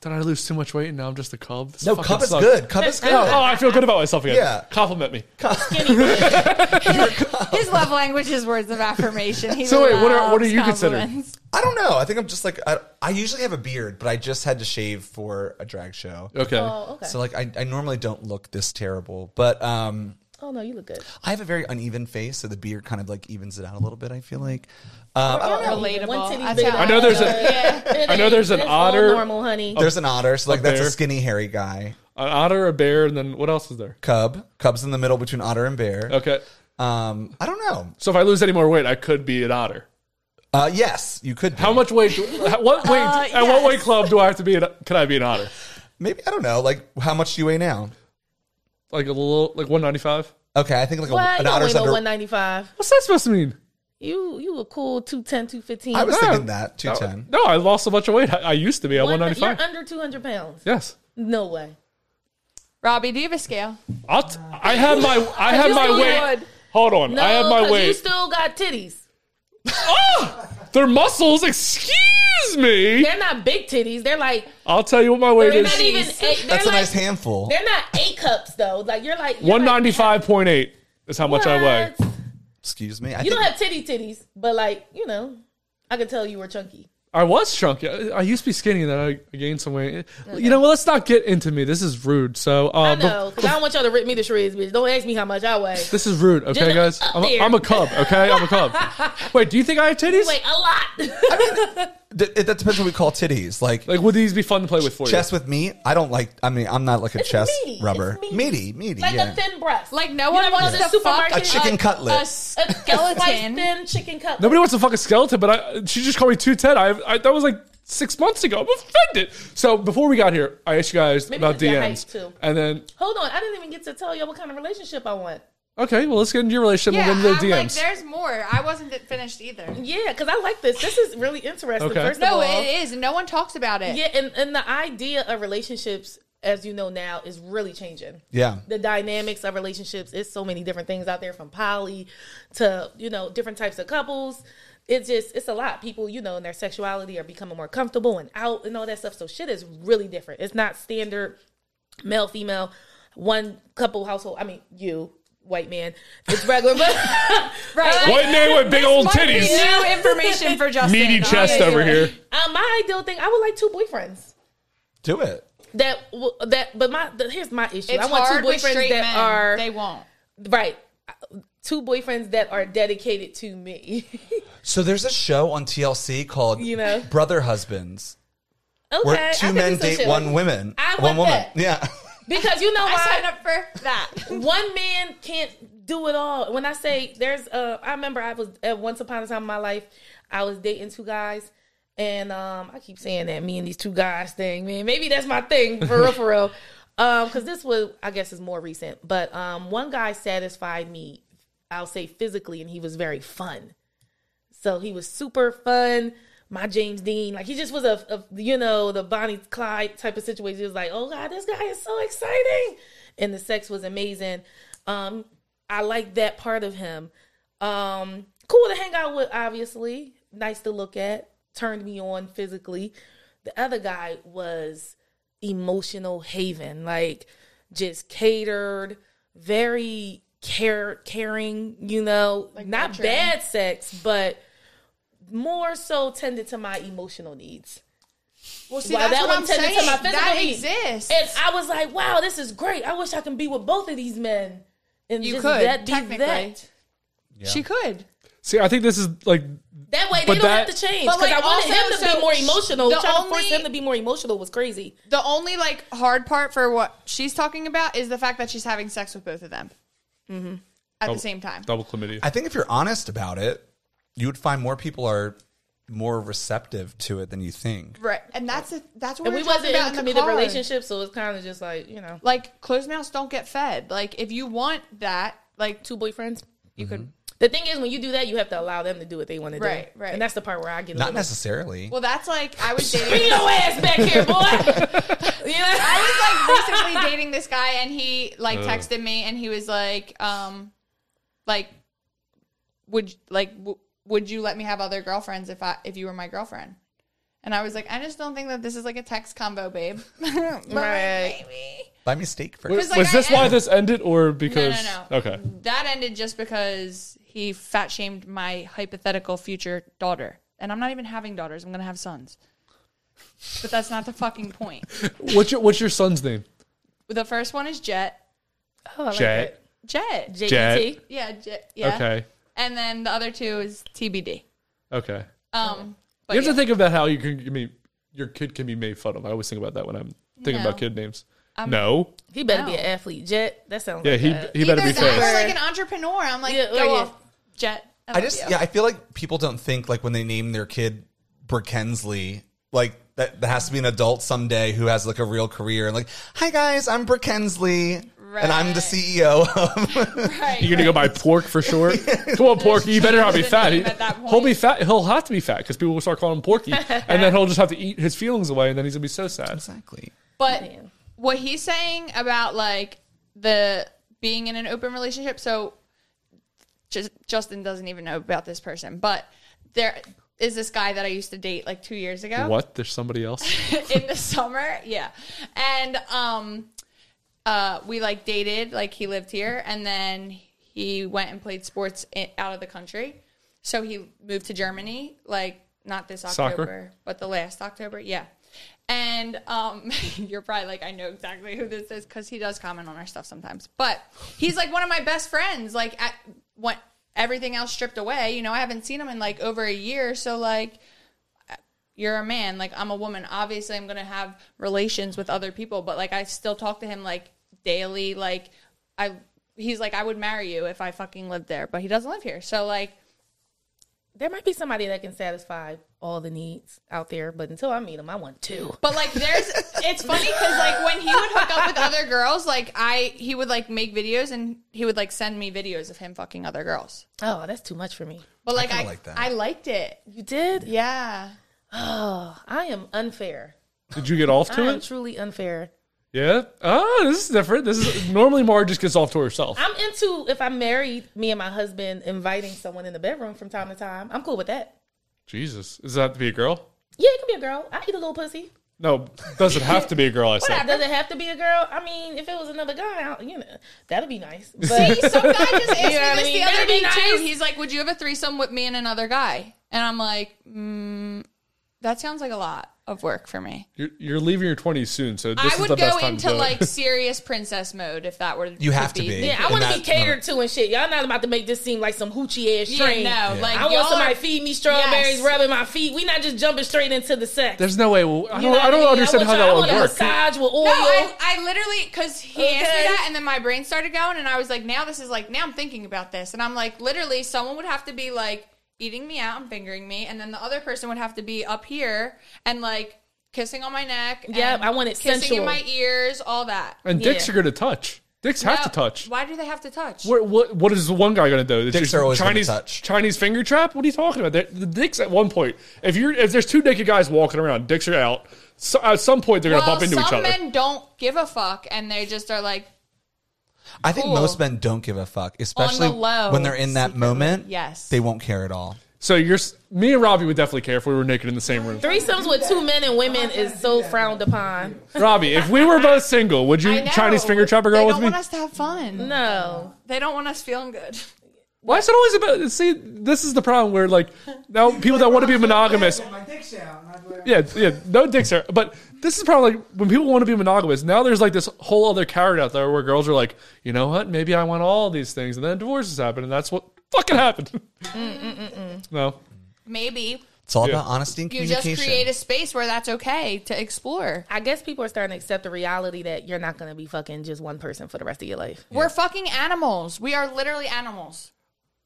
Speaker 2: Did I lose too much weight and now I'm just a cub? This
Speaker 6: No,
Speaker 2: fucking
Speaker 6: cub is
Speaker 2: sucks.
Speaker 6: good. Cub is
Speaker 2: Oh,
Speaker 6: good.
Speaker 2: oh, I feel good about myself again.
Speaker 6: Yeah.
Speaker 2: Compliment me.
Speaker 3: His love language is words of affirmation. He
Speaker 2: So wait, what are- what
Speaker 3: loves
Speaker 2: are you considering?
Speaker 3: compliments.
Speaker 6: I don't know. I think I'm just like I, I usually have a beard, but I just had to shave for a drag show.
Speaker 2: Okay.
Speaker 5: Oh, okay.
Speaker 6: So like I, I normally don't look this terrible, but um
Speaker 5: oh no, you look good.
Speaker 6: I have a very uneven face, so the beard kind of like evens it out a little bit. I feel like. Um, I don't know.
Speaker 3: Relatable.
Speaker 5: One titty's
Speaker 3: I
Speaker 5: bigger
Speaker 3: said-
Speaker 5: than
Speaker 2: I know there's a-
Speaker 5: the other. It
Speaker 2: I know
Speaker 5: ain't-
Speaker 2: there's an
Speaker 5: it's all
Speaker 2: otter-
Speaker 5: Normal, honey.
Speaker 6: There's an otter, so like that's
Speaker 2: bear.
Speaker 6: a skinny, hairy guy.
Speaker 2: An otter, a bear, and then what else is there?
Speaker 6: Cub, cub's in the middle between otter and bear.
Speaker 2: Okay.
Speaker 6: Um, I don't know.
Speaker 2: So if I lose any more weight, I could be an otter.
Speaker 6: Uh, yes, you could. Be.
Speaker 2: How much weight? Do, how- what weight?
Speaker 3: Uh,
Speaker 2: At what
Speaker 3: yes.
Speaker 2: weight club do I have to be? An, can I be an otter?
Speaker 6: Maybe I don't know. Like how much do you weigh now?
Speaker 2: Like a little, like 195.
Speaker 6: Okay, I think like a,
Speaker 5: Well, you
Speaker 6: an
Speaker 5: don't weigh
Speaker 6: otter's
Speaker 5: no
Speaker 6: under.
Speaker 5: 195.
Speaker 2: What's that supposed to mean?
Speaker 5: You you were cool 210, 215.
Speaker 6: I was
Speaker 2: No.
Speaker 6: thinking that two ten.
Speaker 2: No, I lost a bunch of weight. I, I used to be at
Speaker 5: One-
Speaker 2: 195.
Speaker 5: You're under 200 pounds.
Speaker 2: yes.
Speaker 5: No way.
Speaker 3: Robbie, do you have a scale?
Speaker 2: I'll t- I have my. I have my
Speaker 5: still
Speaker 2: weight.
Speaker 3: would.
Speaker 2: Hold on.
Speaker 5: No,
Speaker 2: I have my
Speaker 5: 'cause You
Speaker 2: weight.
Speaker 5: still got titties.
Speaker 2: They're muscles. Excuse me.
Speaker 5: They're not big titties. They're like
Speaker 2: I'll tell you what my weight
Speaker 5: they're
Speaker 2: is.
Speaker 5: not even eight. They're
Speaker 6: That's
Speaker 5: like,
Speaker 6: a nice handful.
Speaker 5: They're not A cups though. Like you're like you're
Speaker 2: One ninety five point eight is how much
Speaker 5: like,
Speaker 2: I weigh.
Speaker 5: what?
Speaker 6: Excuse me. I
Speaker 5: You
Speaker 6: think,
Speaker 5: don't have titty titties, but like you know, I could tell you were chunky.
Speaker 2: I was chunky. I, I used to be skinny, and then I, I gained some weight. You know what? Let's not get into me. This is rude. So
Speaker 6: Oh,
Speaker 2: uh,
Speaker 5: I
Speaker 2: bef-
Speaker 5: know because I don't want y'all to rip me to shreds, bitch. Don't ask me how much I weigh.
Speaker 2: this is rude. Okay, guys.
Speaker 5: Just up
Speaker 2: I'm a,
Speaker 5: there.
Speaker 2: I'm a cub. Okay, I'm a cub. Wait, do you think I have titties?
Speaker 5: Like a lot.
Speaker 6: D- it, that depends what we call titties. Like,
Speaker 2: Like, would these be fun to play with for
Speaker 6: chest with meat. I don't like. I mean, I'm not like a chest
Speaker 5: meaty. It's
Speaker 6: rubber. meaty, meaty.
Speaker 5: like
Speaker 6: yeah.
Speaker 5: a thin breast.
Speaker 3: Like no one
Speaker 5: never go
Speaker 3: wants
Speaker 5: to
Speaker 3: to
Speaker 5: the supermarket?
Speaker 3: fuck
Speaker 6: A chicken cutlet.
Speaker 3: a skeleton.
Speaker 5: thin chicken cut.
Speaker 2: you? Nobody wants to fuck a skeleton, but I, she just called me two ten. I, I that was like six months ago. I'm offended. So before we got here, I asked you guys
Speaker 5: Maybe
Speaker 2: about
Speaker 5: it's your height,
Speaker 2: DMs,
Speaker 5: too.
Speaker 2: and then
Speaker 5: Hold on, I didn't even get to tell y'all what kind of relationship I want.
Speaker 2: okay, well, let's get into your relationship.
Speaker 3: Yeah,
Speaker 2: and we'll
Speaker 3: I'm
Speaker 2: get into the
Speaker 3: like,
Speaker 2: DMs.
Speaker 3: there's more. I wasn't finished either.
Speaker 5: Yeah, because I like this. This is really interesting.
Speaker 2: Okay.
Speaker 5: First
Speaker 3: No,
Speaker 5: of all,
Speaker 3: it is. No one talks about
Speaker 2: Eh.
Speaker 3: it.
Speaker 5: yeah, and, and the idea of relationships, as you know now, is really changing.
Speaker 6: yeah.
Speaker 5: the dynamics of relationships. It's so many different things out there from poly to, you know, different types of couples. It's just, it's a lot. People, you know, in their sexuality are becoming more comfortable and out and all that stuff. So shit is really different. It's not standard male, female, one couple household. I mean, you, white man. It's regular, but
Speaker 3: Right.
Speaker 2: White man with big old
Speaker 3: Might be
Speaker 2: titties.
Speaker 3: New information for Justin.
Speaker 2: Meaty chest
Speaker 3: Obviously.
Speaker 2: over here.
Speaker 5: um, my ideal thing, I would like two boyfriends.
Speaker 6: Do it.
Speaker 5: That w- that, but my the, here's my issue.
Speaker 3: It's
Speaker 5: I want
Speaker 3: hard
Speaker 5: two
Speaker 3: with
Speaker 5: boyfriends
Speaker 3: straight
Speaker 5: that
Speaker 3: men.
Speaker 5: are
Speaker 3: They won't.
Speaker 5: right, two boyfriends that are dedicated to me.
Speaker 6: So there's a show on TLC called
Speaker 5: You know.
Speaker 6: Brother Husbands,
Speaker 5: Okay,
Speaker 6: where
Speaker 5: I
Speaker 6: two
Speaker 5: could
Speaker 6: men
Speaker 5: do some
Speaker 6: date
Speaker 5: shit.
Speaker 6: one woman.
Speaker 5: I want
Speaker 6: one woman.
Speaker 5: that.
Speaker 6: Yeah.
Speaker 5: because you know
Speaker 3: I signed
Speaker 5: why
Speaker 3: up for that.
Speaker 5: one man can't do it all. When I say there's, uh, I remember I was at once upon a time in my life, I was dating two guys, and um, I keep saying that me and these two guys thing, man. Maybe that's my thing for real, for real. Um, because this was, I guess, is more recent. But um, one guy satisfied me, I'll say physically, and he was very fun. So he was super fun. My James Dean, like he just was a, a you know, the Bonnie Clyde type of situation. He was like, oh God, this guy is so exciting. And the sex was amazing. Um, I like that part of him. Um, cool to hang out with, obviously. Nice to look at. turned me on physically. The other guy was emotional haven, like just catered, very care caring, you know, not
Speaker 3: nurturing.
Speaker 5: bad sex, but more so tended to my emotional needs.
Speaker 3: Well, see,
Speaker 5: Wow,
Speaker 3: that's
Speaker 5: that
Speaker 3: what
Speaker 5: one
Speaker 3: I'm
Speaker 5: tended
Speaker 3: saying.
Speaker 5: to my physical
Speaker 3: that
Speaker 5: needs.
Speaker 3: exists.
Speaker 5: And I was like, wow, this is great. I wish I can be with both of these men. And
Speaker 3: You
Speaker 5: just
Speaker 3: could,
Speaker 5: that be
Speaker 3: technically.
Speaker 5: that.
Speaker 3: She could.
Speaker 2: See, I think this is like
Speaker 5: That way they
Speaker 2: But
Speaker 5: don't
Speaker 2: that-
Speaker 5: have to change.
Speaker 3: But,
Speaker 5: Because
Speaker 3: like,
Speaker 5: I wanted
Speaker 3: also,
Speaker 5: him to
Speaker 3: so
Speaker 5: be more
Speaker 3: sh-
Speaker 5: emotional.
Speaker 3: the
Speaker 5: Trying to force
Speaker 3: only-
Speaker 5: him to be more emotional was crazy.
Speaker 3: The only like hard part for what she's talking about is the fact that she's having sex with both of them
Speaker 5: Mm-hmm.
Speaker 3: at the same time.
Speaker 2: double chlamydia.
Speaker 6: I think if you're honest about it, you would find more people are more receptive to it than you think.
Speaker 3: Right, and that's the that's what
Speaker 5: And
Speaker 3: we
Speaker 5: we
Speaker 3: were talking
Speaker 5: wasn't in
Speaker 3: about
Speaker 5: a
Speaker 3: in the
Speaker 5: committed
Speaker 3: car.
Speaker 5: relationship, so it's kind of just like, you know.
Speaker 3: Like closed mouths don't get fed. Like if you want that, like
Speaker 5: Two boyfriends.
Speaker 3: you could.
Speaker 2: Mm-hmm.
Speaker 5: The thing is, when you do that, you have to allow them to do what they want to
Speaker 3: Right,
Speaker 5: do.
Speaker 3: right.
Speaker 5: And that's the part where I get a
Speaker 6: Not
Speaker 5: little-
Speaker 6: necessarily.
Speaker 3: Well, that's like I was dating.
Speaker 5: Bring your ass back here, boy. you know?
Speaker 3: I was like recently dating this guy, and he like texted me, and he was like, um, like, would like w- would you let me have other girlfriends if I if you were my girlfriend? And I was like, I just don't think that this is like a text combo, babe. But,
Speaker 5: Right.
Speaker 3: maybe.
Speaker 6: Buy me steak first.
Speaker 2: was
Speaker 3: like, I
Speaker 2: this
Speaker 3: am-
Speaker 2: why this ended, or because?
Speaker 3: No, no, no.
Speaker 2: Okay.
Speaker 3: That ended just because he fat shamed my hypothetical future daughter, and I'm not even having daughters. I'm gonna have sons. But that's not the fucking point.
Speaker 2: What's your What's your son's name?
Speaker 3: The first one is Jet.
Speaker 5: Oh, I like
Speaker 2: Jet.
Speaker 3: Jet.
Speaker 5: that.
Speaker 2: Jet.
Speaker 5: JET.
Speaker 3: Yeah, j- yeah.
Speaker 2: Okay.
Speaker 3: And then the other two is TBD.
Speaker 2: Okay.
Speaker 3: Um, but
Speaker 2: You have
Speaker 3: yeah.
Speaker 2: to think about how you can. I mean, your kid can be made fun of. I always think about that when I'm thinking
Speaker 3: No.
Speaker 2: about kid names. no.
Speaker 5: He better be
Speaker 3: No.
Speaker 5: an athlete. Jet. That sounds
Speaker 2: Yeah,
Speaker 5: like
Speaker 2: he
Speaker 5: that.
Speaker 2: he better be
Speaker 3: Either that
Speaker 2: fast.
Speaker 3: or "Oh, like an entrepreneur. I'm like,
Speaker 5: Yeah,
Speaker 3: go
Speaker 5: or yeah.
Speaker 3: off, Jet.
Speaker 6: I just yeah, I feel like people don't think like when they name their kid Brickensley, like that, that has to be an adult someday who has like a real career and like, hi guys, I'm Brickensley and I'm the E
Speaker 3: Right.
Speaker 6: CEO. of-"
Speaker 2: You're gonna go by Pork for short. Come on, Porky, you better not be fat. He,
Speaker 3: At that point.
Speaker 2: will be fat. He'll have to be fat because people will start calling him Porky, and then he'll just have to eat his feelings away, and then he's gonna be so sad.
Speaker 6: exactly.
Speaker 3: But
Speaker 5: Man.
Speaker 3: what he's saying about like the being in an open relationship, so just, Justin doesn't even know about this person, but there is this guy that I used to date like two years ago.
Speaker 2: What? There's somebody else.
Speaker 3: in the summer. Yeah. And um uh we like dated, like he lived here and then he went and played sports i out of the country. So he moved to Germany like not this
Speaker 2: Soccer?
Speaker 3: October, but the last October. Yeah. And um, you're probably like, I know exactly who this is because he does comment on our stuff sometimes. But he's like one of my best friends. Like, at, when everything else stripped away, you know, I haven't seen him in like over a year. So, like, you're a man like i'm a woman obviously i'm gonna have relations with other people but like i still talk to him like daily like i he's like i would marry you if i fucking lived there but he doesn't live here so like
Speaker 5: There might be somebody that can satisfy all the needs out there, but until I meet him, I want two.
Speaker 3: but like there's it's funny because like when he would hook up with other girls like i he would like make videos and he would like send me videos of him fucking other girls
Speaker 5: Oh, that's too much for me.
Speaker 3: but like i
Speaker 6: kinda
Speaker 3: I,
Speaker 6: like that.
Speaker 3: liked it
Speaker 5: You did?
Speaker 3: yeah
Speaker 5: Oh, I am unfair.
Speaker 2: Did you get off
Speaker 5: I
Speaker 3: Uh,
Speaker 2: to
Speaker 5: am
Speaker 2: it?
Speaker 5: truly unfair.
Speaker 2: Yeah. Oh, this is different. This is normally Mara just gets off to herself.
Speaker 5: I'm into if I'm married, me and my husband inviting someone in the bedroom from time to time. I'm cool with that.
Speaker 2: Jesus, does that have to be a girl?
Speaker 5: Yeah, it can be a girl. I eat a little pussy.
Speaker 2: No, doesn't have to be a girl. I said.
Speaker 5: Does it have to be a girl? I mean, if it was another guy, I, you know, that'd be nice. But
Speaker 3: some guy just asked
Speaker 5: know what
Speaker 3: me
Speaker 5: I
Speaker 3: this
Speaker 5: mean?
Speaker 3: the other
Speaker 5: That'd be
Speaker 3: day too.
Speaker 5: nice.
Speaker 3: He's like, "Would you have a threesome with me and another guy?" And I'm like, mm, "That sounds like a lot of work for me."
Speaker 2: You're, you're leaving your 20s soon, so this
Speaker 3: I
Speaker 2: is the
Speaker 3: would
Speaker 2: best
Speaker 3: go
Speaker 2: time
Speaker 3: into
Speaker 2: to do
Speaker 3: like
Speaker 2: it.
Speaker 3: serious princess mode if that were.
Speaker 6: You have to be.
Speaker 5: yeah, I want to
Speaker 6: And
Speaker 5: be
Speaker 6: that-
Speaker 5: catered to and shit. Y'all not about to make this seem like some hoochie ass
Speaker 3: Yeah,
Speaker 5: train.
Speaker 3: no, like
Speaker 5: I
Speaker 3: y'all
Speaker 5: want somebody
Speaker 3: are-
Speaker 5: feed me strawberries,
Speaker 3: Yes.
Speaker 5: rubbing my feet. We not just jumping straight into the sex.
Speaker 2: There's no way. Well, I don't.
Speaker 5: You know what
Speaker 2: I don't
Speaker 5: mean?
Speaker 2: understand
Speaker 5: want
Speaker 2: how
Speaker 5: y'all-
Speaker 2: that
Speaker 5: I
Speaker 2: would work.
Speaker 5: want a Massage with oil.
Speaker 3: No, I, I literally because he asked me
Speaker 5: Okay.
Speaker 3: that, and then my brain started going, and I was like, now this is like now I'm thinking about this, and I'm like, literally, someone would have to be like eating me out and fingering me, and then the other person would have to be up here and like kissing on my neck.
Speaker 5: Yeah,
Speaker 3: and
Speaker 5: I want it
Speaker 3: kissing
Speaker 5: sensual.
Speaker 3: in my ears, all that.
Speaker 2: And dicks
Speaker 5: Yeah.
Speaker 2: are going to touch. Dicks have to
Speaker 3: No,
Speaker 2: touch.
Speaker 3: Why do they have to touch?
Speaker 2: What, what what is the one guy going to do? It's
Speaker 6: Dicks
Speaker 2: just
Speaker 6: are always gonna
Speaker 2: Chinese
Speaker 6: touch.
Speaker 2: Chinese finger trap. What are you talking about? They're- the dicks at one point. If you're if there's two naked guys walking around, dicks are out. So, at some point, they're going to
Speaker 3: well,
Speaker 2: bump into
Speaker 3: some
Speaker 2: each other.
Speaker 3: men don't give a fuck, and they just are like
Speaker 6: I think
Speaker 3: Cool.
Speaker 6: most men don't give a fuck, especially
Speaker 3: low,
Speaker 6: when they're in that moment.
Speaker 3: yes.
Speaker 6: They won't care at all.
Speaker 2: So you're s- me and Robbie would definitely care if we were naked in the same room.
Speaker 5: Threesomes with two men and women is so frowned upon.
Speaker 2: Robbie, if we were both single, would you
Speaker 3: I know.
Speaker 2: Chinese finger chop a girl
Speaker 3: They
Speaker 2: with
Speaker 3: don't
Speaker 2: me?
Speaker 3: want us to have fun.
Speaker 5: No.
Speaker 3: They don't want us feeling good.
Speaker 2: Why is it always about? See, this is the problem where like now people that want to be monogamous.
Speaker 1: My dick's out. and I'd wear-
Speaker 2: Yeah, yeah, no dicks are. But this is probably like when people want to be monogamous. Now there's like this whole other carrot out there where girls are like, you know what? Maybe I want all these things, and then divorces happen, and that's what fucking happened.
Speaker 3: Mm,
Speaker 2: No,
Speaker 3: Maybe
Speaker 6: It's all
Speaker 2: Yeah.
Speaker 6: about honesty and
Speaker 3: you just
Speaker 6: communication.
Speaker 3: create a space where that's okay to explore.
Speaker 5: I guess people are starting to accept the reality that you're not going to be fucking just one person for the rest of your life.
Speaker 3: We're fucking animals. We are literally animals.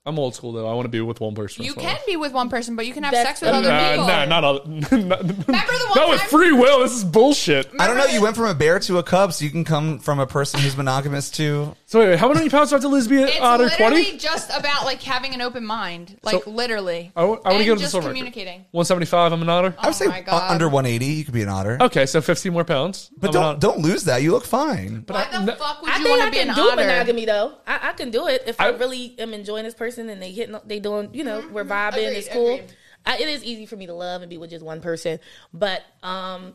Speaker 2: I'm old school though. I want to be with one person.
Speaker 3: You
Speaker 2: for a
Speaker 3: can be with one person, but you can have
Speaker 5: That's
Speaker 3: sex with
Speaker 2: while.
Speaker 3: other
Speaker 2: Nah,
Speaker 3: people.
Speaker 2: nah, not all. Not,
Speaker 3: Remember the one
Speaker 2: not with
Speaker 3: time-
Speaker 2: free will. This is bullshit.
Speaker 6: I don't know. You went from a bear to a cub, so you can come from a person who's monogamous to.
Speaker 2: So wait, wait, how many pounds do I have to lose to be
Speaker 3: It's
Speaker 2: under
Speaker 3: literally
Speaker 2: twenty?
Speaker 3: just about like having an open mind, like literally.
Speaker 2: I want to
Speaker 3: And
Speaker 2: get into
Speaker 3: just
Speaker 2: the
Speaker 3: communicating. Oh.
Speaker 2: One seventy five. I'm an otter.
Speaker 6: I would say
Speaker 3: my
Speaker 6: u-
Speaker 3: God.
Speaker 6: under 180, you could be an otter.
Speaker 2: Okay, so fifteen more pounds. I'm
Speaker 6: But
Speaker 2: an
Speaker 6: don't
Speaker 2: otter.
Speaker 6: don't lose that. You look fine.
Speaker 3: Why
Speaker 2: I-
Speaker 3: the
Speaker 2: no-
Speaker 3: fuck would
Speaker 5: I
Speaker 3: you
Speaker 5: think
Speaker 3: want
Speaker 5: I
Speaker 3: to be an
Speaker 5: can do
Speaker 3: otter?
Speaker 5: monogamy though. I, I can do it if
Speaker 2: I-
Speaker 5: I, really am enjoying this person and they hitting, they doing, you know, we're vibing.
Speaker 3: Mm-hmm. Agreed,
Speaker 5: it's cool.
Speaker 3: agreed.
Speaker 5: I, it is easy for me to love and be with just one person, but um,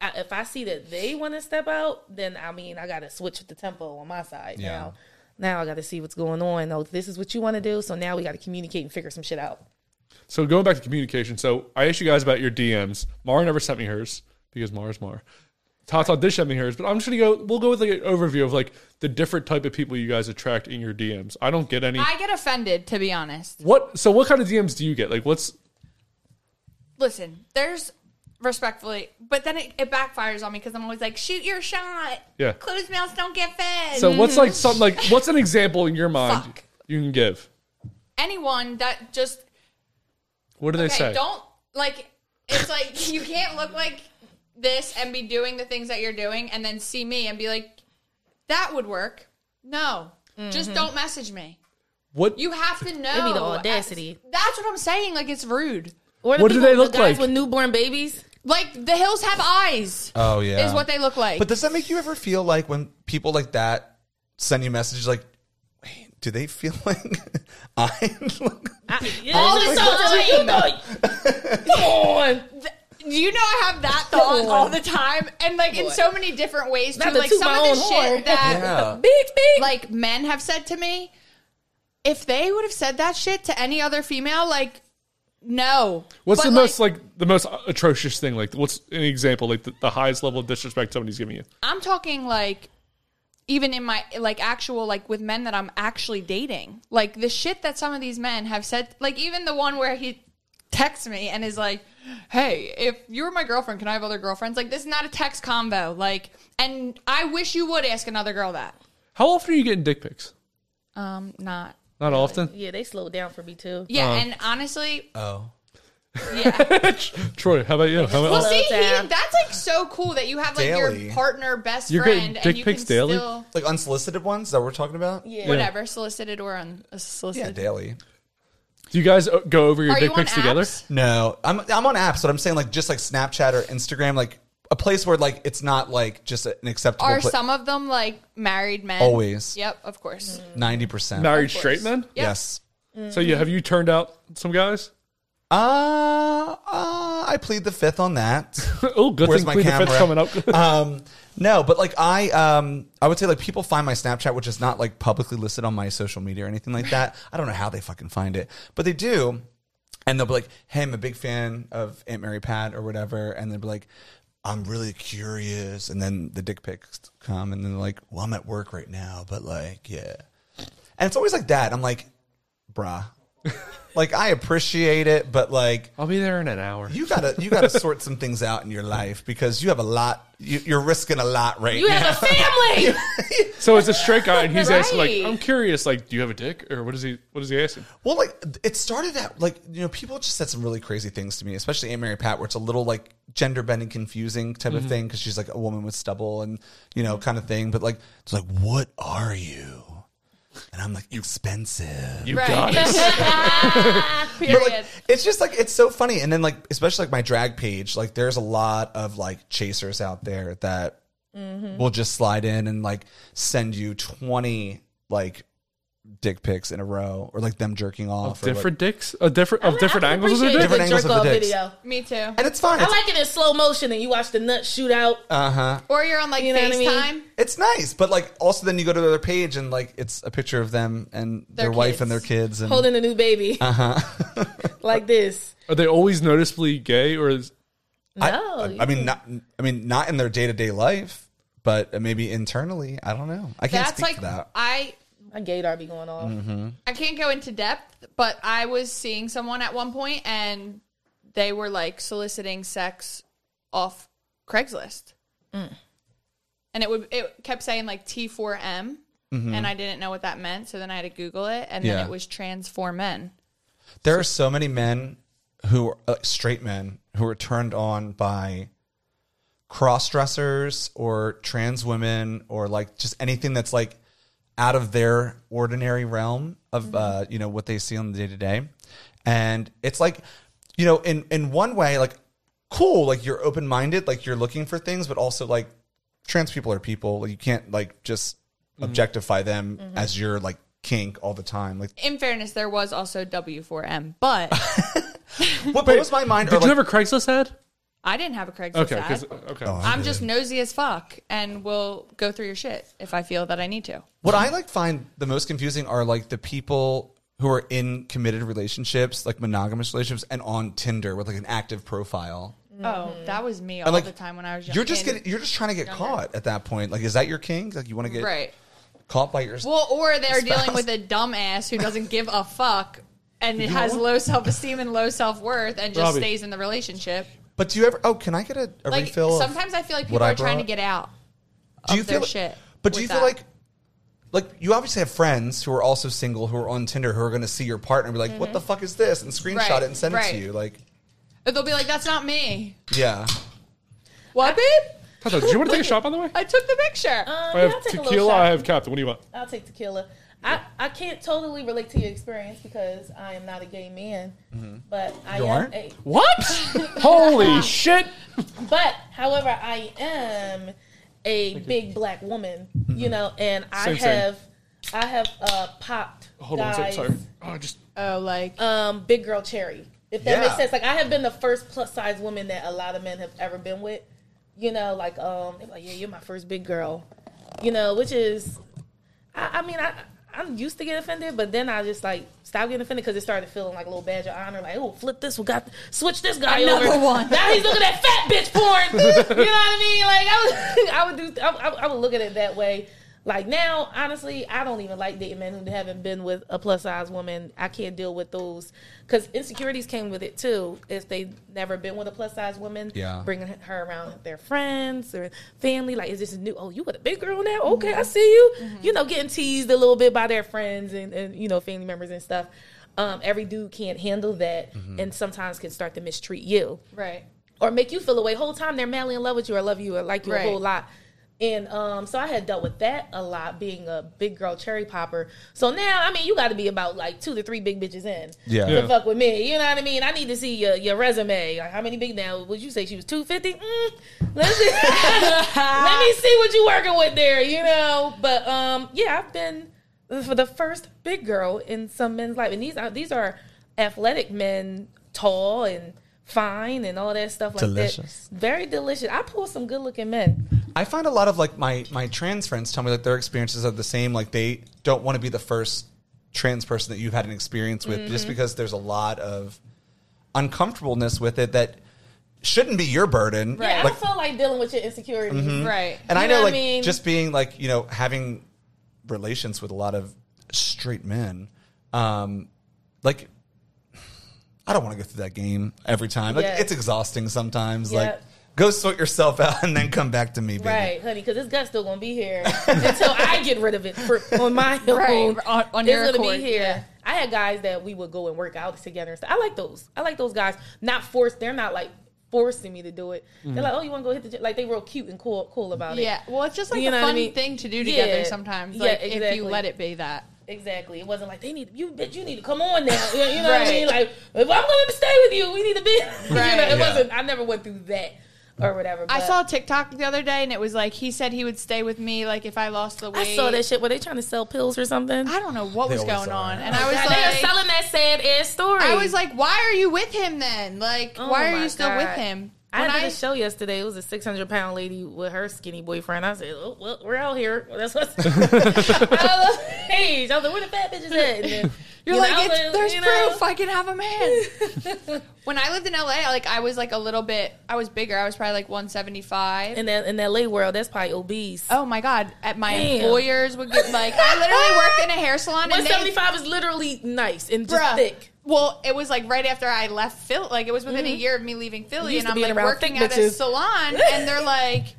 Speaker 5: I, if I see that they want to step out, then I mean, I got to switch the tempo on my side
Speaker 6: Yeah.
Speaker 5: now. Now I got to see what's going on. Oh, this is what you want to do. So now we got to communicate and figure some shit out.
Speaker 2: So going back to communication, so I asked you guys about your DMs. Mara never sent me hers because Mara's Mara. Tata did send me hers, but I'm just gonna go. We'll go with like an overview of like the different type of people you guys attract in your DMs. I don't get any.
Speaker 3: I get offended, to be honest.
Speaker 2: what? So what kind of DMs do you get? Like what's?
Speaker 3: Listen, there's respectfully, but then it, it backfires on me because I'm always like, shoot your shot.
Speaker 2: Yeah.
Speaker 3: Closed mouths don't get fed.
Speaker 2: So what's like something like what's an example in your mind
Speaker 3: Mm. Fuck.
Speaker 2: you can give?
Speaker 3: Anyone that just
Speaker 2: What do they
Speaker 3: okay,
Speaker 2: say?
Speaker 3: don't like. It's like you can't look like this and be doing the things that you're doing, and then see me and be like, "That would work." No, just don't message me.
Speaker 2: what
Speaker 3: You have to know.
Speaker 5: Maybe Mm-hmm. the audacity.
Speaker 3: That's what I'm saying. Like it's rude.
Speaker 5: Or the
Speaker 2: What do
Speaker 5: people-
Speaker 2: they
Speaker 5: the
Speaker 2: look
Speaker 5: guys
Speaker 2: like?
Speaker 5: with newborn babies?
Speaker 3: Like the hills have eyes.
Speaker 6: Oh yeah,
Speaker 3: Is what they look like.
Speaker 6: But does that make you ever feel like when people like that send you messages like, hey, do they feel like I'm?
Speaker 5: I, yeah,
Speaker 3: All
Speaker 5: it's
Speaker 3: the
Speaker 5: just
Speaker 3: time.
Speaker 5: so you know- Come on.
Speaker 3: Th- you know I have that thought
Speaker 5: Lord.
Speaker 3: all the time, and like in
Speaker 5: Lord.
Speaker 3: so many different ways too.
Speaker 5: Not to
Speaker 3: Like
Speaker 5: toot
Speaker 3: some
Speaker 5: my
Speaker 3: of the
Speaker 5: own
Speaker 3: shit
Speaker 5: horn.
Speaker 3: that
Speaker 6: Yeah.
Speaker 5: Big, big.
Speaker 3: like men have said to me, if they would have said that shit to any other female, like no.
Speaker 2: what's
Speaker 3: But,
Speaker 2: the most like the most atrocious thing? Like what's an example like the, the highest level of disrespect somebody's giving you?
Speaker 3: I'm talking like even in my like actual like with men that I'm actually dating. Like the shit that some of these men have said like even the one where he texts me and is like, "Hey, if you were my girlfriend, can I have other girlfriends?" Like this is not a text combo. Like and I wish you would ask another girl that.
Speaker 2: How often are you getting dick pics?
Speaker 3: Um not.
Speaker 2: Not often.
Speaker 5: yeah, they slowed down for me too.
Speaker 2: Uh.
Speaker 3: Yeah, and honestly,
Speaker 6: oh,
Speaker 3: yeah.
Speaker 2: Troy, how about you? How about,
Speaker 3: well, see, he,
Speaker 5: Tab.
Speaker 3: that's like so cool that you have like
Speaker 6: Daily.
Speaker 3: your partner, best
Speaker 2: You're getting
Speaker 3: friend,
Speaker 2: dick
Speaker 3: and you
Speaker 2: pics
Speaker 3: can
Speaker 2: daily?
Speaker 3: still
Speaker 6: like unsolicited ones that we're talking about?
Speaker 5: Yeah.
Speaker 3: whatever solicited or uh,
Speaker 6: Yeah,
Speaker 3: unsolicited.
Speaker 6: daily.
Speaker 2: Do you guys uh, go over your
Speaker 3: Are
Speaker 2: dick
Speaker 3: you on
Speaker 2: pics together?
Speaker 3: apps?
Speaker 6: No, I'm I'm on apps, but I'm saying like just like Snapchat or Instagram, like a place where like it's not like just an acceptable.
Speaker 3: Are some of them like married men?
Speaker 6: Always.
Speaker 3: Yep, of course.
Speaker 2: Mm.
Speaker 6: ninety percent?
Speaker 2: Married straight men?
Speaker 6: Yes.
Speaker 2: So you have you turned out some guys?
Speaker 6: Uh, uh, I plead the fifth on that.
Speaker 2: oh, good
Speaker 6: Where's
Speaker 2: thing
Speaker 6: my
Speaker 2: Clean the Fifth's
Speaker 6: camera?
Speaker 2: coming up.
Speaker 6: um, no, but like I, um, I would say like people find my Snapchat, which is not like publicly listed on my social media or anything like that. I don't know how they fucking find it, but they do. And they'll be like, "Hey, I'm a big fan of Aunt Mary Pat or whatever," and they'll be like, "I'm really curious." And then the dick pics come, and then they're like, "Well, I'm at work right now, but like, yeah." And it's always like that. I'm like, "Bruh," like I appreciate it, but like,
Speaker 2: I'll be there in an hour.
Speaker 6: you gotta you gotta sort some things out in your life because you have a lot. You, you're risking a lot right
Speaker 5: You
Speaker 6: now.
Speaker 5: have a family.
Speaker 2: So it's a straight guy, and he's asking like,
Speaker 5: Right.
Speaker 2: "I'm curious, like, do you have a dick, or what is he? What is he asking?"
Speaker 6: well, like it started out like you know people just said some really crazy things to me, especially Aunt Mary Pat, where it's a little like gender bending, confusing type
Speaker 2: Mm-hmm.
Speaker 6: of thing because she's like a woman with stubble and you know kind of thing. But like it's like, what are you? And I'm like expensive.
Speaker 2: You
Speaker 3: Right.
Speaker 2: got it.
Speaker 3: Period.
Speaker 6: But, like, it's just like it's so funny. And then like especially like my drag page, like there's a lot of like chasers out there that will just slide in and like send you twenty like dick pics in a row or like them jerking off. or, like-
Speaker 2: different dicks, uh, different of
Speaker 5: I-
Speaker 2: different
Speaker 5: I
Speaker 2: angles. Is it
Speaker 5: appreciate the
Speaker 6: Different angles of
Speaker 5: jerk-off
Speaker 6: the dicks.
Speaker 5: video.
Speaker 3: Me too.
Speaker 6: and it's fine.
Speaker 5: I like it in slow motion, and you watch the nuts shoot out.
Speaker 6: uh huh.
Speaker 3: or you're on like
Speaker 5: You know what I mean?
Speaker 3: FaceTime.
Speaker 6: It's nice, but like also then you go to their page and like it's a picture of them and their,
Speaker 3: Their
Speaker 6: wife
Speaker 3: kids.
Speaker 6: and their kids and
Speaker 5: holding a new baby. Uh huh.
Speaker 6: Uh-huh.
Speaker 5: like this.
Speaker 2: Are they always noticeably gay, or is
Speaker 5: No.
Speaker 6: I, I mean not I mean not in their day to day life, but maybe internally. I don't know. I can't
Speaker 3: That's
Speaker 6: speak
Speaker 3: like
Speaker 6: to that.
Speaker 3: I
Speaker 5: my gaydar be going off.
Speaker 6: Mm-hmm.
Speaker 3: I can't go into depth, but I was seeing someone at one point and they were like soliciting sex off Craigslist.
Speaker 6: Mm.
Speaker 3: And it would it kept saying like T4M and I didn't know what that meant, so then I had to Google it and
Speaker 6: Mm-hmm. Yeah.
Speaker 3: then it was trans for men.
Speaker 6: There are so many men who are uh, straight men who are turned on by cross dressers or trans women or like just anything that's like out of their ordinary realm of uh,
Speaker 2: Mm-hmm.
Speaker 6: you know what they see on the day to day, and it's like you know in in one way like cool like you're open minded like you're looking for things but also like trans people are people like, you can't like just
Speaker 2: Mm-hmm.
Speaker 6: objectify them as your like kink all the time like
Speaker 3: In fairness, there was also W4M, but
Speaker 6: what blows my mind
Speaker 2: did
Speaker 6: are,
Speaker 2: you
Speaker 6: like-
Speaker 2: ever Craigslist ad?
Speaker 3: I didn't have a Craigslist
Speaker 2: Okay,
Speaker 3: ad.
Speaker 2: because okay,
Speaker 6: Oh.
Speaker 3: I'm just nosy as fuck and will go through your shit if I feel that I need to.
Speaker 6: What I like find the most confusing are like the people who are in committed relationships, like monogamous relationships, and on Tinder with like an active profile.
Speaker 3: Oh, that was me all
Speaker 6: And like
Speaker 3: the time when I was young.
Speaker 6: You're just
Speaker 3: and-
Speaker 6: getting, you're just trying to get caught at that point. Like, is that your king? Like, you want to get
Speaker 3: right.
Speaker 6: caught by your
Speaker 3: Well, or they're
Speaker 6: spouse.
Speaker 3: dealing with a dumbass who doesn't give a fuck and has
Speaker 2: what?
Speaker 3: low self esteem and low self worth and just
Speaker 2: Robbie.
Speaker 3: stays in the relationship.
Speaker 6: But do you ever? Oh, can I get a, a
Speaker 3: Like
Speaker 6: refill? of
Speaker 3: sometimes I feel like
Speaker 6: what
Speaker 3: people
Speaker 6: I
Speaker 3: are trying to
Speaker 6: brought?
Speaker 3: get out.
Speaker 6: do you
Speaker 3: of their
Speaker 6: feel,
Speaker 3: shit
Speaker 6: But do you
Speaker 3: with
Speaker 6: feel
Speaker 3: that.
Speaker 6: like, like you obviously have friends who are also single who are on Tinder who are going to see your partner and be like, "What the fuck is this?" and screenshot
Speaker 3: Mm-hmm. Right,
Speaker 6: it and send it
Speaker 3: right.
Speaker 6: to you. Like,
Speaker 3: But They'll be like, "That's not me."
Speaker 6: yeah,
Speaker 3: What,
Speaker 5: Uh,
Speaker 3: babe?
Speaker 2: Tato, did you want to take a shot by the way?
Speaker 3: I took the picture.
Speaker 5: Um,
Speaker 2: I
Speaker 5: yeah, I'll
Speaker 2: have
Speaker 5: take a little
Speaker 2: tequila.
Speaker 5: shot.
Speaker 2: I have Captain. What do you want?
Speaker 5: I'll take tequila. I, I can't totally relate to your experience because I am not a gay man, but I
Speaker 6: Mm-hmm. You
Speaker 5: am
Speaker 6: aren't?
Speaker 5: a.
Speaker 2: What? Holy shit!
Speaker 5: But however, I am a big black woman, you know, and I
Speaker 2: Mm-hmm. Same, same.
Speaker 5: have I have uh, popped
Speaker 2: Hold on,
Speaker 5: guys,
Speaker 2: sorry. sorry. Oh, just
Speaker 3: oh, like
Speaker 5: um, big girl cherry. If that
Speaker 6: Yeah.
Speaker 5: makes sense, like I have been the first plus size woman that a lot of men have ever been with. You know, like um, they're like yeah, you're my first big girl. You know, which is, I, I mean, I I'm used to get offended, but then I just like stopped getting offended because it started feeling like a little badge of honor. Like oh, flip this, we got switch this guy
Speaker 3: Another
Speaker 5: over.
Speaker 3: one.
Speaker 5: Now he's looking at fat bitch porn. you know what I mean? Like I would I would do I, would- I would look at it that way. Like now, honestly, I don't even like dating men who haven't been with a plus size woman. I can't deal with those because insecurities came with it too. If they never been with a plus size woman,
Speaker 6: Yeah.
Speaker 5: bringing her around their friends or family, like is this a new? Oh, you with a big girl now? Okay, I see you. You know, getting teased a little bit by their friends and, and you know family members and stuff. Um, every dude can't handle that, and sometimes can start to mistreat you
Speaker 3: right.
Speaker 5: or make you feel away. Whole time they're madly in love with you or love you or like you
Speaker 3: Right.
Speaker 5: a whole lot. And um, so I had dealt with that a lot, being a big girl cherry popper. So now, I mean, you got to be about like two to three big bitches in
Speaker 6: yeah.
Speaker 5: to fuck with me. You know what I mean? I need to see your, your resume. Like, how many big now? Would you say she was two fifty? Mm, let's see. Let me see what you working with there. You know, but um, yeah, I've been for the first big girl in some men's life, and these are these are athletic men, tall and fine, and all that stuff like
Speaker 6: Delicious.
Speaker 5: that. Very delicious. I pull some good looking men.
Speaker 6: I find a lot of like my my trans friends tell me that their experiences are the same. Like they don't want to be the first trans person that you've had an experience with,
Speaker 5: Mm-hmm.
Speaker 6: just because there's a lot of uncomfortableness with it that shouldn't be your burden.
Speaker 5: Yeah,
Speaker 6: Like, Mm-hmm.
Speaker 5: I don't feel like dealing with your insecurities.
Speaker 3: Right.
Speaker 6: and I
Speaker 5: you know
Speaker 6: know,
Speaker 5: what I
Speaker 6: like
Speaker 5: mean?
Speaker 6: just being like you know having relations with a lot of straight men, um, like. I don't want to go through that game every time. Like
Speaker 5: Yeah.
Speaker 6: it's exhausting sometimes.
Speaker 5: Yeah.
Speaker 6: Like go sort yourself out and then come back to me, baby.
Speaker 5: Right, honey, because this gut's still gonna be here until I get rid of it for, on my own.
Speaker 3: on- on
Speaker 5: it's
Speaker 3: your
Speaker 5: gonna
Speaker 3: accord,
Speaker 5: be here.
Speaker 3: yeah.
Speaker 5: I had guys that we would go and work out together. and stuff. I like those. I like those guys. Not forced. They're not like forcing me to do it. They're like, oh, you want to go hit the gym? Like they real cute and cool, cool about
Speaker 3: Mm-hmm.
Speaker 5: it.
Speaker 3: Yeah. Well, it's just like
Speaker 5: You
Speaker 3: a
Speaker 5: know what I
Speaker 3: fun
Speaker 5: mean?
Speaker 3: thing to do
Speaker 5: Yeah.
Speaker 3: together sometimes.
Speaker 5: Yeah,
Speaker 3: Like if
Speaker 5: exactly.
Speaker 3: you let it be that.
Speaker 5: exactly. It wasn't like they need you. Bitch, you need to come on now. You, you know what I
Speaker 3: Right.
Speaker 5: mean? Like if I'm gonna stay with you, we need to be. you know,
Speaker 3: Right.
Speaker 5: it
Speaker 6: Yeah.
Speaker 5: wasn't. I never went through that. or whatever.
Speaker 3: I
Speaker 5: but-
Speaker 3: saw a TikTok the other day, and it was like he said he would stay with me, like if I lost the weight.
Speaker 5: I saw that shit. Were they trying to sell pills or something?
Speaker 3: I don't know what
Speaker 6: They
Speaker 3: was
Speaker 6: always
Speaker 3: going
Speaker 6: are.
Speaker 3: on, and I was
Speaker 5: they are
Speaker 3: like,
Speaker 5: selling that sad ass story.
Speaker 3: I was like, why are you with him then? Like,
Speaker 5: Oh
Speaker 3: why are
Speaker 5: my
Speaker 3: you still with
Speaker 5: God.
Speaker 3: him?
Speaker 5: I
Speaker 3: When
Speaker 5: had a show yesterday. It was a 600 pound lady with her skinny boyfriend. I said, oh, well, we're out here. Well, that's what's Hey, I was like, where the fat bitches at? And then,
Speaker 3: You're
Speaker 5: you
Speaker 3: like,
Speaker 5: know,
Speaker 3: it's,
Speaker 5: like,
Speaker 3: there's
Speaker 5: you know.
Speaker 3: proof I can have a man. when I lived in LA, like I was like a little bit, I was bigger. I was probably like 175.
Speaker 5: In that, in that late world, that's probably obese.
Speaker 3: oh my god! At my
Speaker 5: Damn.
Speaker 3: employers would get like I literally worked in a hair salon and they
Speaker 5: 175 is literally nice and just
Speaker 3: Bruh.
Speaker 5: thick. Mm-hmm.
Speaker 3: Well, it was like right after I left Philly. Like it was within a year of me leaving Philly,
Speaker 5: Used
Speaker 3: and
Speaker 5: to
Speaker 3: I'm
Speaker 5: be
Speaker 3: like
Speaker 5: around
Speaker 3: working
Speaker 5: thick
Speaker 3: at a
Speaker 5: bitches.
Speaker 3: salon, and they're like,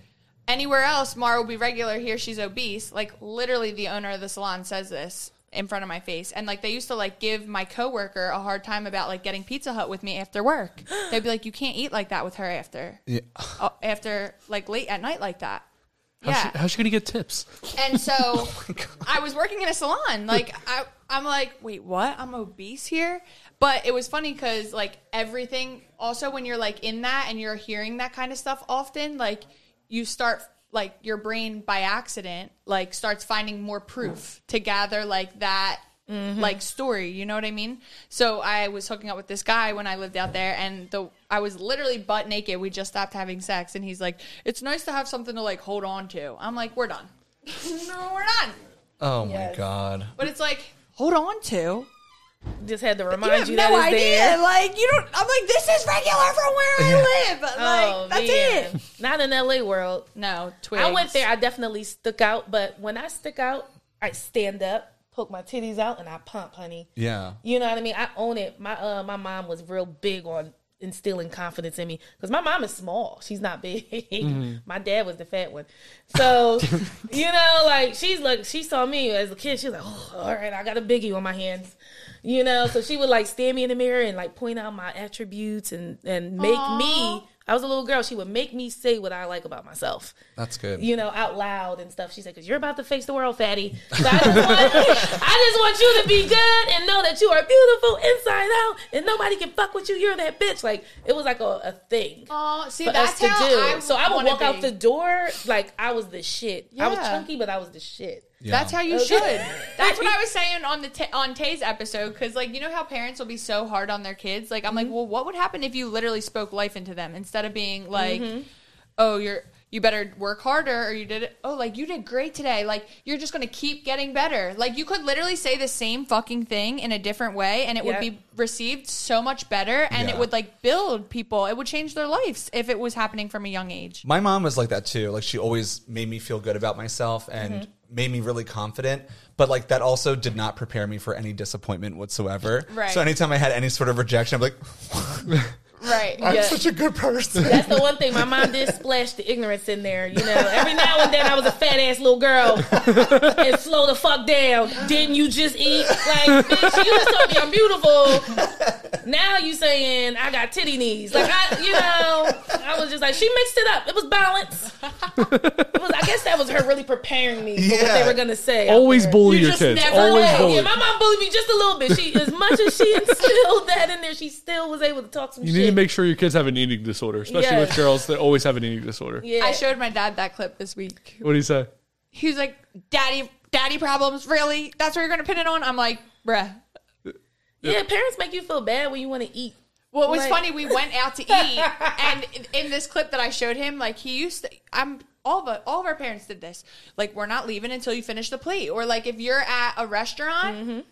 Speaker 3: anywhere else, Mara will be regular. Here, she's obese. Like literally, the owner of the salon says this in front of my face, and like they used to like give my coworker a hard time about like getting Pizza Hut with me after work. They'd be like, you can't eat like that with her after,
Speaker 6: Yeah.
Speaker 3: uh, after like late at night like that.
Speaker 2: How's
Speaker 3: Yeah,
Speaker 2: she, how's she gonna get tips?
Speaker 3: and so I was working in a salon. Like I, I'm like, wait, what? I'm obese here. But it was funny because like everything. Also, when you're like in that and you're hearing that kind of stuff often, like you start like your brain by accident like starts finding more proof to gather like that like story. You know what I mean? So I was hooking up with this guy when I lived out there, and the I was literally butt naked. We just stopped having sex, and he's like, "It's nice to have something to like hold on to." I'm like, "We're done." no, we're done.
Speaker 6: Oh my god.
Speaker 3: But it's like, hold on to.
Speaker 5: Just had to
Speaker 3: You
Speaker 5: remind you,
Speaker 3: have
Speaker 5: that
Speaker 3: no
Speaker 5: it's
Speaker 3: idea.
Speaker 5: there.
Speaker 3: Like you don't. I'm like, this is regular from where I live. Like
Speaker 5: oh,
Speaker 3: that's
Speaker 5: man.
Speaker 3: it.
Speaker 5: Not in LA world.
Speaker 3: No, twigs.
Speaker 5: I went there. I definitely stuck out, but when I stick out, I stand up, poke my titties out, and I pump, honey.
Speaker 6: Yeah.
Speaker 5: You know what I mean? I own it. My uh, my mom was real big on instilling confidence in me because my mom is small. She's not big. my dad was the fat one, so you know, like she's like she saw me as a kid. She was like, oh, all right, I got a biggie on my hands. You know, so she would like stand me in the mirror and like point out my attributes and and make me. I was a little girl. She would make me say what I like about myself
Speaker 6: That's good.
Speaker 5: you know, out loud and stuff. She said, "Cause you're about to face the world, fatty." So I just, want, I just want you to be good and know that you are beautiful inside out, and nobody can fuck with you. You're that bitch. Like it was like a, a thing
Speaker 3: Oh, see,
Speaker 5: for us
Speaker 3: that's
Speaker 5: to do.
Speaker 3: how I
Speaker 5: so I would
Speaker 3: wanna
Speaker 5: walk out
Speaker 3: be.
Speaker 5: the door like I was the shit. I was
Speaker 3: Yeah.
Speaker 5: chunky, but I was the shit.
Speaker 3: That's how you
Speaker 5: Okay.
Speaker 3: should. That's what I was saying on the ta on Tay's episode because like you know how parents will be so hard on their kids. Like I'm
Speaker 5: Mm-hmm.
Speaker 3: like, well, what would happen if you literally spoke life into them instead of being like,
Speaker 5: Mm-hmm.
Speaker 3: oh, you're you better work harder or you did it. Oh, like you did great today. Like you're just gonna keep getting better. Like you could literally say the same fucking thing in a different way and it
Speaker 5: Yeah.
Speaker 3: would be received so much better and
Speaker 6: Yeah.
Speaker 3: it would like build people. It would change their lives if it was happening from a young age.
Speaker 6: My mom was like that too. Like she always made me feel good about myself and
Speaker 5: Mm-hmm.
Speaker 6: made me really confident. But like that also did not prepare me for any disappointment whatsoever.
Speaker 3: Right.
Speaker 6: So anytime I had any sort of rejection, I'm like,
Speaker 3: Right.
Speaker 6: I'm
Speaker 5: Yeah.
Speaker 6: such a good person.
Speaker 5: That's the one thing my mom did splash the ignorance in there. You know, every now and then I was a fat ass little girl and slow the fuck down. Didn't you just eat? Like, bitch, you just told me I'm beautiful. Now you saying I got titty knees. Like, I, you know, I was just like, she mixed it up. It was balanced. It was, I guess that was her really preparing me for what
Speaker 6: Yeah.
Speaker 5: they were going to say.
Speaker 2: Always
Speaker 5: out there.
Speaker 2: bully
Speaker 3: You
Speaker 2: your
Speaker 3: just
Speaker 2: kids.
Speaker 3: never
Speaker 2: Always
Speaker 5: Yeah,
Speaker 3: let-
Speaker 2: bully.
Speaker 5: my mom bullied me just a little bit. She, as much as she instilled that in there, she still was able to talk some
Speaker 2: You
Speaker 5: shit.
Speaker 2: need to make sure your kids have an eating disorder, especially
Speaker 5: Yeah.
Speaker 2: with girls that always have an eating disorder.
Speaker 5: yeah.
Speaker 3: I showed my dad that clip this week.
Speaker 2: What do you say?
Speaker 3: he was like, "Daddy, daddy problems, really? That's what you're gonna pin it on?" I'm like, "Bruh."
Speaker 5: Yeah, parents make you feel bad when you want to eat.
Speaker 3: Well, it was
Speaker 5: Like-
Speaker 3: funny. We went out to eat, and in- in this clip that I showed him, like he used to. I'm all of all of our parents did this. Like, we're not leaving until you finish the plate, or like if you're at a restaurant,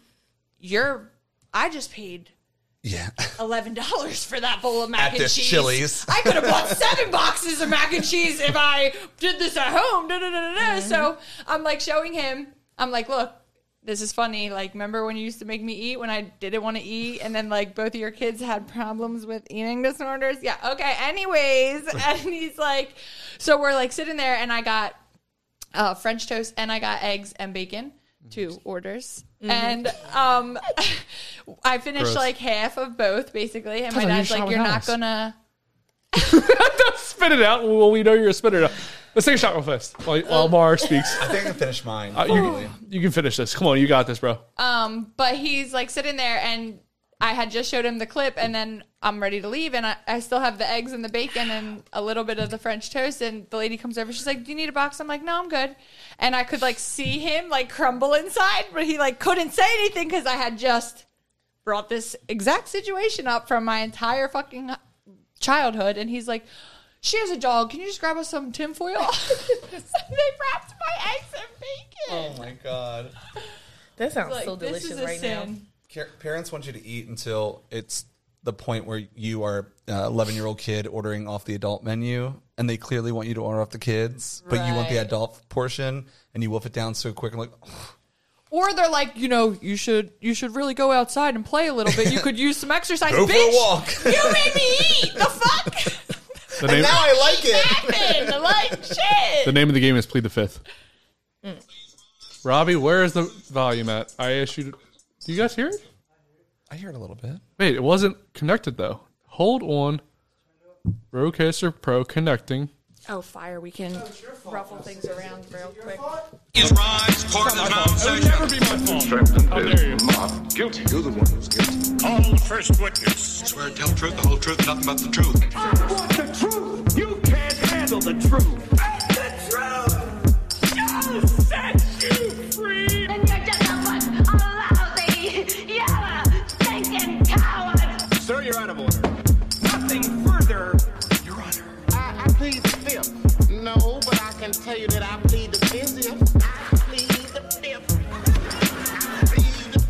Speaker 3: you're. I just paid
Speaker 6: yeah.
Speaker 3: eleven dollars for that bowl of mac
Speaker 6: At
Speaker 3: and
Speaker 6: this
Speaker 3: cheese.
Speaker 6: Chili's.
Speaker 3: I could have bought seven boxes of mac and cheese if I did this at home. Da, da, da, da, da. So I'm like showing him. I'm like, look, this is funny. Like, remember when you used to make me eat when I didn't want to eat, and then like both of your kids had problems with eating disorders. Yeah. Okay. Anyways, and he's like, so we're like sitting there, and I got uh, French toast, and I got eggs and bacon, two orders. And um, I finished
Speaker 2: Gross.
Speaker 3: like half of both, basically. And
Speaker 2: Sounds like
Speaker 3: my
Speaker 2: you
Speaker 3: dad's like,
Speaker 2: showered
Speaker 3: "You're
Speaker 2: house."
Speaker 3: not gonna."
Speaker 2: Spit it out. Well, we know you're a spitter. Let's take a shot real fast while, while Mar speaks.
Speaker 6: I think I can finish mine.
Speaker 2: Uh, you, you can finish this. Come on, you got this, bro.
Speaker 3: Um, but he's like sitting there, and I had just showed him the clip, and then I'm ready to leave, and I, I still have the eggs and the bacon and a little bit of the French toast. And the lady comes over, she's like, "Do you need a box?" I'm like, "No, I'm good." And I could like see him like crumble inside, but he like couldn't say anything because I had just brought this exact situation up from my entire fucking childhood, and he's like. She has a dog. Can you just grab us some tinfoil? they wrapped my eggs and bacon.
Speaker 6: Oh my god.
Speaker 5: That sounds
Speaker 3: Like,
Speaker 5: so
Speaker 3: this
Speaker 5: delicious
Speaker 3: is a
Speaker 5: right now.
Speaker 3: sin.
Speaker 6: Car- Parents want you to eat until it's the point where you are uh, 11 year old kid ordering off the adult menu, and they clearly want you to order off the kids, but you want the
Speaker 3: Right.
Speaker 6: adult portion, and you wolf it down so quick. I'm like,
Speaker 3: Or they're like, you know, you should you should really go outside and play a little bit. You could use some exercise.
Speaker 6: Go for a
Speaker 3: Bitch,
Speaker 6: walk.
Speaker 3: You made me eat. The fuck
Speaker 2: The name,
Speaker 6: now I like it.
Speaker 3: happened? Like
Speaker 2: the
Speaker 3: shit.
Speaker 2: name of the game is Plead the Fifth. Mm. Robbie, where is the volume at? I asked you. To, do you guys hear it?
Speaker 6: I hear it a little bit.
Speaker 2: Wait, it wasn't connected though. Hold on. Rodecaster Pro connecting.
Speaker 3: Oh, fire! We can ruffle things around real quick.
Speaker 7: It rhymes, Portland Mount Session.
Speaker 8: Guilty. You're the one who's guilty.
Speaker 7: All the first witness.
Speaker 8: Swear to tell the truth, the whole truth, nothing but the truth.
Speaker 9: I want the truth. You can't handle the truth. the truth. I'll set you free.
Speaker 10: And you're just a bunch of lousy, yellow, stinking cowards.
Speaker 7: Sir, you're out of order.
Speaker 9: Nothing further.
Speaker 8: Your Honor.
Speaker 11: I, I plead the fifth. No, but I can tell you that I plead the fifth. I plead the fifth. I plead the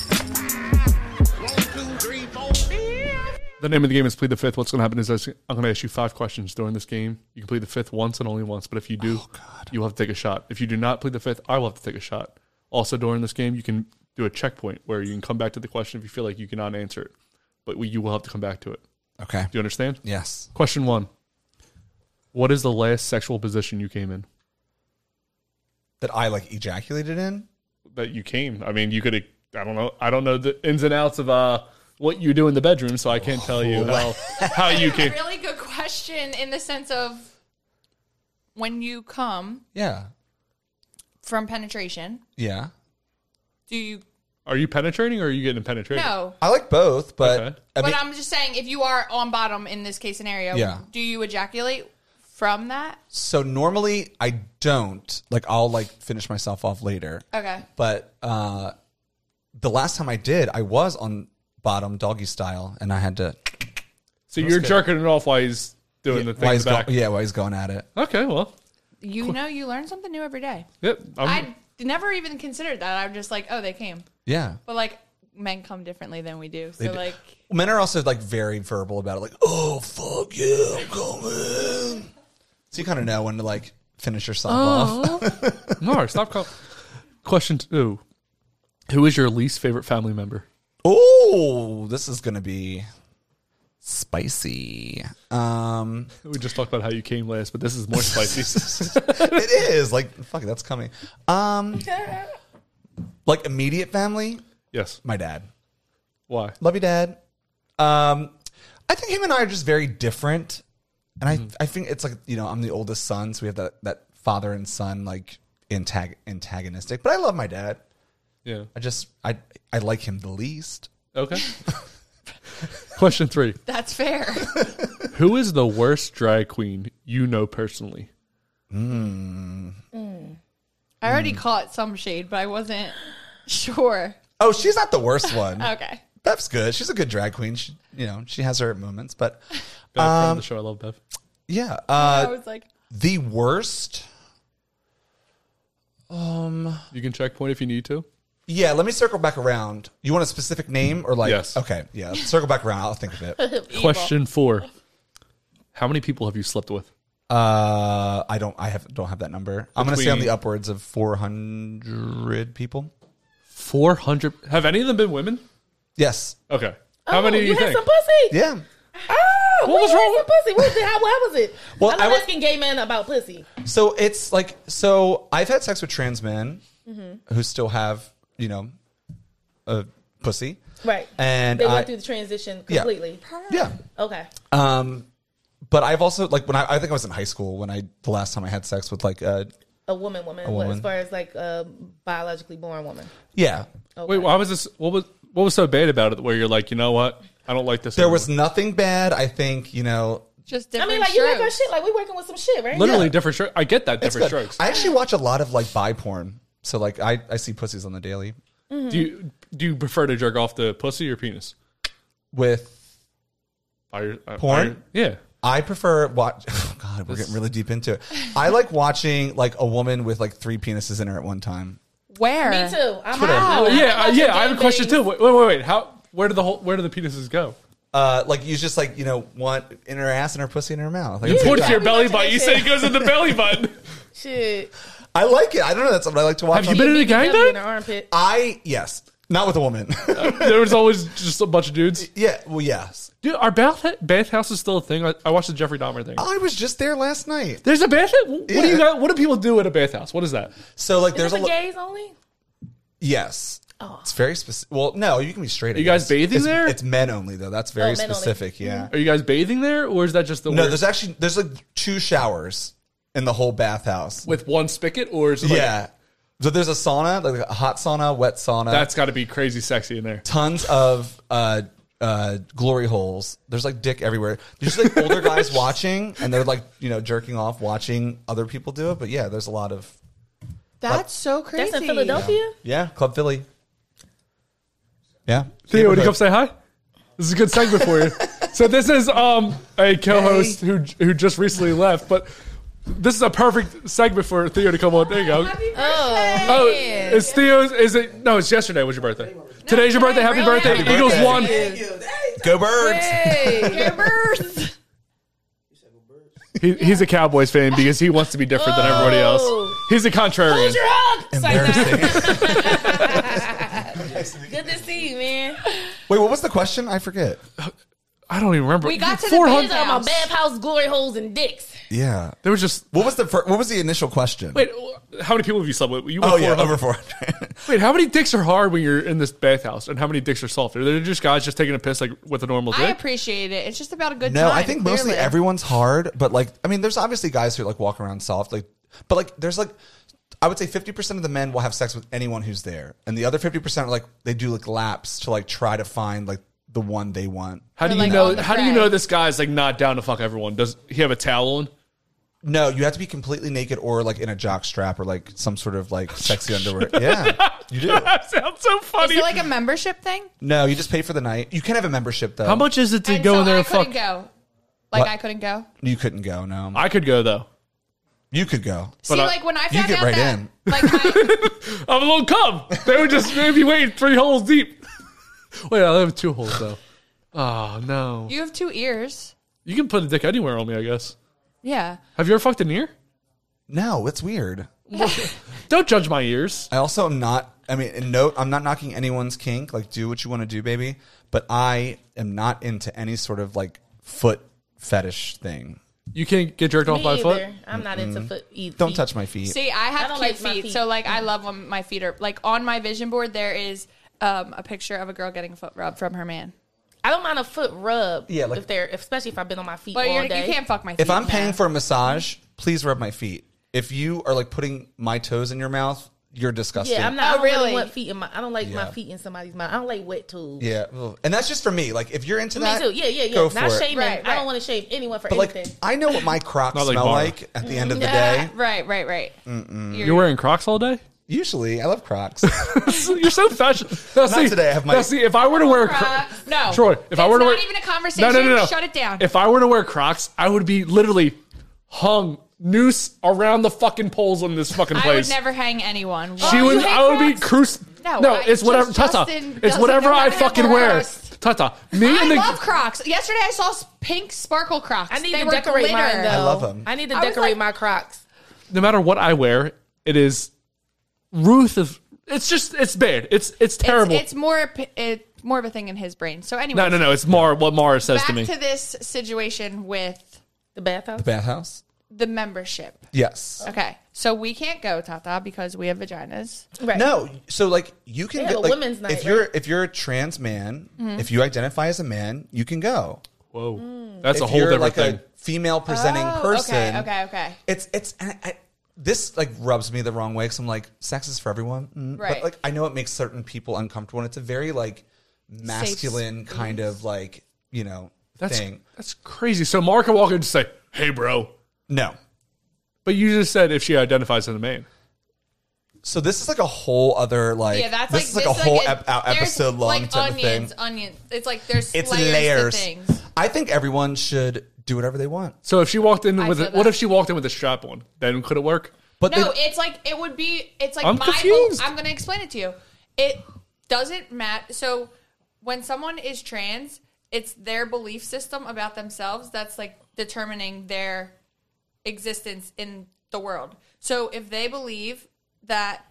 Speaker 11: fifth. Ah, One, two, three, four. Yeah.
Speaker 2: The name of the game is Plead the Fifth. What's going to happen is I s- I'm going to ask you five questions during this game. You can plead the fifth once and only once, but if you do, you'll have to take a shot. If you do not plead the fifth, I will have to take a shot. Also, during this game, you can do a checkpoint where you can come back to the question if you feel like you cannot answer it, but we, you will have to come back to it.
Speaker 6: Okay.
Speaker 2: Do you understand?
Speaker 6: Yes.
Speaker 2: Question one What is the last sexual position you came in?
Speaker 6: That I like ejaculated in.
Speaker 2: That you came. I mean, you could. I don't know. I don't know the ins and outs of uh, what you do in the bedroom, so I can't tell you how, how you came.
Speaker 3: Really good question in the sense of when you come
Speaker 6: Yeah.
Speaker 3: from penetration,
Speaker 6: Yeah.
Speaker 3: do you?
Speaker 2: Are you penetrating or are you getting penetrated?
Speaker 3: No,
Speaker 6: I like both, but
Speaker 2: Okay.
Speaker 6: I mean,
Speaker 3: but I'm just saying, if you are on bottom in this case scenario,
Speaker 6: Yeah.
Speaker 3: do you ejaculate from that?
Speaker 6: so normally I don't. Like, I'll like finish myself off later.
Speaker 3: Okay.
Speaker 6: But uh, the last time I did, I was on bottom doggy style, and I had to.
Speaker 2: So you're jerking it off while he's doing the thing
Speaker 6: Why
Speaker 2: in
Speaker 6: he's
Speaker 2: the
Speaker 6: go,
Speaker 2: back.
Speaker 6: yeah, why he's going at it.
Speaker 2: Okay, well,
Speaker 3: You know, you learn something new every day.
Speaker 2: yep.
Speaker 6: Um,
Speaker 2: I'm,
Speaker 3: I never even considered that. I'm just like, oh, they came.
Speaker 6: Yeah.
Speaker 3: But like, men come differently than we do. So
Speaker 6: do.
Speaker 3: like,
Speaker 6: Men are also like very verbal about it, like, oh, fuck yeah, I'm coming. So you kind of know when to like finish yourself
Speaker 3: Oh.
Speaker 6: off.
Speaker 2: no, stop. Call. Question two: Who is your least favorite family member?
Speaker 6: Oh, this is going to be spicy. Um,
Speaker 2: We just talked about how you came last, but this is more spicy.
Speaker 6: it is like, fuck, that's coming. Um, like immediate family,
Speaker 2: yes.
Speaker 6: my dad.
Speaker 2: Why?
Speaker 6: Love you, Dad. Um, I think him and I are just very different, and I I think it's like you know I'm the oldest son, so we have that that father and son like antag- antagonistic. But I love my dad.
Speaker 2: Yeah.
Speaker 6: I just I I like him the least.
Speaker 2: Okay. Question three:
Speaker 3: that's fair.
Speaker 2: Who is the worst drag queen you know personally?
Speaker 3: I already
Speaker 6: Hmm.
Speaker 3: caught some shade, but I wasn't sure.
Speaker 6: Oh, she's not the worst one.
Speaker 3: Okay.
Speaker 6: Bev's good. She's a good drag queen. She, you know she has her moments, but
Speaker 2: Bev
Speaker 5: Um,
Speaker 2: from the show. I love Bev.
Speaker 6: yeah.
Speaker 3: I
Speaker 6: Uh,
Speaker 3: was like,
Speaker 6: the worst.
Speaker 2: You can checkpoint if you need to.
Speaker 6: Yeah, let me circle back around. You want a specific name or like?
Speaker 2: Yes.
Speaker 6: Okay. Yeah. Circle back around. I'll think of it.
Speaker 2: Question four: How many people have you slept with?
Speaker 6: Uh, I don't. I have don't have that number. I'm gonna say on
Speaker 2: Between-
Speaker 6: the upwards of 400 people.
Speaker 2: Four hundred. Have any of them been women?
Speaker 6: Yes.
Speaker 2: Okay. How
Speaker 5: Oh,
Speaker 2: many do you,
Speaker 5: you
Speaker 2: think?
Speaker 5: had some pussy?
Speaker 6: Yeah.
Speaker 5: Oh,
Speaker 2: What
Speaker 5: we
Speaker 2: was
Speaker 5: had
Speaker 2: wrong
Speaker 5: some pussy. What was it? How, how was it?
Speaker 6: Well,
Speaker 5: I
Speaker 6: I
Speaker 5: love
Speaker 6: was-
Speaker 5: asking gay men about pussy.
Speaker 6: So it's like so. I've had sex with trans men who still have you know a pussy.
Speaker 5: Right.
Speaker 6: And
Speaker 5: they went
Speaker 6: I-
Speaker 5: through the transition
Speaker 6: Yeah.
Speaker 5: completely.
Speaker 6: Yeah.
Speaker 5: Okay.
Speaker 6: Um, but I've also like when I, I think I was in high school when I the last time I had sex with like uh
Speaker 5: A woman, woman,
Speaker 6: woman.
Speaker 5: as far as like a biologically born woman.
Speaker 6: yeah
Speaker 2: Wait, why was this? What was? what was so bad about it where you're like, you know what? I don't like this.
Speaker 6: There was nothing bad. I think you know.
Speaker 3: Just
Speaker 5: I
Speaker 3: different.
Speaker 5: mean, like you like our
Speaker 3: strokes.
Speaker 5: shit. Like we working with some shit, right?
Speaker 2: Literally different strokes. I get that
Speaker 6: It's
Speaker 2: different
Speaker 6: good.
Speaker 2: strokes.
Speaker 6: I actually watch a lot of like bi porn. So like I, I see pussies on the daily
Speaker 2: Do you do you prefer to jerk off the pussy or penis?
Speaker 6: with
Speaker 2: By your- uh, by your-
Speaker 6: porn.
Speaker 2: yeah.
Speaker 6: I prefer watch. Oh God, we're getting really deep into it. I like watching like a woman with like three penises in her at one time.
Speaker 3: Where?
Speaker 5: Me too. I'm
Speaker 2: Oh,
Speaker 5: Wow.
Speaker 2: yeah,
Speaker 5: Watch
Speaker 2: uh,
Speaker 5: your
Speaker 2: yeah. I have a
Speaker 5: damn
Speaker 2: question
Speaker 5: things.
Speaker 2: too. Wait, wait, wait, wait. How? Where do the whole? Where do the penises go?
Speaker 6: Uh, like you just like you know want in her ass and her pussy in her mouth. Like,
Speaker 2: You
Speaker 6: it's
Speaker 2: point
Speaker 6: like
Speaker 2: to your
Speaker 6: that.
Speaker 2: belly
Speaker 5: watching
Speaker 2: button.
Speaker 5: that
Speaker 2: You said it
Speaker 5: shit.
Speaker 2: goes in the belly button.
Speaker 5: Shit.
Speaker 6: I like it. I don't know. That's what I like to
Speaker 2: Have
Speaker 6: watch.
Speaker 2: you
Speaker 6: on-
Speaker 2: been in a gang
Speaker 5: BBW in her
Speaker 2: though?
Speaker 5: armpit.
Speaker 6: I yes, not with a woman.
Speaker 2: There was always just a bunch of dudes.
Speaker 6: yeah, well yes.
Speaker 2: Dude, our bath bathhouse is still a thing. I, I watched the Jeffrey Dahmer thing.
Speaker 6: I was just there last night.
Speaker 2: There's a bath. What do
Speaker 6: Uh, Yeah.
Speaker 2: you got? What do people do at a bathhouse? What is that?
Speaker 6: So like
Speaker 5: Is
Speaker 6: there's
Speaker 5: it Oh.
Speaker 6: a
Speaker 5: for
Speaker 6: lo-
Speaker 5: gays only?
Speaker 6: yes. It's very specific. Well, no, you can be straight. I
Speaker 2: you guys
Speaker 6: guess.
Speaker 2: bathing
Speaker 6: It's-
Speaker 2: there?
Speaker 6: It's men only though. That's very
Speaker 5: Oh, men only.
Speaker 6: specific. Yeah.
Speaker 2: Are you guys bathing there, or is that just the
Speaker 6: No,
Speaker 2: weird-
Speaker 6: there's actually there's like two showers in the whole bathhouse.
Speaker 2: with one spigot, or is it like,
Speaker 6: yeah. So there's a sauna, like a hot sauna, wet sauna.
Speaker 2: That's got to be crazy sexy in there.
Speaker 6: tons of uh, uh, glory holes. There's like dick everywhere. There's just like older guys watching, and they're like you know jerking off, watching other people do it. But yeah, there's a lot of
Speaker 3: That's so crazy.
Speaker 5: That's in Philadelphia.
Speaker 6: yeah, Club Philly. Yeah,
Speaker 2: Theo, would you
Speaker 6: Neighborhood.
Speaker 2: come say hi? This is a good segment for you. so this is um, a co-host who who just recently left, but this is a perfect segment for Theo to come on. There you go.
Speaker 5: Oh,
Speaker 2: Oh, it's Theo's. Is it? No, it's yesterday. Was your birthday? Today's your
Speaker 3: today,
Speaker 2: birthday. Happy
Speaker 3: really?
Speaker 2: birthday.
Speaker 3: Happy
Speaker 2: Eagles
Speaker 6: birthday.
Speaker 2: won.
Speaker 6: Go Birds!
Speaker 3: Gamers.
Speaker 2: He, he's a Cowboys fan because he wants to be different than everybody
Speaker 3: Oh.
Speaker 2: else. He's a contrarian.
Speaker 6: Embarrassing.
Speaker 5: good to see you, man.
Speaker 6: Wait, what was the question? I forget.
Speaker 2: I don't even remember.
Speaker 3: We got to the
Speaker 2: 400
Speaker 5: These are my bath house glory holes and dicks.
Speaker 6: Yeah.
Speaker 2: There was just
Speaker 6: What was the fir- what was the initial question?
Speaker 2: wait. How many people have you slept with? You
Speaker 6: oh
Speaker 2: went
Speaker 6: yeah,
Speaker 2: 400.
Speaker 6: over four hundred.
Speaker 2: Wait, how many dicks are hard when you're in this bathhouse, and how many dicks are soft? Are there just guys just taking a piss like with a normal dick?
Speaker 3: I appreciate it. It's just about a good
Speaker 6: No,
Speaker 3: time.
Speaker 6: I think mostly
Speaker 3: clearly.
Speaker 6: everyone's hard, but like I mean, there's obviously guys who like walk around soft, like but like there's like I would say fifty percent of the men will have sex with anyone who's there, and the other fifty percent like they do like laps to like try to find like the one they want.
Speaker 2: how do
Speaker 3: Or,
Speaker 2: you
Speaker 3: like,
Speaker 2: know?
Speaker 3: on the
Speaker 2: How do you
Speaker 3: prey.
Speaker 2: know this guy's like not down to fuck everyone? Does he have a towel on?
Speaker 6: No, you have to be completely naked or like in a jock strap or like some sort of like sexy underwear. Yeah, you do.
Speaker 2: that sounds so
Speaker 3: Is
Speaker 2: funny.
Speaker 3: it like a membership thing?
Speaker 6: No, you just pay for the night. You can have a membership though.
Speaker 2: how much is it to
Speaker 3: And
Speaker 2: go
Speaker 3: so
Speaker 2: in there
Speaker 3: I
Speaker 2: and fuck?
Speaker 3: couldn't go. Like
Speaker 6: What?
Speaker 3: I couldn't go.
Speaker 6: You couldn't go. No,
Speaker 2: I could go though.
Speaker 6: you could go.
Speaker 3: See,
Speaker 2: I-
Speaker 3: like when I
Speaker 6: uh, You
Speaker 3: found
Speaker 6: get
Speaker 3: out
Speaker 6: right
Speaker 3: that,
Speaker 6: in.
Speaker 3: like, I,
Speaker 2: I'm a little cum. They would just maybe wait three holes deep. Wait, I have two holes though. Oh no!
Speaker 3: you have two ears.
Speaker 2: You can put a dick anywhere on me, I guess.
Speaker 3: Yeah.
Speaker 2: Have you ever fucked an ear?
Speaker 6: No, it's weird.
Speaker 2: Don't judge my ears.
Speaker 6: I also am not. I mean, and note, I'm not knocking anyone's kink. Like, do what you want to do, baby. But I am not into any sort of like foot fetish thing.
Speaker 2: You can't get jerked off
Speaker 5: Me
Speaker 2: by a foot.
Speaker 5: either. I'm not into foot. e-, Either.
Speaker 6: Mm-hmm. Don't touch my feet.
Speaker 3: See, I have
Speaker 5: I don't
Speaker 3: cute
Speaker 5: like my
Speaker 3: feet,
Speaker 5: feet.
Speaker 3: so like I love when my feet are like on my vision board. There is um, a picture of a girl getting a foot rub from her man,
Speaker 5: I don't mind a foot rub.
Speaker 6: Yeah, like-
Speaker 5: if they're especially if I've been on my feet
Speaker 3: but
Speaker 5: all
Speaker 3: you're, you
Speaker 5: day.
Speaker 3: can't fuck my feet.
Speaker 6: if I'm paying
Speaker 3: yeah.
Speaker 6: for a massage, please rub my feet. If you are like putting my toes in your mouth, you're disgusting.
Speaker 5: yeah, I'm not. I
Speaker 3: Oh,
Speaker 5: don't really?
Speaker 3: really?
Speaker 5: want feet in my. I don't like
Speaker 6: Yeah.
Speaker 5: my feet in somebody's mouth. I don't like wet tools.
Speaker 6: Yeah, ugh. and that's just for me. Like, if you're into
Speaker 5: Me
Speaker 6: that,
Speaker 5: too. Yeah, yeah, yeah.
Speaker 6: Go for
Speaker 5: Not
Speaker 6: it.
Speaker 5: shaming.
Speaker 3: Right,
Speaker 5: I
Speaker 3: right.
Speaker 5: don't want to shame anyone for
Speaker 6: But like,
Speaker 5: anything.
Speaker 6: I know what my Crocs
Speaker 2: Not like
Speaker 6: smell
Speaker 2: Mara.
Speaker 6: like at the end of the
Speaker 3: Yeah,
Speaker 6: day.
Speaker 3: right, right, right.
Speaker 2: You're wearing Crocs all day.
Speaker 6: Usually, I love Crocs.
Speaker 2: You're so fashion. Now, see,
Speaker 6: today, I have my-
Speaker 2: now, see, if I were to wear
Speaker 3: Uh,
Speaker 2: Crocs,
Speaker 3: no,
Speaker 2: Troy, if I
Speaker 3: That's
Speaker 2: were to
Speaker 3: not
Speaker 2: wear,
Speaker 3: even a conversation. Shut it down.
Speaker 2: If I were to wear Crocs, I would be literally hung noose around the fucking poles on this fucking
Speaker 3: I would
Speaker 2: place.
Speaker 3: never hang anyone.
Speaker 2: She
Speaker 3: Oh,
Speaker 2: would.
Speaker 3: you hate
Speaker 2: I would be
Speaker 3: Crocs?
Speaker 2: cruise. No,
Speaker 3: No, I-
Speaker 2: it's whatever.
Speaker 3: Justin
Speaker 2: Tata, it's
Speaker 3: doesn't
Speaker 2: whatever
Speaker 3: know
Speaker 2: I
Speaker 3: how to
Speaker 2: fucking
Speaker 3: wear
Speaker 2: wear.
Speaker 3: Crocs.
Speaker 2: Tata, me
Speaker 3: I
Speaker 2: and the
Speaker 3: love Crocs. Yesterday I saw s- pink sparkle Crocs.
Speaker 5: I need
Speaker 3: they
Speaker 5: to
Speaker 3: were
Speaker 5: decorate
Speaker 3: glitter.
Speaker 5: mine though. I
Speaker 6: love 'em.
Speaker 5: I need to
Speaker 3: I was
Speaker 5: decorate
Speaker 3: like-
Speaker 5: my Crocs.
Speaker 2: no matter what I wear, it is ruth of. It's just it's bad. It's it's terrible.
Speaker 3: It's, it's more p- it, more of a thing in his brain. So anyway,
Speaker 2: no, no, no. It's Mara. What Mara says
Speaker 3: Back
Speaker 2: to me.
Speaker 3: to this situation with
Speaker 5: The bathhouse.
Speaker 6: Bathhouse.
Speaker 3: the membership.
Speaker 6: Yes.
Speaker 3: Okay, so we can't go Tata because we have vaginas.
Speaker 5: Right.
Speaker 6: No, so like you
Speaker 5: They
Speaker 6: can
Speaker 5: have
Speaker 6: get
Speaker 5: a
Speaker 6: like,
Speaker 5: women's night,
Speaker 6: if you're if you're a trans man,
Speaker 3: Mm-hmm.
Speaker 6: if you identify as a man, you can go.
Speaker 2: Whoa,
Speaker 3: Mm.
Speaker 2: that's
Speaker 6: if
Speaker 2: a whole
Speaker 6: you're
Speaker 2: different
Speaker 6: like
Speaker 2: thing.
Speaker 6: a female presenting
Speaker 3: Oh,
Speaker 6: person.
Speaker 3: okay, okay, okay.
Speaker 6: It's it's and I, this like rubs me the wrong way because I'm like sex is for everyone, Mm,
Speaker 3: Right.
Speaker 6: But like I know it makes certain people uncomfortable, and it's a very like masculine kind of like you know
Speaker 2: That's-
Speaker 6: thing.
Speaker 2: That's crazy. So Mark can walk in and say, "Hey, bro."
Speaker 6: No.
Speaker 2: But you just said if she identifies as a man.
Speaker 6: So this is like a whole other like
Speaker 3: yeah, that's
Speaker 6: this
Speaker 3: like
Speaker 6: is like a whole ep-
Speaker 3: there's,
Speaker 6: episode long
Speaker 3: like
Speaker 6: type
Speaker 3: onions,
Speaker 6: of thing.
Speaker 3: onions. It's like there's
Speaker 6: It's
Speaker 3: layers,
Speaker 6: layers.
Speaker 3: to things.
Speaker 6: I think everyone should do whatever they want.
Speaker 2: So if she walked in
Speaker 3: I
Speaker 2: with,
Speaker 3: feel
Speaker 2: a, what
Speaker 3: that.
Speaker 2: if she walked in with a strap on? Then could it work?
Speaker 6: But
Speaker 3: no, it's like it would be. It's like
Speaker 2: I'm
Speaker 3: my.
Speaker 2: confused.
Speaker 3: I'm going to explain it to you. It doesn't matter. So when someone is trans, it's their belief system about themselves that's like determining their existence in the world. So if they believe that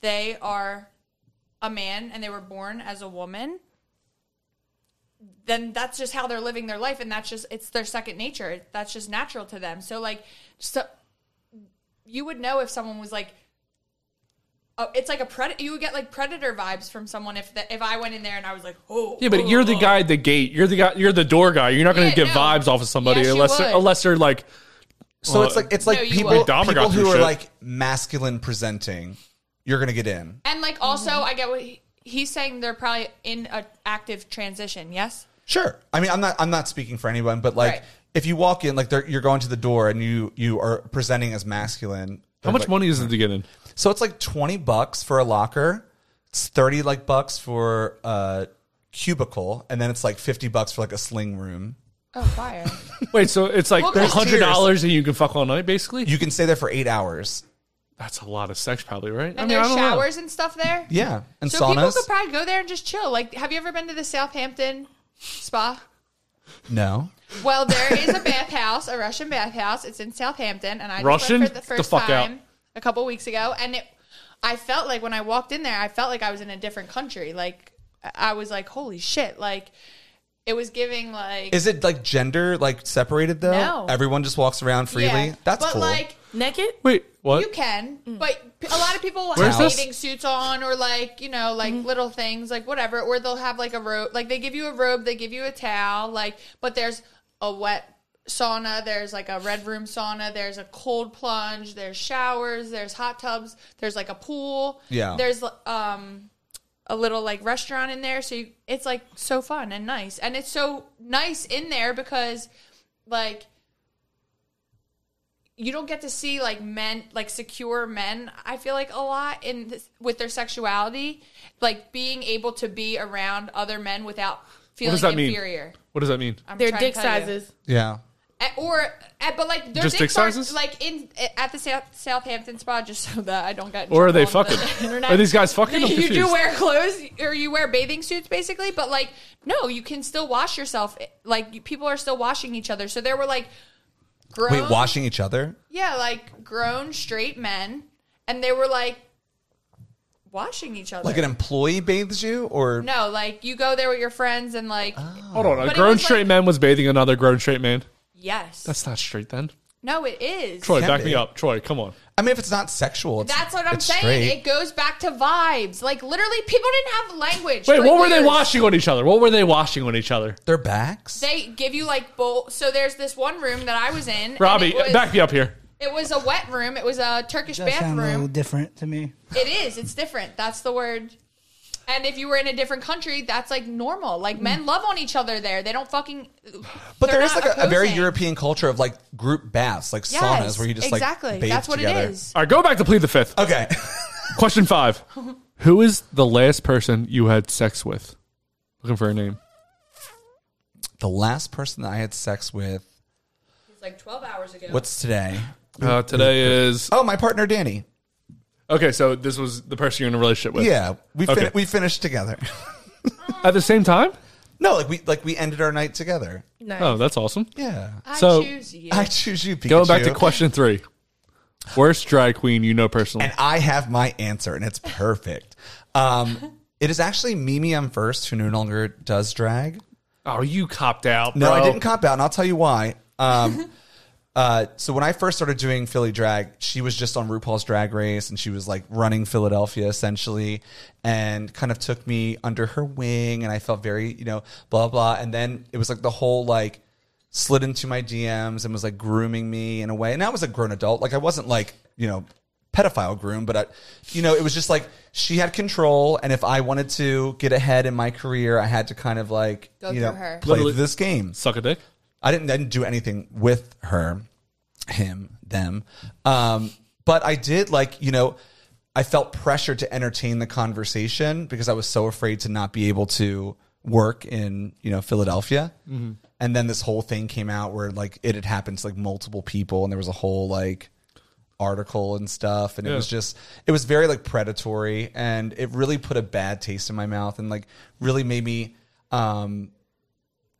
Speaker 3: they are a man and they were born as a woman, then that's just how they're living their life and that's just it's their second nature. That's just natural to them. So like so you would know if someone was like Oh, it's like a predator. You would get like predator vibes from someone if the, if I went in there and I was like, oh,
Speaker 2: Yeah, but you're the guy at the gate. You're the guy. You're the door guy. You're not going
Speaker 3: Yeah,
Speaker 2: to get
Speaker 3: no.
Speaker 2: vibes off of somebody
Speaker 3: Yes, you
Speaker 2: unless they're,
Speaker 3: would.
Speaker 2: unless they're like.
Speaker 6: So
Speaker 2: uh,
Speaker 6: it's like it's like
Speaker 3: No, you
Speaker 6: people,
Speaker 3: won't.
Speaker 2: Dahmer got
Speaker 6: people who
Speaker 2: through
Speaker 6: are
Speaker 2: shit.
Speaker 6: like masculine presenting, you're gonna get in.
Speaker 3: And like also, I get what he, he's saying. They're probably in an active transition. Yes.
Speaker 6: Sure. I mean, I'm not I'm not speaking for anyone, but like
Speaker 3: Right.
Speaker 6: if you walk in, like they're, you're going to the door and you you are presenting as masculine.
Speaker 2: how much money is it to get in?
Speaker 6: So it's like twenty bucks for a locker. It's thirty like bucks for a cubicle, and then it's like fifty bucks for like a sling room.
Speaker 3: Oh, fire.
Speaker 2: Wait, so it's like
Speaker 3: Well,
Speaker 2: a
Speaker 3: there's
Speaker 2: hundred dollars and you can fuck all night, basically.
Speaker 6: You can stay there for eight hours.
Speaker 2: That's a lot of sex, probably, right?
Speaker 3: And there's showers and stuff there.
Speaker 6: Yeah, and
Speaker 3: so people
Speaker 6: saunas.
Speaker 3: could probably go there and just chill. Like, have you ever been to the Southampton spa?
Speaker 6: no.
Speaker 3: Well, there is a bathhouse, a Russian bathhouse. It's in Southampton, and I
Speaker 2: Russian?
Speaker 3: just went for the
Speaker 2: Get the
Speaker 3: first
Speaker 2: fuck out.
Speaker 3: time a couple weeks ago, and it. I felt like when I walked in there, I felt like I was in a different country. Like I was like, holy shit! Like it was giving like
Speaker 6: Is it like gender like separated though?
Speaker 3: No.
Speaker 6: Everyone just walks around freely.
Speaker 3: Yeah,
Speaker 6: That's
Speaker 3: but
Speaker 6: cool.
Speaker 3: like
Speaker 5: Naked?
Speaker 2: Wait, what?
Speaker 3: You can, but p- a lot of people
Speaker 2: Where's
Speaker 3: have
Speaker 2: this?
Speaker 3: bathing suits on, or like you know, like little things, like whatever. Or they'll have like a robe, like they give you a robe, they give you a towel, like. But there's a wet sauna, there's like a red room sauna, there's a cold plunge, there's showers, there's hot tubs, there's like a pool.
Speaker 6: Yeah.
Speaker 3: There's um a little like restaurant in there, so you, it's like so fun and nice, and it's so nice in there because like you don't get to see like men like secure men i feel like a lot in this, with their sexuality like being able to be around other men without
Speaker 2: What
Speaker 3: feeling
Speaker 2: does that mean?
Speaker 3: inferior
Speaker 2: What does that mean?
Speaker 3: I'm
Speaker 5: Their
Speaker 3: trying to
Speaker 5: dick
Speaker 3: tell you.
Speaker 5: sizes.
Speaker 6: yeah.
Speaker 3: Eh, or eh, but like their
Speaker 2: Just
Speaker 3: dicks
Speaker 2: dick
Speaker 3: aren't,
Speaker 2: sizes?
Speaker 3: like in eh, at the South, southampton spa just so that i don't get in
Speaker 2: Or are they
Speaker 3: trouble on the
Speaker 2: fucking?
Speaker 3: internet.
Speaker 2: Are these guys fucking? I'm
Speaker 3: you do
Speaker 2: confused.
Speaker 3: wear clothes or you wear bathing suits basically but like no you can still wash yourself like you- people are still washing each other so there were like grown
Speaker 6: Wait, washing each other?
Speaker 3: Yeah, like grown straight men, and they were like washing each other.
Speaker 6: Like an employee bathes you or
Speaker 3: no, like you go there with your friends and like
Speaker 2: Hold on, a
Speaker 3: But it
Speaker 2: grown
Speaker 3: was
Speaker 2: straight
Speaker 3: like-
Speaker 2: man was bathing another grown straight man.
Speaker 3: yes,
Speaker 2: That's not straight then.
Speaker 3: no, it is.
Speaker 2: Troy,
Speaker 6: Can't
Speaker 2: back
Speaker 6: be.
Speaker 2: me up. Troy, come on.
Speaker 6: I mean if it's not sexual, it's,
Speaker 3: That's what I'm
Speaker 6: it's
Speaker 3: saying.
Speaker 6: straight.
Speaker 3: It goes back to vibes. Like literally, people didn't have language.
Speaker 2: Wait,
Speaker 3: for
Speaker 2: what were they
Speaker 3: years.
Speaker 2: washing on each other? What were they washing on each other?
Speaker 6: Their backs?
Speaker 3: They give you like bowl. So there's this one room that I was in. and
Speaker 2: Robbie,
Speaker 3: it was,
Speaker 2: back me up here.
Speaker 3: It was a wet room. It was a Turkish
Speaker 1: That sounds a little
Speaker 3: bathroom.
Speaker 1: different to me.
Speaker 3: It is. It's different. That's the word. And if you were in a different country, that's like normal. Like men love on each other there. They don't fucking.
Speaker 6: but there is
Speaker 3: not
Speaker 6: like a, a very
Speaker 3: opposing.
Speaker 6: European culture of like group baths, like
Speaker 3: Yes,
Speaker 6: saunas where you just like
Speaker 3: exactly.
Speaker 6: bathe
Speaker 3: That's what
Speaker 6: together.
Speaker 3: it is.
Speaker 2: All right, go back to plead the fifth.
Speaker 6: Okay.
Speaker 2: Question five: Who is the last person you had sex with? Looking for a name.
Speaker 6: the last person that I had sex with
Speaker 3: It's like twelve hours ago.
Speaker 6: what's today?
Speaker 2: Uh, today is
Speaker 6: Oh, my partner Danny.
Speaker 2: okay. So this was the person you're in a relationship with.
Speaker 6: Yeah. We fin-
Speaker 2: Okay.
Speaker 6: we finished together.
Speaker 2: At the same time.
Speaker 6: no, like we like we ended our night together.
Speaker 5: Nice.
Speaker 2: Oh, that's awesome.
Speaker 6: Yeah.
Speaker 3: I
Speaker 2: so-
Speaker 3: choose you.
Speaker 6: I choose you, Pikachu.
Speaker 2: Going back to question three: Worst drag queen you know personally.
Speaker 6: and I have my answer, and it's perfect. Um, it is actually Mimi M first, who no longer does drag.
Speaker 2: oh, you copped out.
Speaker 6: No, I
Speaker 2: bro.
Speaker 6: didn't cop out, and I'll tell you why. Um, uh, so when I first started doing Philly drag, she was just on RuPaul's Drag Race, and she was like running Philadelphia essentially, and kind of took me under her wing, and I felt very, you know, blah blah. And then it was like the whole like slid into my DMs and was like grooming me in a way, and I was a grown adult, like I wasn't like you know pedophile groom, but I, you know, it was just like she had control, and if I wanted to get ahead in my career, I had to kind of like
Speaker 3: Go
Speaker 6: you
Speaker 3: through
Speaker 6: know
Speaker 3: her.
Speaker 6: play
Speaker 2: Literally-
Speaker 6: this game,
Speaker 2: suck a dick.
Speaker 6: I didn't, I didn't do anything with her, him, them, um, but I did like you know. I felt pressure to entertain the conversation because I was so afraid to not be able to work in, you know, Philadelphia.
Speaker 2: Mhm.
Speaker 6: And then this whole thing came out where like it had happened to like multiple people and there was a whole like article and stuff and it
Speaker 2: Yeah.
Speaker 6: was just it was very like predatory and it really put a bad taste in my mouth and like really made me um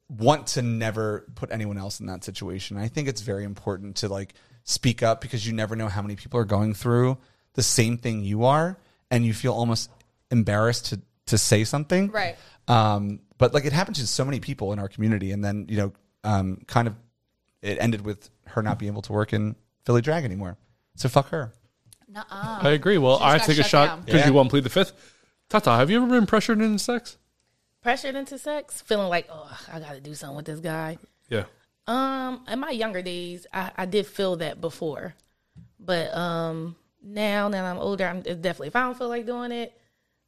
Speaker 6: want to never put anyone else in that situation. I think it's very important to like speak up because you never know how many people are going through the same thing you are and you feel almost embarrassed to to say something.
Speaker 3: Right.
Speaker 6: Um but like it happened to so many people in our community and then you know um kind of it ended with her not being able to work in Philly drag anymore. So fuck her.
Speaker 3: Nuh-uh.
Speaker 2: I agree. Well,
Speaker 3: She just
Speaker 2: I
Speaker 3: got
Speaker 2: take a
Speaker 3: shut
Speaker 2: shot
Speaker 3: down.
Speaker 2: because
Speaker 6: Yeah.
Speaker 2: you won't plead the fifth. Tata, have you ever been pressured into sex?
Speaker 5: Pressured into sex, feeling like, oh, I got to do something with this guy.
Speaker 2: Yeah.
Speaker 5: Um, in my younger days, I, I did feel that before, but um, now that I'm older, I'm it's definitely if I don't feel like doing it,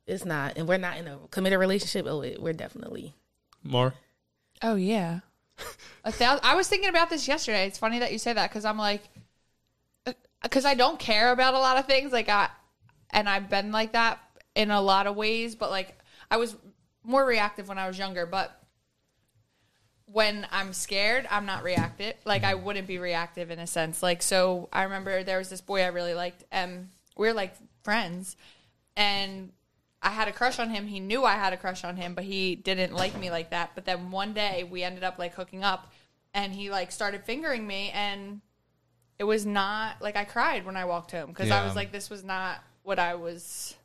Speaker 5: it's not, and we're not in a committed relationship. Oh, it, we're definitely
Speaker 2: More.
Speaker 3: Oh yeah. A thousand, I was thinking about this yesterday. It's funny that you say that because I'm like, because I don't care about a lot of things. Like I, and I've been like that in a lot of ways. But like I was more reactive when I was younger. But when I'm scared, I'm not reactive. Like I wouldn't be reactive in a sense. Like so, I remember there was this boy I really liked, and we were like friends, and I had a crush on him. He knew I had a crush on him, but he didn't like me like that. But then one day we ended up like hooking up, and he like started fingering me, and it was not like I cried when I walked home because I
Speaker 6: Yeah.
Speaker 3: was like, this was not what I was.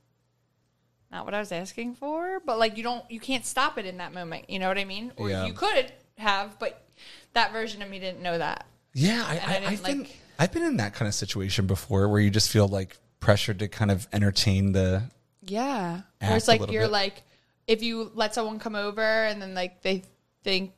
Speaker 3: Not what I was asking for, but like you don't, you can't stop it in that moment. You know what I mean? Or
Speaker 6: Yeah.
Speaker 3: you could have, but that version of me didn't know that.
Speaker 6: Yeah, I,
Speaker 3: And I
Speaker 6: I,
Speaker 3: didn't
Speaker 6: I've been
Speaker 3: like-
Speaker 6: I've been in that kind of situation before where you just feel like pressured to kind of entertain the
Speaker 3: Yeah.
Speaker 6: Act
Speaker 3: Where it's
Speaker 6: a
Speaker 3: like
Speaker 6: little
Speaker 3: you're
Speaker 6: bit.
Speaker 3: like if you let someone come over and then like they think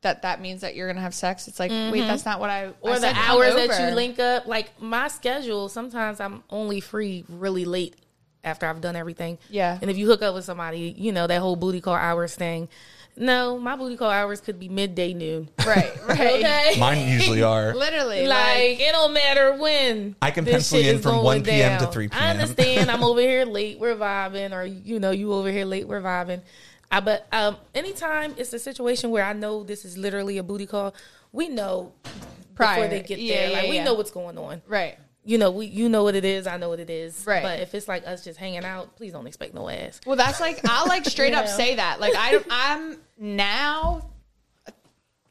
Speaker 3: that that means that you're gonna have sex. It's like wait,
Speaker 5: Mhm.
Speaker 3: that's not what I
Speaker 5: or
Speaker 3: I
Speaker 5: the
Speaker 3: said come
Speaker 5: hours that
Speaker 3: over.
Speaker 5: you link up. Like my schedule, sometimes I'm only free really late after I've done everything.
Speaker 3: Yeah.
Speaker 5: And if you hook up with somebody, you know, that whole booty call hours thing. No, my booty call hours could be midday noon.
Speaker 3: Right, right.
Speaker 5: okay.
Speaker 6: Mine usually are.
Speaker 3: Literally.
Speaker 5: Like,
Speaker 3: Like,
Speaker 5: it don't matter when.
Speaker 6: I can
Speaker 5: this
Speaker 6: pencil
Speaker 5: shit
Speaker 6: you in
Speaker 5: is
Speaker 6: from
Speaker 5: going
Speaker 6: 1 p.m. to
Speaker 5: down.
Speaker 6: 3
Speaker 5: I
Speaker 6: p.m..
Speaker 5: understand I'm over here late, we're vibing, or you know, you over here late, we're vibing. I, but um, anytime it's a situation where I know this is literally a booty call, we know
Speaker 3: Prior.
Speaker 5: before they get
Speaker 3: Yeah,
Speaker 5: there.
Speaker 3: yeah,
Speaker 5: like we
Speaker 3: yeah.
Speaker 5: know what's going on.
Speaker 3: Right.
Speaker 5: You know, we you know what it is. I know what it is.
Speaker 3: Right.
Speaker 5: But if it's like us just hanging out, please don't expect no ass.
Speaker 3: Well, that's like I'll like straight up
Speaker 5: Yeah.
Speaker 3: say that. Like I I'm now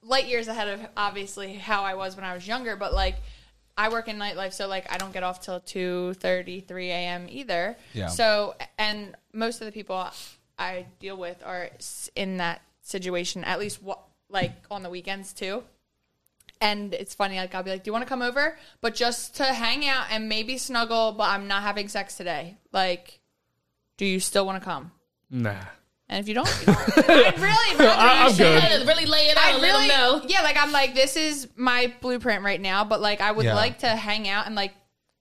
Speaker 3: light years ahead of obviously how I was when I was younger, but like I work in nightlife, so like I don't get off till 2 3 a.m. either.
Speaker 10: Yeah.
Speaker 3: So and most of the people I deal with are s- in that situation at least wa- like on the weekends too. And it's funny, like I'll be like, "Do you want to come over?" But just to hang out and maybe snuggle, but I'm not having sex today. Like, do you still want to come?
Speaker 2: Nah.
Speaker 3: And if you don't, you don't. I'd really, rather
Speaker 2: I-
Speaker 3: you
Speaker 2: I'm good.
Speaker 3: should.
Speaker 5: Really lay it out and let 'em know.
Speaker 3: Yeah, like I'm like this is my blueprint right now, but like I would
Speaker 6: Yeah.
Speaker 3: like to hang out and like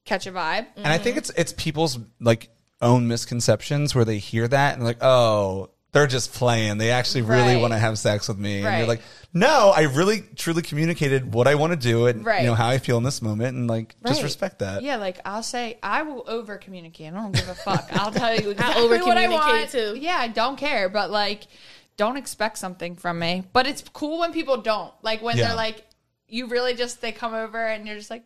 Speaker 3: catch a vibe.
Speaker 6: And I think it's it's people's like own misconceptions where they hear that and like, oh, they're just playing. They actually really
Speaker 3: Right.
Speaker 6: want to have sex with me. And
Speaker 3: Right.
Speaker 6: you're like, no, I really truly communicated what I want to do and
Speaker 3: Right.
Speaker 6: you know how I feel in this moment and like just
Speaker 3: Right.
Speaker 6: respect
Speaker 5: Uh,
Speaker 6: that.
Speaker 3: Yeah, like I'll say I will over communicate. I don't give a fuck. I'll tell you
Speaker 5: I
Speaker 3: exactly what I
Speaker 5: overcommunicate,
Speaker 3: want.
Speaker 5: too.
Speaker 3: Yeah, I don't care, but like don't expect something from me. But it's cool when people don't. Like when
Speaker 10: Yeah.
Speaker 3: they're like you really just they come over and you're just like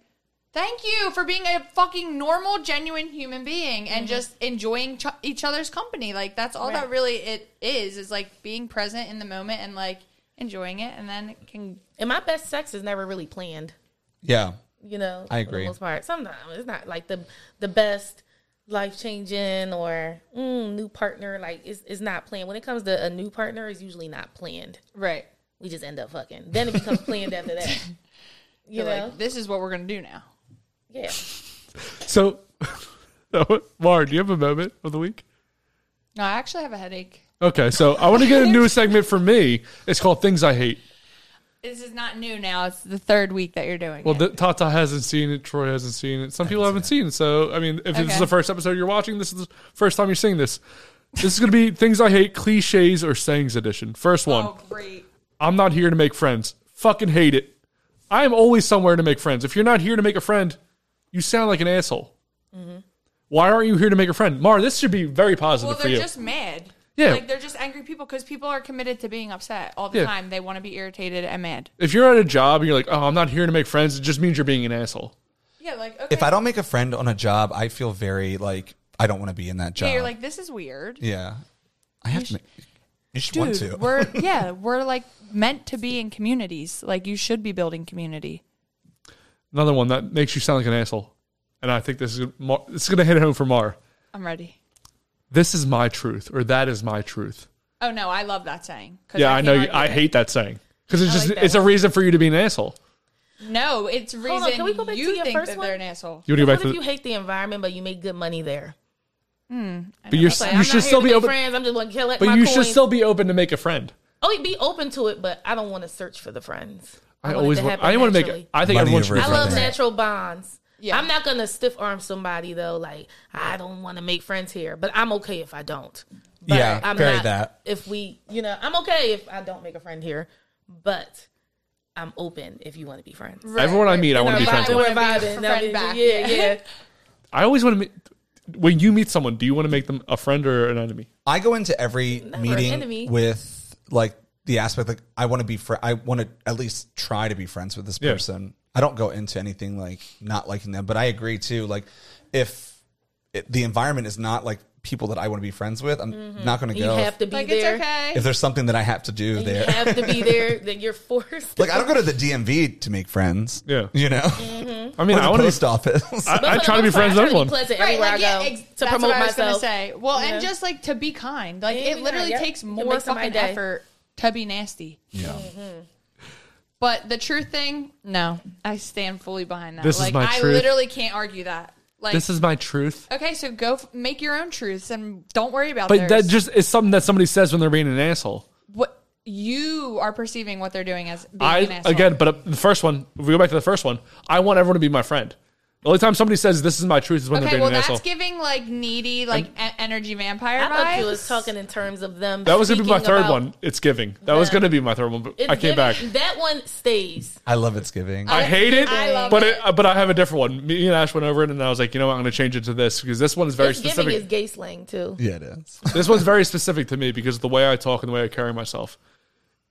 Speaker 3: Thank you for being a fucking normal, genuine human being
Speaker 5: Mm-hmm.
Speaker 3: and just enjoying ch- each other's company. Like that's all that
Speaker 10: Right.
Speaker 3: really it is is like being present in the moment and like enjoying it, and then it can.
Speaker 5: And my best sex is never really planned.
Speaker 6: Yeah.
Speaker 5: you know
Speaker 6: I
Speaker 5: for the
Speaker 6: agree.
Speaker 5: most part sometimes it's not like the the best life changing or mm, new partner like it's, it's not planned when it comes to a new partner it's usually not planned
Speaker 3: right
Speaker 5: we just end up fucking then it becomes planned after that you
Speaker 3: You're
Speaker 5: know
Speaker 3: like, this is what we're gonna do now.
Speaker 5: yeah
Speaker 2: So, Mar, do you have a moment of the week?
Speaker 3: No, I actually have a headache.
Speaker 2: Okay, so I want to get a new segment for me. It's called Things I Hate.
Speaker 3: This is not new now. It's the third week that you're doing.
Speaker 2: Well, the, Tata hasn't seen it. Troy hasn't seen it. Some people haven't seen it. So, I mean, if this
Speaker 3: Okay.
Speaker 2: is the first episode you're watching, this is the first time you're seeing this. This is going to be Things I Hate, Cliches or Sayings Edition. First one.
Speaker 3: Oh, great.
Speaker 2: I'm not here to make friends. Fucking hate it. I am always somewhere to make friends. If you're not here to make a friend, you sound like an asshole. Mm-hmm.
Speaker 3: Mhm.
Speaker 2: Why aren't you here to make a friend? Mar, this should be very positive
Speaker 3: Well,
Speaker 2: for
Speaker 3: they're
Speaker 2: you.
Speaker 3: just mad.
Speaker 2: Yeah.
Speaker 3: like they're just angry people because people are committed to being upset all the
Speaker 2: Yeah.
Speaker 3: time. They want to be irritated and mad.
Speaker 2: if you're at a job and you're like, oh, I'm not here to make friends, it just means you're being an asshole.
Speaker 3: Yeah, like okay.
Speaker 6: If I don't make a friend on a job, I feel very like I don't want to be in that job.
Speaker 3: yeah, you're like this is weird.
Speaker 6: yeah. I have to make, you should
Speaker 3: Dude,
Speaker 6: want to.
Speaker 3: we're yeah, we're like meant to be in communities. Like you should be building community.
Speaker 2: Another one that makes you sound like an asshole. And I think this is Mar- this is going to hit home for Mar.
Speaker 3: I'm ready.
Speaker 2: This is my truth, or that is my truth.
Speaker 3: Oh no, I love that saying. 'Cause
Speaker 2: Yeah, I, know.
Speaker 3: can't
Speaker 2: You,
Speaker 3: argue
Speaker 2: I
Speaker 3: with
Speaker 2: hate that saying because it's
Speaker 3: I
Speaker 2: just
Speaker 3: like that
Speaker 2: it's a reason for you to be an asshole.
Speaker 3: it. No, it's reason
Speaker 5: Hold on, can we go back
Speaker 3: you
Speaker 5: to your
Speaker 3: think
Speaker 5: first
Speaker 3: that
Speaker 5: one?
Speaker 3: they're an asshole.
Speaker 2: You wanna go
Speaker 5: What
Speaker 2: back to
Speaker 5: if
Speaker 2: the-
Speaker 5: you hate the environment but you make good money there?
Speaker 2: But you're,
Speaker 5: It's like,
Speaker 2: you
Speaker 5: I'm
Speaker 2: should
Speaker 5: not
Speaker 2: still
Speaker 5: here to
Speaker 2: be
Speaker 5: make
Speaker 2: open.
Speaker 5: Friends. I'm just gonna kill it.
Speaker 2: But
Speaker 5: my
Speaker 2: you should
Speaker 5: coins.
Speaker 2: still be open to make a friend.
Speaker 5: Oh, be open to it, but I don't want to search for the friends.
Speaker 2: I,
Speaker 5: want it
Speaker 2: always
Speaker 5: to
Speaker 2: want.
Speaker 5: happen
Speaker 2: I want to make.
Speaker 5: naturally.
Speaker 2: it. I think
Speaker 6: Money
Speaker 2: everyone should. Be
Speaker 6: over
Speaker 5: I love
Speaker 2: friends.
Speaker 5: natural bonds. I'm not gonna stiff arm somebody though. Like I don't want to make friends here, but I'm okay if I don't. But
Speaker 6: Yeah,
Speaker 5: I'm
Speaker 6: carry
Speaker 5: not,
Speaker 6: that.
Speaker 5: If we, you know, I'm okay if I don't make a friend here, but I'm open if you want to be friends.
Speaker 2: Everyone I meet, I want to be
Speaker 5: We're
Speaker 2: friends with.
Speaker 5: vibing,
Speaker 3: Wanna be
Speaker 5: we're vibing.
Speaker 3: a
Speaker 5: That'll
Speaker 3: friend
Speaker 5: be-
Speaker 3: back.
Speaker 5: Yeah, yeah.
Speaker 2: I always want to meet. When you meet someone, do you want to make them a friend or an enemy?
Speaker 6: I go into every
Speaker 5: enemy.
Speaker 6: meeting with like the aspect like I want to be fr- I want to at least try to be friends with this
Speaker 2: Yeah.
Speaker 6: person. I don't go into anything like not liking them, but I agree too. Like if it, the environment is not like people that I want to be friends with, I'm not going
Speaker 5: Mm-hmm.
Speaker 6: to
Speaker 5: You
Speaker 6: go.
Speaker 5: have to be
Speaker 3: Like it's
Speaker 5: there.
Speaker 3: okay.
Speaker 6: if there's something that I have to do
Speaker 5: You
Speaker 6: there,
Speaker 5: have to be there. Then you're forced.
Speaker 6: like I don't go to the DMV to make friends.
Speaker 2: Yeah.
Speaker 6: you know,
Speaker 5: Mm-hmm.
Speaker 2: I mean,
Speaker 6: Or the
Speaker 2: I want
Speaker 6: post
Speaker 2: to.
Speaker 6: office.
Speaker 2: I,
Speaker 5: But
Speaker 2: I
Speaker 5: for
Speaker 2: try to
Speaker 5: the
Speaker 2: be friends
Speaker 5: most part,
Speaker 2: with
Speaker 5: I try to be
Speaker 2: everyone.
Speaker 5: pleasant
Speaker 3: Right,
Speaker 5: everywhere
Speaker 3: like, yeah,
Speaker 5: I go
Speaker 3: ex-
Speaker 5: to
Speaker 3: that's
Speaker 5: promote
Speaker 3: what I was
Speaker 5: myself.
Speaker 3: Gonna say. Well,
Speaker 5: Yeah.
Speaker 3: and just like to be kind, like
Speaker 5: Yeah,
Speaker 3: it literally
Speaker 5: yep.
Speaker 3: takes
Speaker 5: It
Speaker 3: more
Speaker 5: makes somebody
Speaker 3: fucking
Speaker 5: day.
Speaker 3: effort to be nasty. Mm-hmm.
Speaker 6: yeah,
Speaker 3: But the truth thing, no, I stand fully behind that.
Speaker 2: This is
Speaker 3: like
Speaker 2: my
Speaker 3: I
Speaker 2: truth.
Speaker 3: literally can't argue that. Like
Speaker 2: This is my truth.
Speaker 3: okay, so go f- make your own truths and don't worry about.
Speaker 2: But that
Speaker 3: theirs.
Speaker 2: just is something that somebody says when they're being an asshole.
Speaker 3: what you are perceiving what they're doing as being an
Speaker 2: I
Speaker 3: asshole.
Speaker 2: again, but uh, the first one. If we go back to the first one, I want everyone to be my friend. The only time somebody says this is my truth is when they're
Speaker 3: Okay,
Speaker 2: being
Speaker 3: well
Speaker 2: an
Speaker 3: that's
Speaker 2: asshole.
Speaker 3: giving like needy, like e- energy vampire
Speaker 5: I thought you
Speaker 3: vibes.
Speaker 5: was talking in terms of them.
Speaker 2: That was gonna be my
Speaker 5: speaking
Speaker 2: third
Speaker 5: about-
Speaker 2: one. It's giving. That was gonna be my third one, but
Speaker 5: It's
Speaker 2: I came
Speaker 5: giving-
Speaker 2: back.
Speaker 5: That one stays.
Speaker 6: I love it's giving.
Speaker 2: I hate it,
Speaker 3: I love
Speaker 2: but
Speaker 3: it.
Speaker 2: it. but I have a different one. Me and Ash went over it, and I was like, you know what, I'm going to change it to this because this one is very
Speaker 5: It's giving is
Speaker 2: specific.
Speaker 5: gay slang too.
Speaker 6: yeah, it is.
Speaker 2: this one's very specific to me because of the way I talk and the way I carry myself.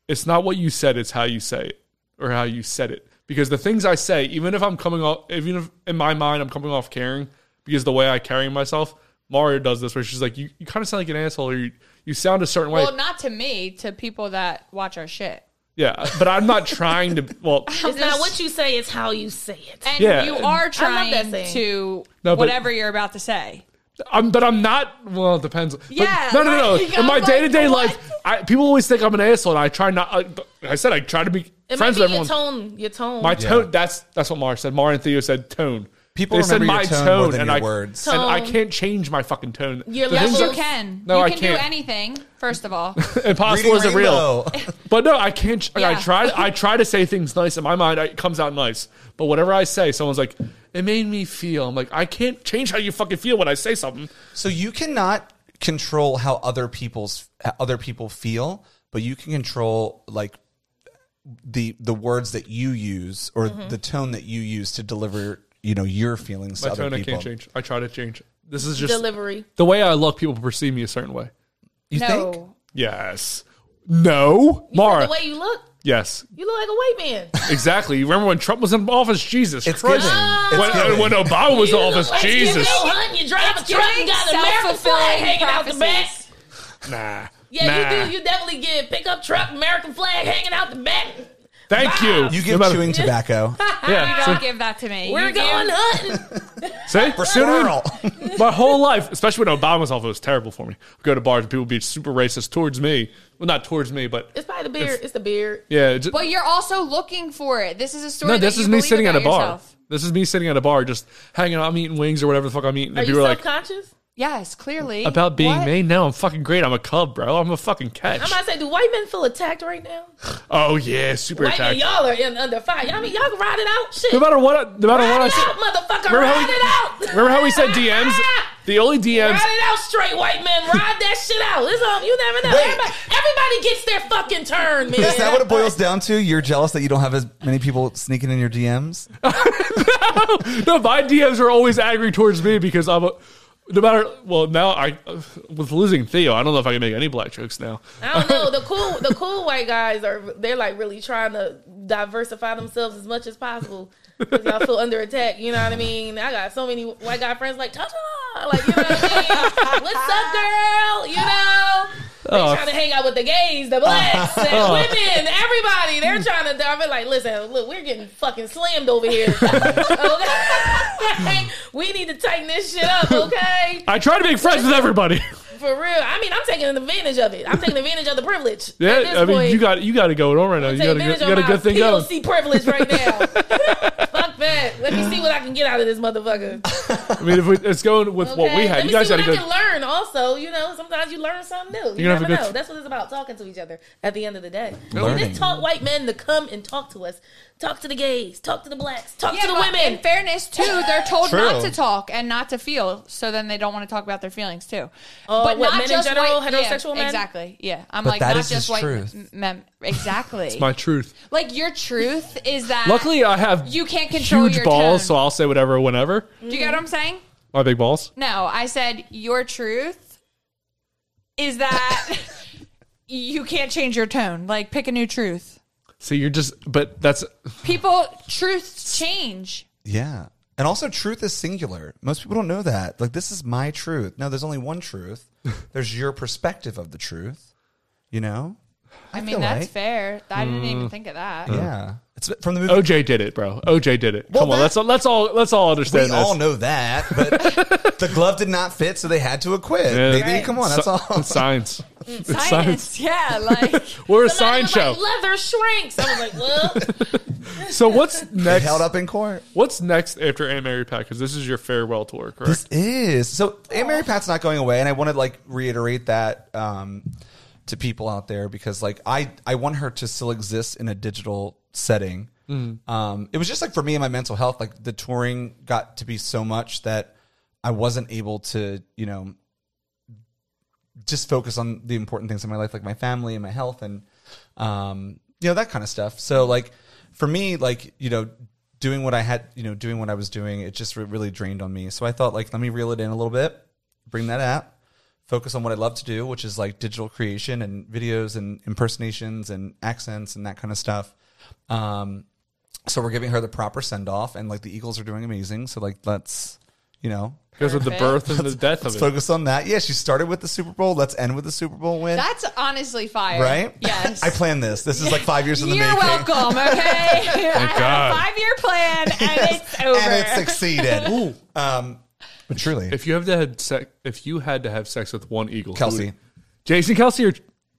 Speaker 2: It's not what you said; it's how you say it or how you said it. Because the things I say, even if I'm coming off, even if in my mind I'm coming off caring, because the way I carry myself, Mario does this where she's like, you, you kind of sound like an asshole, or you, you sound a certain way.
Speaker 3: well, not to me, to people that watch our shit.
Speaker 2: yeah, but I'm not trying to. Well,
Speaker 5: It's not what you say; it's how you say it.
Speaker 3: And
Speaker 2: Yeah.
Speaker 3: you are
Speaker 5: I love that
Speaker 3: trying
Speaker 5: saying.
Speaker 3: to
Speaker 2: No, but-
Speaker 3: whatever you're about to say.
Speaker 2: I'm, but I'm not. Well, it depends. But
Speaker 3: Yeah,
Speaker 2: no, no, no.
Speaker 3: like,
Speaker 2: In my
Speaker 3: I'm like,
Speaker 2: day to day
Speaker 3: what?
Speaker 2: life, I, people always think I'm an asshole, and I try not. I, I said I try to be
Speaker 5: It might
Speaker 2: friends
Speaker 5: be
Speaker 2: with
Speaker 5: your
Speaker 2: everyone.
Speaker 5: tone. Your tone.
Speaker 2: My tone. That's that's what Mar said. Mar and Theo said tone.
Speaker 6: People
Speaker 2: they said
Speaker 6: remember your
Speaker 2: my
Speaker 6: tone
Speaker 2: tone,
Speaker 6: more than
Speaker 2: and
Speaker 6: your
Speaker 2: I,
Speaker 6: words.
Speaker 2: And I
Speaker 5: Tone.
Speaker 2: can't change my fucking tone.
Speaker 5: Your
Speaker 2: The
Speaker 5: levels.
Speaker 2: things
Speaker 3: Yes,
Speaker 2: that-
Speaker 3: you can.
Speaker 2: No,
Speaker 3: you
Speaker 2: I
Speaker 3: can
Speaker 2: can't.
Speaker 3: do anything. First of all,
Speaker 2: Impossible
Speaker 6: Reading
Speaker 2: isn't real.
Speaker 6: Rainbow.
Speaker 2: But no, I can't. Like, I
Speaker 3: Yeah.
Speaker 2: try. I try to say things nice in my mind. I, it comes out nice. But whatever I say, someone's like, "It made me feel." I'm like, I can't change how you fucking feel when I say something.
Speaker 6: So you cannot control how other people's how other people feel, but you can control like the the words that you use or the tone that you use to deliver you know your feelings
Speaker 2: My
Speaker 6: to
Speaker 2: tone
Speaker 6: other
Speaker 2: I
Speaker 6: people.
Speaker 2: can't change. I try to change. This is just
Speaker 5: delivery.
Speaker 2: the way I look. People perceive me a certain way.
Speaker 6: You
Speaker 3: no.
Speaker 6: think?
Speaker 2: Yes. No, Mara.
Speaker 5: The way you look,
Speaker 2: Yes,
Speaker 5: you look like a white man.
Speaker 2: exactly. You remember when Trump was in office? Jesus
Speaker 6: It's
Speaker 2: Christ.
Speaker 6: giving. It's
Speaker 2: When,
Speaker 6: giving.
Speaker 2: when Obama was in
Speaker 5: You look
Speaker 2: office,
Speaker 5: like you
Speaker 2: Jesus.
Speaker 5: go hunting, you drive a truck, you got an American flag hanging out the back.
Speaker 3: prophecies.
Speaker 2: Nah.
Speaker 5: Yeah,
Speaker 2: nah.
Speaker 5: you do. You definitely get pickup truck, American flag hanging out the back.
Speaker 2: Thank you.
Speaker 6: you
Speaker 2: no
Speaker 6: give
Speaker 2: matter-
Speaker 6: chewing tobacco.
Speaker 2: Yeah.
Speaker 3: Don't
Speaker 2: See,
Speaker 3: give that to me.
Speaker 5: We're
Speaker 3: You
Speaker 5: going
Speaker 3: give-
Speaker 5: hunting.
Speaker 2: see?
Speaker 6: For
Speaker 2: See what I mean?
Speaker 6: squirrel.
Speaker 2: My whole life, especially when Obama was off, it was terrible for me. I'd go to bars and people would be super racist towards me. Well, not towards me, but
Speaker 5: It's probably the beard. It's the beard.
Speaker 2: yeah. it ju-
Speaker 3: But you're also looking for it. This is a story.
Speaker 2: no, this
Speaker 3: that
Speaker 2: is
Speaker 3: you
Speaker 2: me
Speaker 3: believe
Speaker 2: sitting at a
Speaker 3: about
Speaker 2: bar.
Speaker 3: yourself.
Speaker 2: This is me sitting at a bar, just hanging out. I'm eating wings or whatever the fuck I'm eating.
Speaker 5: Are
Speaker 2: and
Speaker 5: you
Speaker 2: people are like,
Speaker 5: self conscious?
Speaker 3: Yes, clearly.
Speaker 2: About being
Speaker 3: What?
Speaker 2: me? No, I'm fucking great. I'm a cub, bro. I'm a fucking catch.
Speaker 5: I'm about to say, do white men feel attacked right now?
Speaker 2: oh yeah, super
Speaker 5: White men,
Speaker 2: attacked.
Speaker 5: y'all are in under fire. I mean, y'all can ride it out. Shit.
Speaker 2: No matter what, I- no matter
Speaker 5: ride
Speaker 2: what I
Speaker 5: it
Speaker 2: said.
Speaker 5: out, motherfucker.
Speaker 2: Remember how
Speaker 5: ride
Speaker 2: we-
Speaker 5: it out.
Speaker 2: Remember how we said DMs? The only DMs.
Speaker 5: Ride it out, straight white men. Ride that shit out. It's, um, you never know. Everybody, everybody gets their fucking turn, man.
Speaker 6: Is that what it boils down to? You're jealous that you don't have as many people sneaking in your DMs?
Speaker 2: no, my DMs are always angry towards me because I'm a. No matter. Well, now I with losing Theo, I don't know if I can make any black jokes now.
Speaker 5: I don't know. The cool, the cool white guys are they're like really trying to diversify themselves as much as possible. 'Cause Y'all feel under attack. You know what I mean? I got so many white guy friends like Tata, like you know what I mean? What's up, girl? You know. They
Speaker 2: Oh.
Speaker 5: trying to hang out with the gays, the blacks, and
Speaker 2: Oh.
Speaker 5: women, everybody. They're trying to dive in. Like, listen, look, we're getting fucking slammed over here. okay? we need to tighten this shit up, okay?
Speaker 2: I try to make friends with everybody.
Speaker 5: For real. I mean, I'm taking advantage of it. I'm taking advantage of the privilege. At
Speaker 2: Yeah,
Speaker 5: this
Speaker 2: I mean,
Speaker 5: point,
Speaker 2: you got you got to go on right now. You
Speaker 5: take
Speaker 2: got a good,
Speaker 5: advantage
Speaker 2: you got a
Speaker 5: of
Speaker 2: good
Speaker 5: my
Speaker 2: thing going.
Speaker 5: POC privilege right now. Fuck that. Let me see what I can get out of this motherfucker.
Speaker 2: I mean, if we, it's going with what we
Speaker 5: Okay?
Speaker 2: had,
Speaker 5: Let
Speaker 2: you
Speaker 5: me
Speaker 2: guys
Speaker 5: see
Speaker 2: had
Speaker 5: what
Speaker 2: a
Speaker 5: I
Speaker 2: good.
Speaker 5: can learn. Also, you know, sometimes you learn something new. You
Speaker 2: You're gonna have
Speaker 5: never
Speaker 2: a good-
Speaker 5: know. That's what it's about. Talking to each other at the end of the day. We
Speaker 2: Learning.
Speaker 5: just taught white men to come and talk to us. Talk to the gays. Talk to the blacks. Talk
Speaker 3: Yeah,
Speaker 5: to the
Speaker 3: but
Speaker 5: women.
Speaker 3: In fairness, too, they're told
Speaker 5: True.
Speaker 3: not to talk and not to feel, so then they don't want to talk about their feelings too.
Speaker 5: Oh, what, men in general,
Speaker 3: yeah,
Speaker 5: heterosexual men?
Speaker 3: exactly. Yeah, I'm
Speaker 2: But
Speaker 3: like
Speaker 2: that
Speaker 3: not
Speaker 2: is
Speaker 3: just
Speaker 2: his
Speaker 3: white
Speaker 2: truth.
Speaker 3: m- men. Exactly.
Speaker 2: It's my truth.
Speaker 3: like your truth is that.
Speaker 2: Luckily, I have
Speaker 3: Uh, you can't control
Speaker 2: Huge
Speaker 3: your
Speaker 2: balls,
Speaker 3: tone.
Speaker 2: so I'll say whatever, whenever.
Speaker 3: Do you get what I'm saying?
Speaker 2: My big balls.
Speaker 3: No, I said your truth is that you can't change your tone. Like pick a new truth.
Speaker 2: So you're just, but that's
Speaker 3: People, truths change.
Speaker 6: Yeah. And also, truth is singular. Most people don't know that. Like, this is my truth. No, there's only one truth. There's your perspective of the truth. You know?
Speaker 3: I,
Speaker 6: feel
Speaker 3: mean, that's
Speaker 6: like-
Speaker 3: fair. I didn't even think of that.
Speaker 6: Yeah. It's from the movie.
Speaker 2: OJ did it, bro. OJ did it.
Speaker 6: Well,
Speaker 2: Come on,
Speaker 6: that-
Speaker 2: let's all, let's all let's all
Speaker 6: We
Speaker 2: understand. this.
Speaker 6: all know that, but the glove did not fit, so they had to acquit.
Speaker 2: Yeah.
Speaker 6: Baby, come on, that's
Speaker 2: Si-
Speaker 6: all.
Speaker 2: it's science. It's
Speaker 3: Science, yeah, like
Speaker 2: We're a
Speaker 5: Somebody
Speaker 2: science
Speaker 5: was
Speaker 2: show.
Speaker 5: like, leather shrinks. I was like, well,
Speaker 2: so what's next?
Speaker 6: held up in court.
Speaker 2: What's next after Aunt Mary Pack? Because this is your farewell tour, correct?
Speaker 6: This is so. Aunt Mary Pat's not going away, and I want to like reiterate that um, to people out there because like I I want her to still exist in a digital setting.
Speaker 2: Mhm.
Speaker 6: Um, it was just like for me and my mental health, like the touring got to be so much that I wasn't able to you know just focus on the important things in my life, like my family and my health and um, you know, that kind of stuff. So like for me, like, you know, doing what I had, you know, doing what I was doing, it just re- really drained on me. So I thought like, let me reel it in a little bit, bring that out, focus on what I love to do, which is like digital creation and videos and impersonations and accents and that kind of stuff. Um, so we're giving her the proper send off and like the Eagles are doing amazing. So like, let's, you know,
Speaker 2: Because of the Perfect. birth and the death of
Speaker 6: let's
Speaker 2: it.
Speaker 6: focus on that. Yeah, she started with the Super Bowl. Let's end with the Super Bowl win
Speaker 3: that's honestly fire,
Speaker 6: right?
Speaker 3: Yes.
Speaker 6: I planned this. This is like five years in the
Speaker 3: You're
Speaker 6: making.
Speaker 3: welcome. Okay, I have
Speaker 6: God.
Speaker 3: a five-year plan, and it's over.
Speaker 6: And it succeeded. um, but truly,
Speaker 2: if you have to had sex, if you had to have sex with one eagle, who
Speaker 6: Kelsey.
Speaker 2: would- Jason Kelsey, or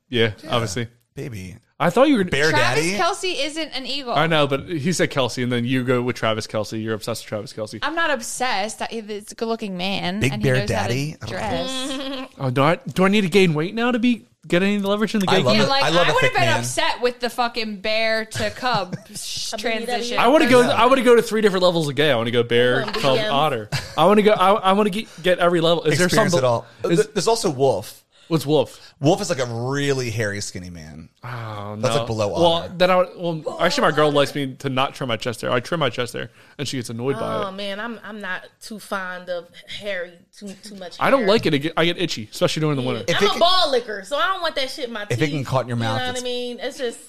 Speaker 2: yeah, obviously,
Speaker 6: baby.
Speaker 2: I thought you were Bear
Speaker 3: Travis Kelsey isn't an eagle.
Speaker 2: I know, but he said Kelsey, and then you go with Travis Kelsey. You're obsessed with Travis Kelsey.
Speaker 3: I'm not obsessed. I- It's a good-looking man.
Speaker 2: Big
Speaker 3: and
Speaker 2: Bear
Speaker 3: he knows
Speaker 2: Daddy? I
Speaker 3: How
Speaker 2: don't
Speaker 3: to dress.
Speaker 2: Oh, do I do I need to gain weight now to be get any leverage in the
Speaker 6: I
Speaker 2: game?
Speaker 6: love
Speaker 3: Yeah,
Speaker 6: it.
Speaker 3: like
Speaker 6: I
Speaker 3: I,
Speaker 6: love a
Speaker 3: would have
Speaker 6: thick
Speaker 3: been
Speaker 6: man.
Speaker 3: upset with the fucking bear to cub sh- transition.
Speaker 2: I want to go. I want to go to three different levels of gay. I want to go bear,
Speaker 3: Come on,
Speaker 2: cub,
Speaker 3: DMs.
Speaker 2: otter. I want to go. I, I want to get, get every level. Is there
Speaker 6: Experience
Speaker 2: something
Speaker 6: it all.
Speaker 2: Is,
Speaker 6: There's also Wolf.
Speaker 2: What's Wolf?
Speaker 6: Wolf is like a really hairy, skinny man.
Speaker 2: Oh,
Speaker 6: That's
Speaker 2: no.
Speaker 6: like below
Speaker 2: Well,
Speaker 6: otter.
Speaker 2: then I would- well actually my girl likes me to not trim my chest hair. I trim my chest hair, and she gets annoyed by
Speaker 5: oh
Speaker 2: it.
Speaker 5: man, I'm I'm not too fond of hairy, too too much.
Speaker 2: I don't
Speaker 5: hair.
Speaker 2: like it. it get, I get itchy, especially during the winter.
Speaker 5: I'm a ball licker, so I don't want that shit in my
Speaker 2: it
Speaker 5: teeth.
Speaker 2: can caught in your mouth,
Speaker 5: You know what
Speaker 2: it's-
Speaker 5: I mean? It's just,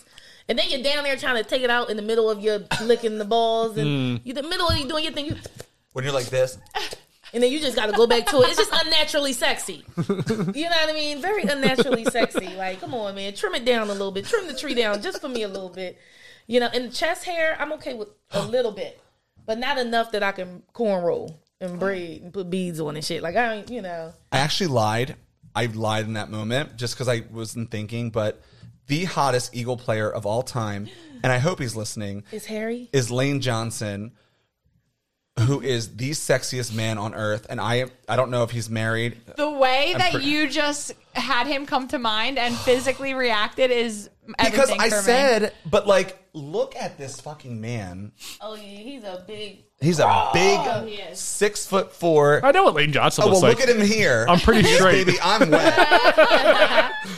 Speaker 5: and then you're down there trying to take it out in the middle of your licking the balls, and
Speaker 6: Mm.
Speaker 2: Hmm.
Speaker 5: you the middle of you doing your thing, you,
Speaker 6: When you're like this,
Speaker 5: and then you just got to go back to it. It's just unnaturally sexy. You know what I mean? Very unnaturally sexy. Like, come on, man, trim it down a little bit, trim the tree down just for me a little bit. You know, and chest hair, I'm okay with a little bit, but not enough that I can cornrow and braid and put beads on and shit. Like I, ain't, you know.
Speaker 6: I actually lied. I lied in that moment just because I wasn't thinking. But the hottest Eagle player of all time, and I hope he's listening,
Speaker 5: Is Harry?
Speaker 6: is Lane Johnson, who is the sexiest man on earth, and I I don't know if he's married.
Speaker 3: The way
Speaker 6: I'm
Speaker 3: that
Speaker 6: pretty-
Speaker 3: you just had him come to mind and physically reacted is
Speaker 6: Because
Speaker 3: everything
Speaker 6: I
Speaker 3: for me.
Speaker 6: said, but like, look at this fucking man.
Speaker 5: Oh yeah, he's a big.
Speaker 6: He's a big
Speaker 5: Oh, he is.
Speaker 6: six foot four. I
Speaker 2: know what Lane Johnson
Speaker 6: oh,
Speaker 2: looks
Speaker 6: well,
Speaker 2: like.
Speaker 6: Look at him here.
Speaker 2: I'm pretty
Speaker 6: Yes,
Speaker 2: straight.
Speaker 6: Baby, I'm wet.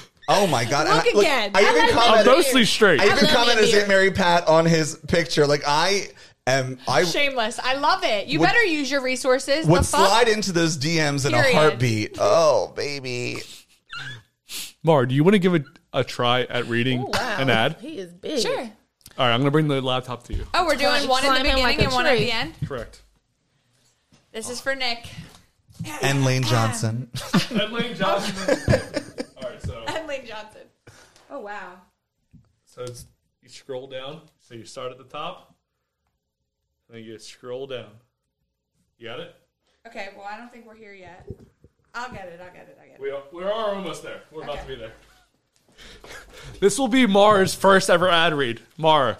Speaker 6: oh my god! And
Speaker 3: Look
Speaker 6: I,
Speaker 3: again.
Speaker 6: I
Speaker 3: I
Speaker 6: even
Speaker 3: like your
Speaker 6: commented.
Speaker 2: I'm mostly straight.
Speaker 6: I even
Speaker 3: love your
Speaker 6: commented as
Speaker 3: beard.
Speaker 6: Aunt Mary Pat on his picture. Like I am. I
Speaker 3: Shameless. I love it. You
Speaker 6: Would-
Speaker 3: better use your resources.
Speaker 6: would
Speaker 3: the fuck?
Speaker 6: slide into those DMs in
Speaker 3: Period.
Speaker 6: a heartbeat. Oh baby.
Speaker 2: Mar, do you want to give a, a try at reading
Speaker 5: Wow,
Speaker 2: an ad?
Speaker 5: He is big.
Speaker 3: Sure.
Speaker 2: All right, I'm gonna bring the laptop to you.
Speaker 3: Oh, we're doing
Speaker 5: Climb-
Speaker 3: one in the
Speaker 5: climb in
Speaker 3: beginning
Speaker 5: like a
Speaker 3: and one at
Speaker 5: tree.
Speaker 3: the end.
Speaker 2: Correct.
Speaker 3: This is for Nick
Speaker 6: And Lane Johnson.
Speaker 2: And Lane Johnson. All right, so
Speaker 3: and Lane Johnson. Oh wow.
Speaker 2: so it's, you scroll down. So you start at the top, and then you scroll down. You got it?
Speaker 3: Okay. Well, I don't think we're here yet. I'll get it. I'll get it. I will get it.
Speaker 2: We are, we are almost there. We're about
Speaker 3: Okay.
Speaker 2: to be there. This will be Mara's first ever ad read. Mara,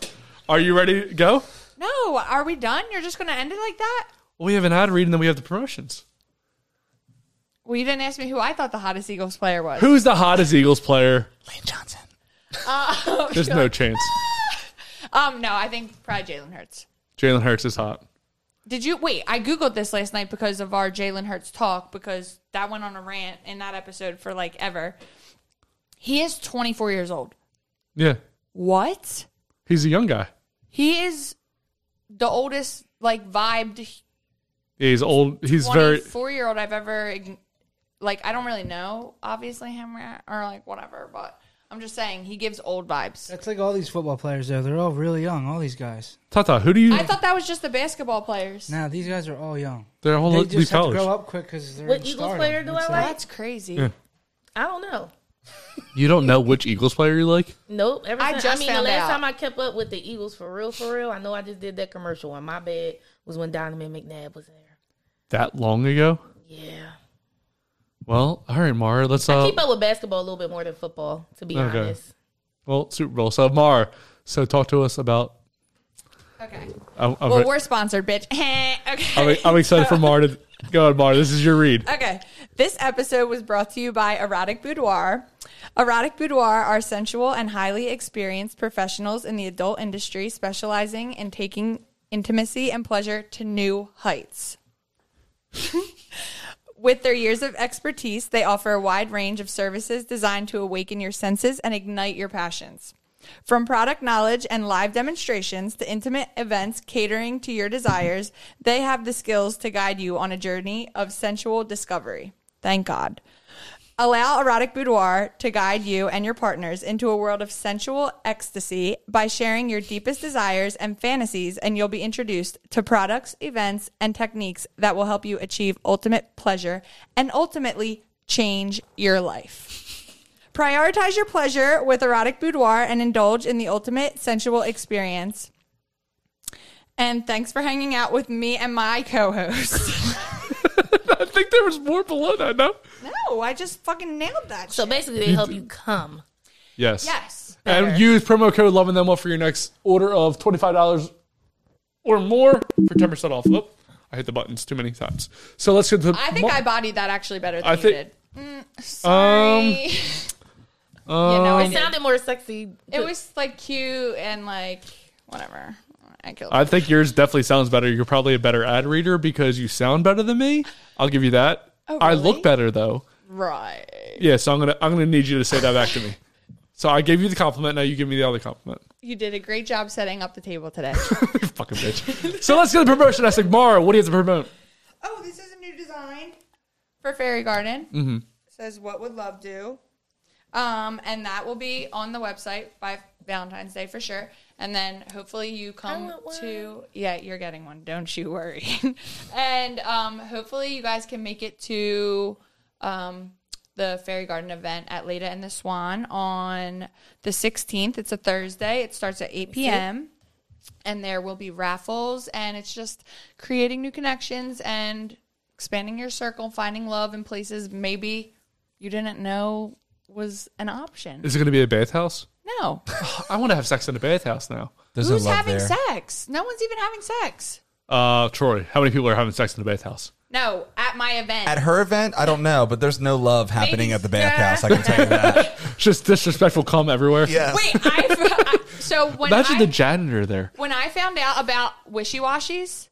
Speaker 2: are you ready to go?
Speaker 3: No. Are we done? You're just gonna end it like that?
Speaker 2: We have an ad read and then we have the promotions.
Speaker 3: Well, you didn't ask me who I thought the hottest Eagles player was.
Speaker 2: Who's the hottest Eagles player?
Speaker 6: Lane Johnson.
Speaker 2: There's no chance.
Speaker 3: Um. No, I think probably Jalen Hurts.
Speaker 2: Jalen Hurts is hot.
Speaker 3: Did you wait? I googled this last night because of our Jalen Hurts talk because that went on a rant in that episode for like ever. He is 24 years old.
Speaker 2: Yeah.
Speaker 3: What?
Speaker 2: He's a young guy.
Speaker 3: He is the oldest like vibed
Speaker 2: He's old. He's very.
Speaker 3: 24 year old I've ever ign- like I don't really know obviously him ra- or like whatever, but I'm just saying he gives old vibes.
Speaker 1: That's like all these football players though. They're all really young. All these guys.
Speaker 2: Tata, who do you.
Speaker 3: I thought that was just the basketball players.
Speaker 1: Now these guys are all young.
Speaker 2: they're all
Speaker 1: They
Speaker 2: leave
Speaker 1: just have to
Speaker 2: college.
Speaker 1: grow up quick because they're
Speaker 5: What
Speaker 1: in
Speaker 5: Eagles
Speaker 1: stardom.
Speaker 5: player do I
Speaker 1: It's
Speaker 5: like?
Speaker 3: That's crazy.
Speaker 2: Yeah.
Speaker 5: I don't know.
Speaker 2: You don't know which Eagles player you like?
Speaker 5: Nope. Ever
Speaker 3: I
Speaker 5: since, I,
Speaker 3: just
Speaker 5: mean, the
Speaker 3: found
Speaker 5: last
Speaker 3: out.
Speaker 5: time I kept up with the Eagles for real, for real, I know I just did that commercial and my bad was when Donovan McNabb was there.
Speaker 2: That long ago?
Speaker 5: Yeah.
Speaker 2: Well, all right, Mara. Let's. Uh,
Speaker 5: Keep up with basketball a little bit more than football, to be
Speaker 2: Okay.
Speaker 5: honest.
Speaker 2: well, Super Bowl. So, Mara, so talk to us about.
Speaker 3: Okay.
Speaker 2: I'm, I'm,
Speaker 3: Well, we're sponsored, bitch. okay.
Speaker 2: I'm, I'm excited for Mara to. Go on, Mara. This is your read.
Speaker 3: Okay. This episode was brought to you by Erotic Boudoir. Erotic Boudoir are sensual and highly experienced professionals in the adult industry specializing in taking intimacy and pleasure to new heights. With their years of expertise, they offer a wide range of services designed to awaken your senses and ignite your passions. From product knowledge and live demonstrations to intimate events catering to your desires, they have the skills to guide you on a journey of sensual discovery. Thank God. Allow Erotic Boudoir to guide you and your partners into a world of sensual ecstasy by sharing your deepest desires and fantasies, and you'll be introduced to products, events, and techniques that will help you achieve ultimate pleasure and ultimately change your life. Prioritize your pleasure with Erotic Boudoir and indulge in the ultimate sensual experience. And thanks for hanging out with me and my co host.
Speaker 2: I think there was more below that, no?
Speaker 3: no, I just fucking nailed that.
Speaker 5: So
Speaker 3: shit.
Speaker 5: basically, they help you come.
Speaker 2: Yes.
Speaker 3: yes.
Speaker 2: And use promo code Loving Them Well for your next order of $25 or more for 10% off. Oh, I hit the buttons too many times. So let's get to the.
Speaker 3: I think I bodied that actually better than
Speaker 2: I Um,
Speaker 3: you
Speaker 2: think-
Speaker 3: did. Mm, sorry. you know, I
Speaker 5: It
Speaker 2: um,
Speaker 3: did.
Speaker 5: sounded more sexy.
Speaker 3: it was like cute and like whatever. I killed.
Speaker 2: I think yours definitely sounds better. You're probably a better ad reader because you sound better than me. I'll give you that. I look better though.
Speaker 3: right.
Speaker 2: Yeah, so I'm gonna I'm gonna need you to say that back to me. So I gave you the compliment. Now you give me the other compliment.
Speaker 3: You did a great job setting up the table today.
Speaker 2: You fucking bitch. so let's get the promotion. I said, Mara, what do you have to promote?
Speaker 3: oh, this is a new design for Fairy Garden. Mm-hmm. Says what would love do, um, and that will be on the website by Valentine's Day for sure. And then hopefully you come
Speaker 5: want one.
Speaker 3: to yeah, you're getting one. Don't you worry. and um, hopefully you guys can make it to um, the Fairy Garden event at Leda and the Swan on the 16th. It's a Thursday. It starts at 8 p.m. And there will be raffles, and it's just creating new connections and expanding your circle, finding love in places maybe you didn't know was an option.
Speaker 2: Is it gonna be a bathhouse?
Speaker 3: No.
Speaker 2: I want to have sex in a bathhouse now.
Speaker 6: There's
Speaker 3: Who's having sex? No one's even having sex.
Speaker 2: Uh, Troy, how many people are having sex in the bathhouse?
Speaker 3: No, at my event.
Speaker 6: At her event, I don't know, but there's no love happening at the bathhouse. I can tell you that.
Speaker 2: Just disrespectful cum everywhere.
Speaker 6: Yeah.
Speaker 3: Wait, I, so when
Speaker 2: Imagine
Speaker 3: I,
Speaker 2: the janitor there.
Speaker 3: when I found out about wishy washies,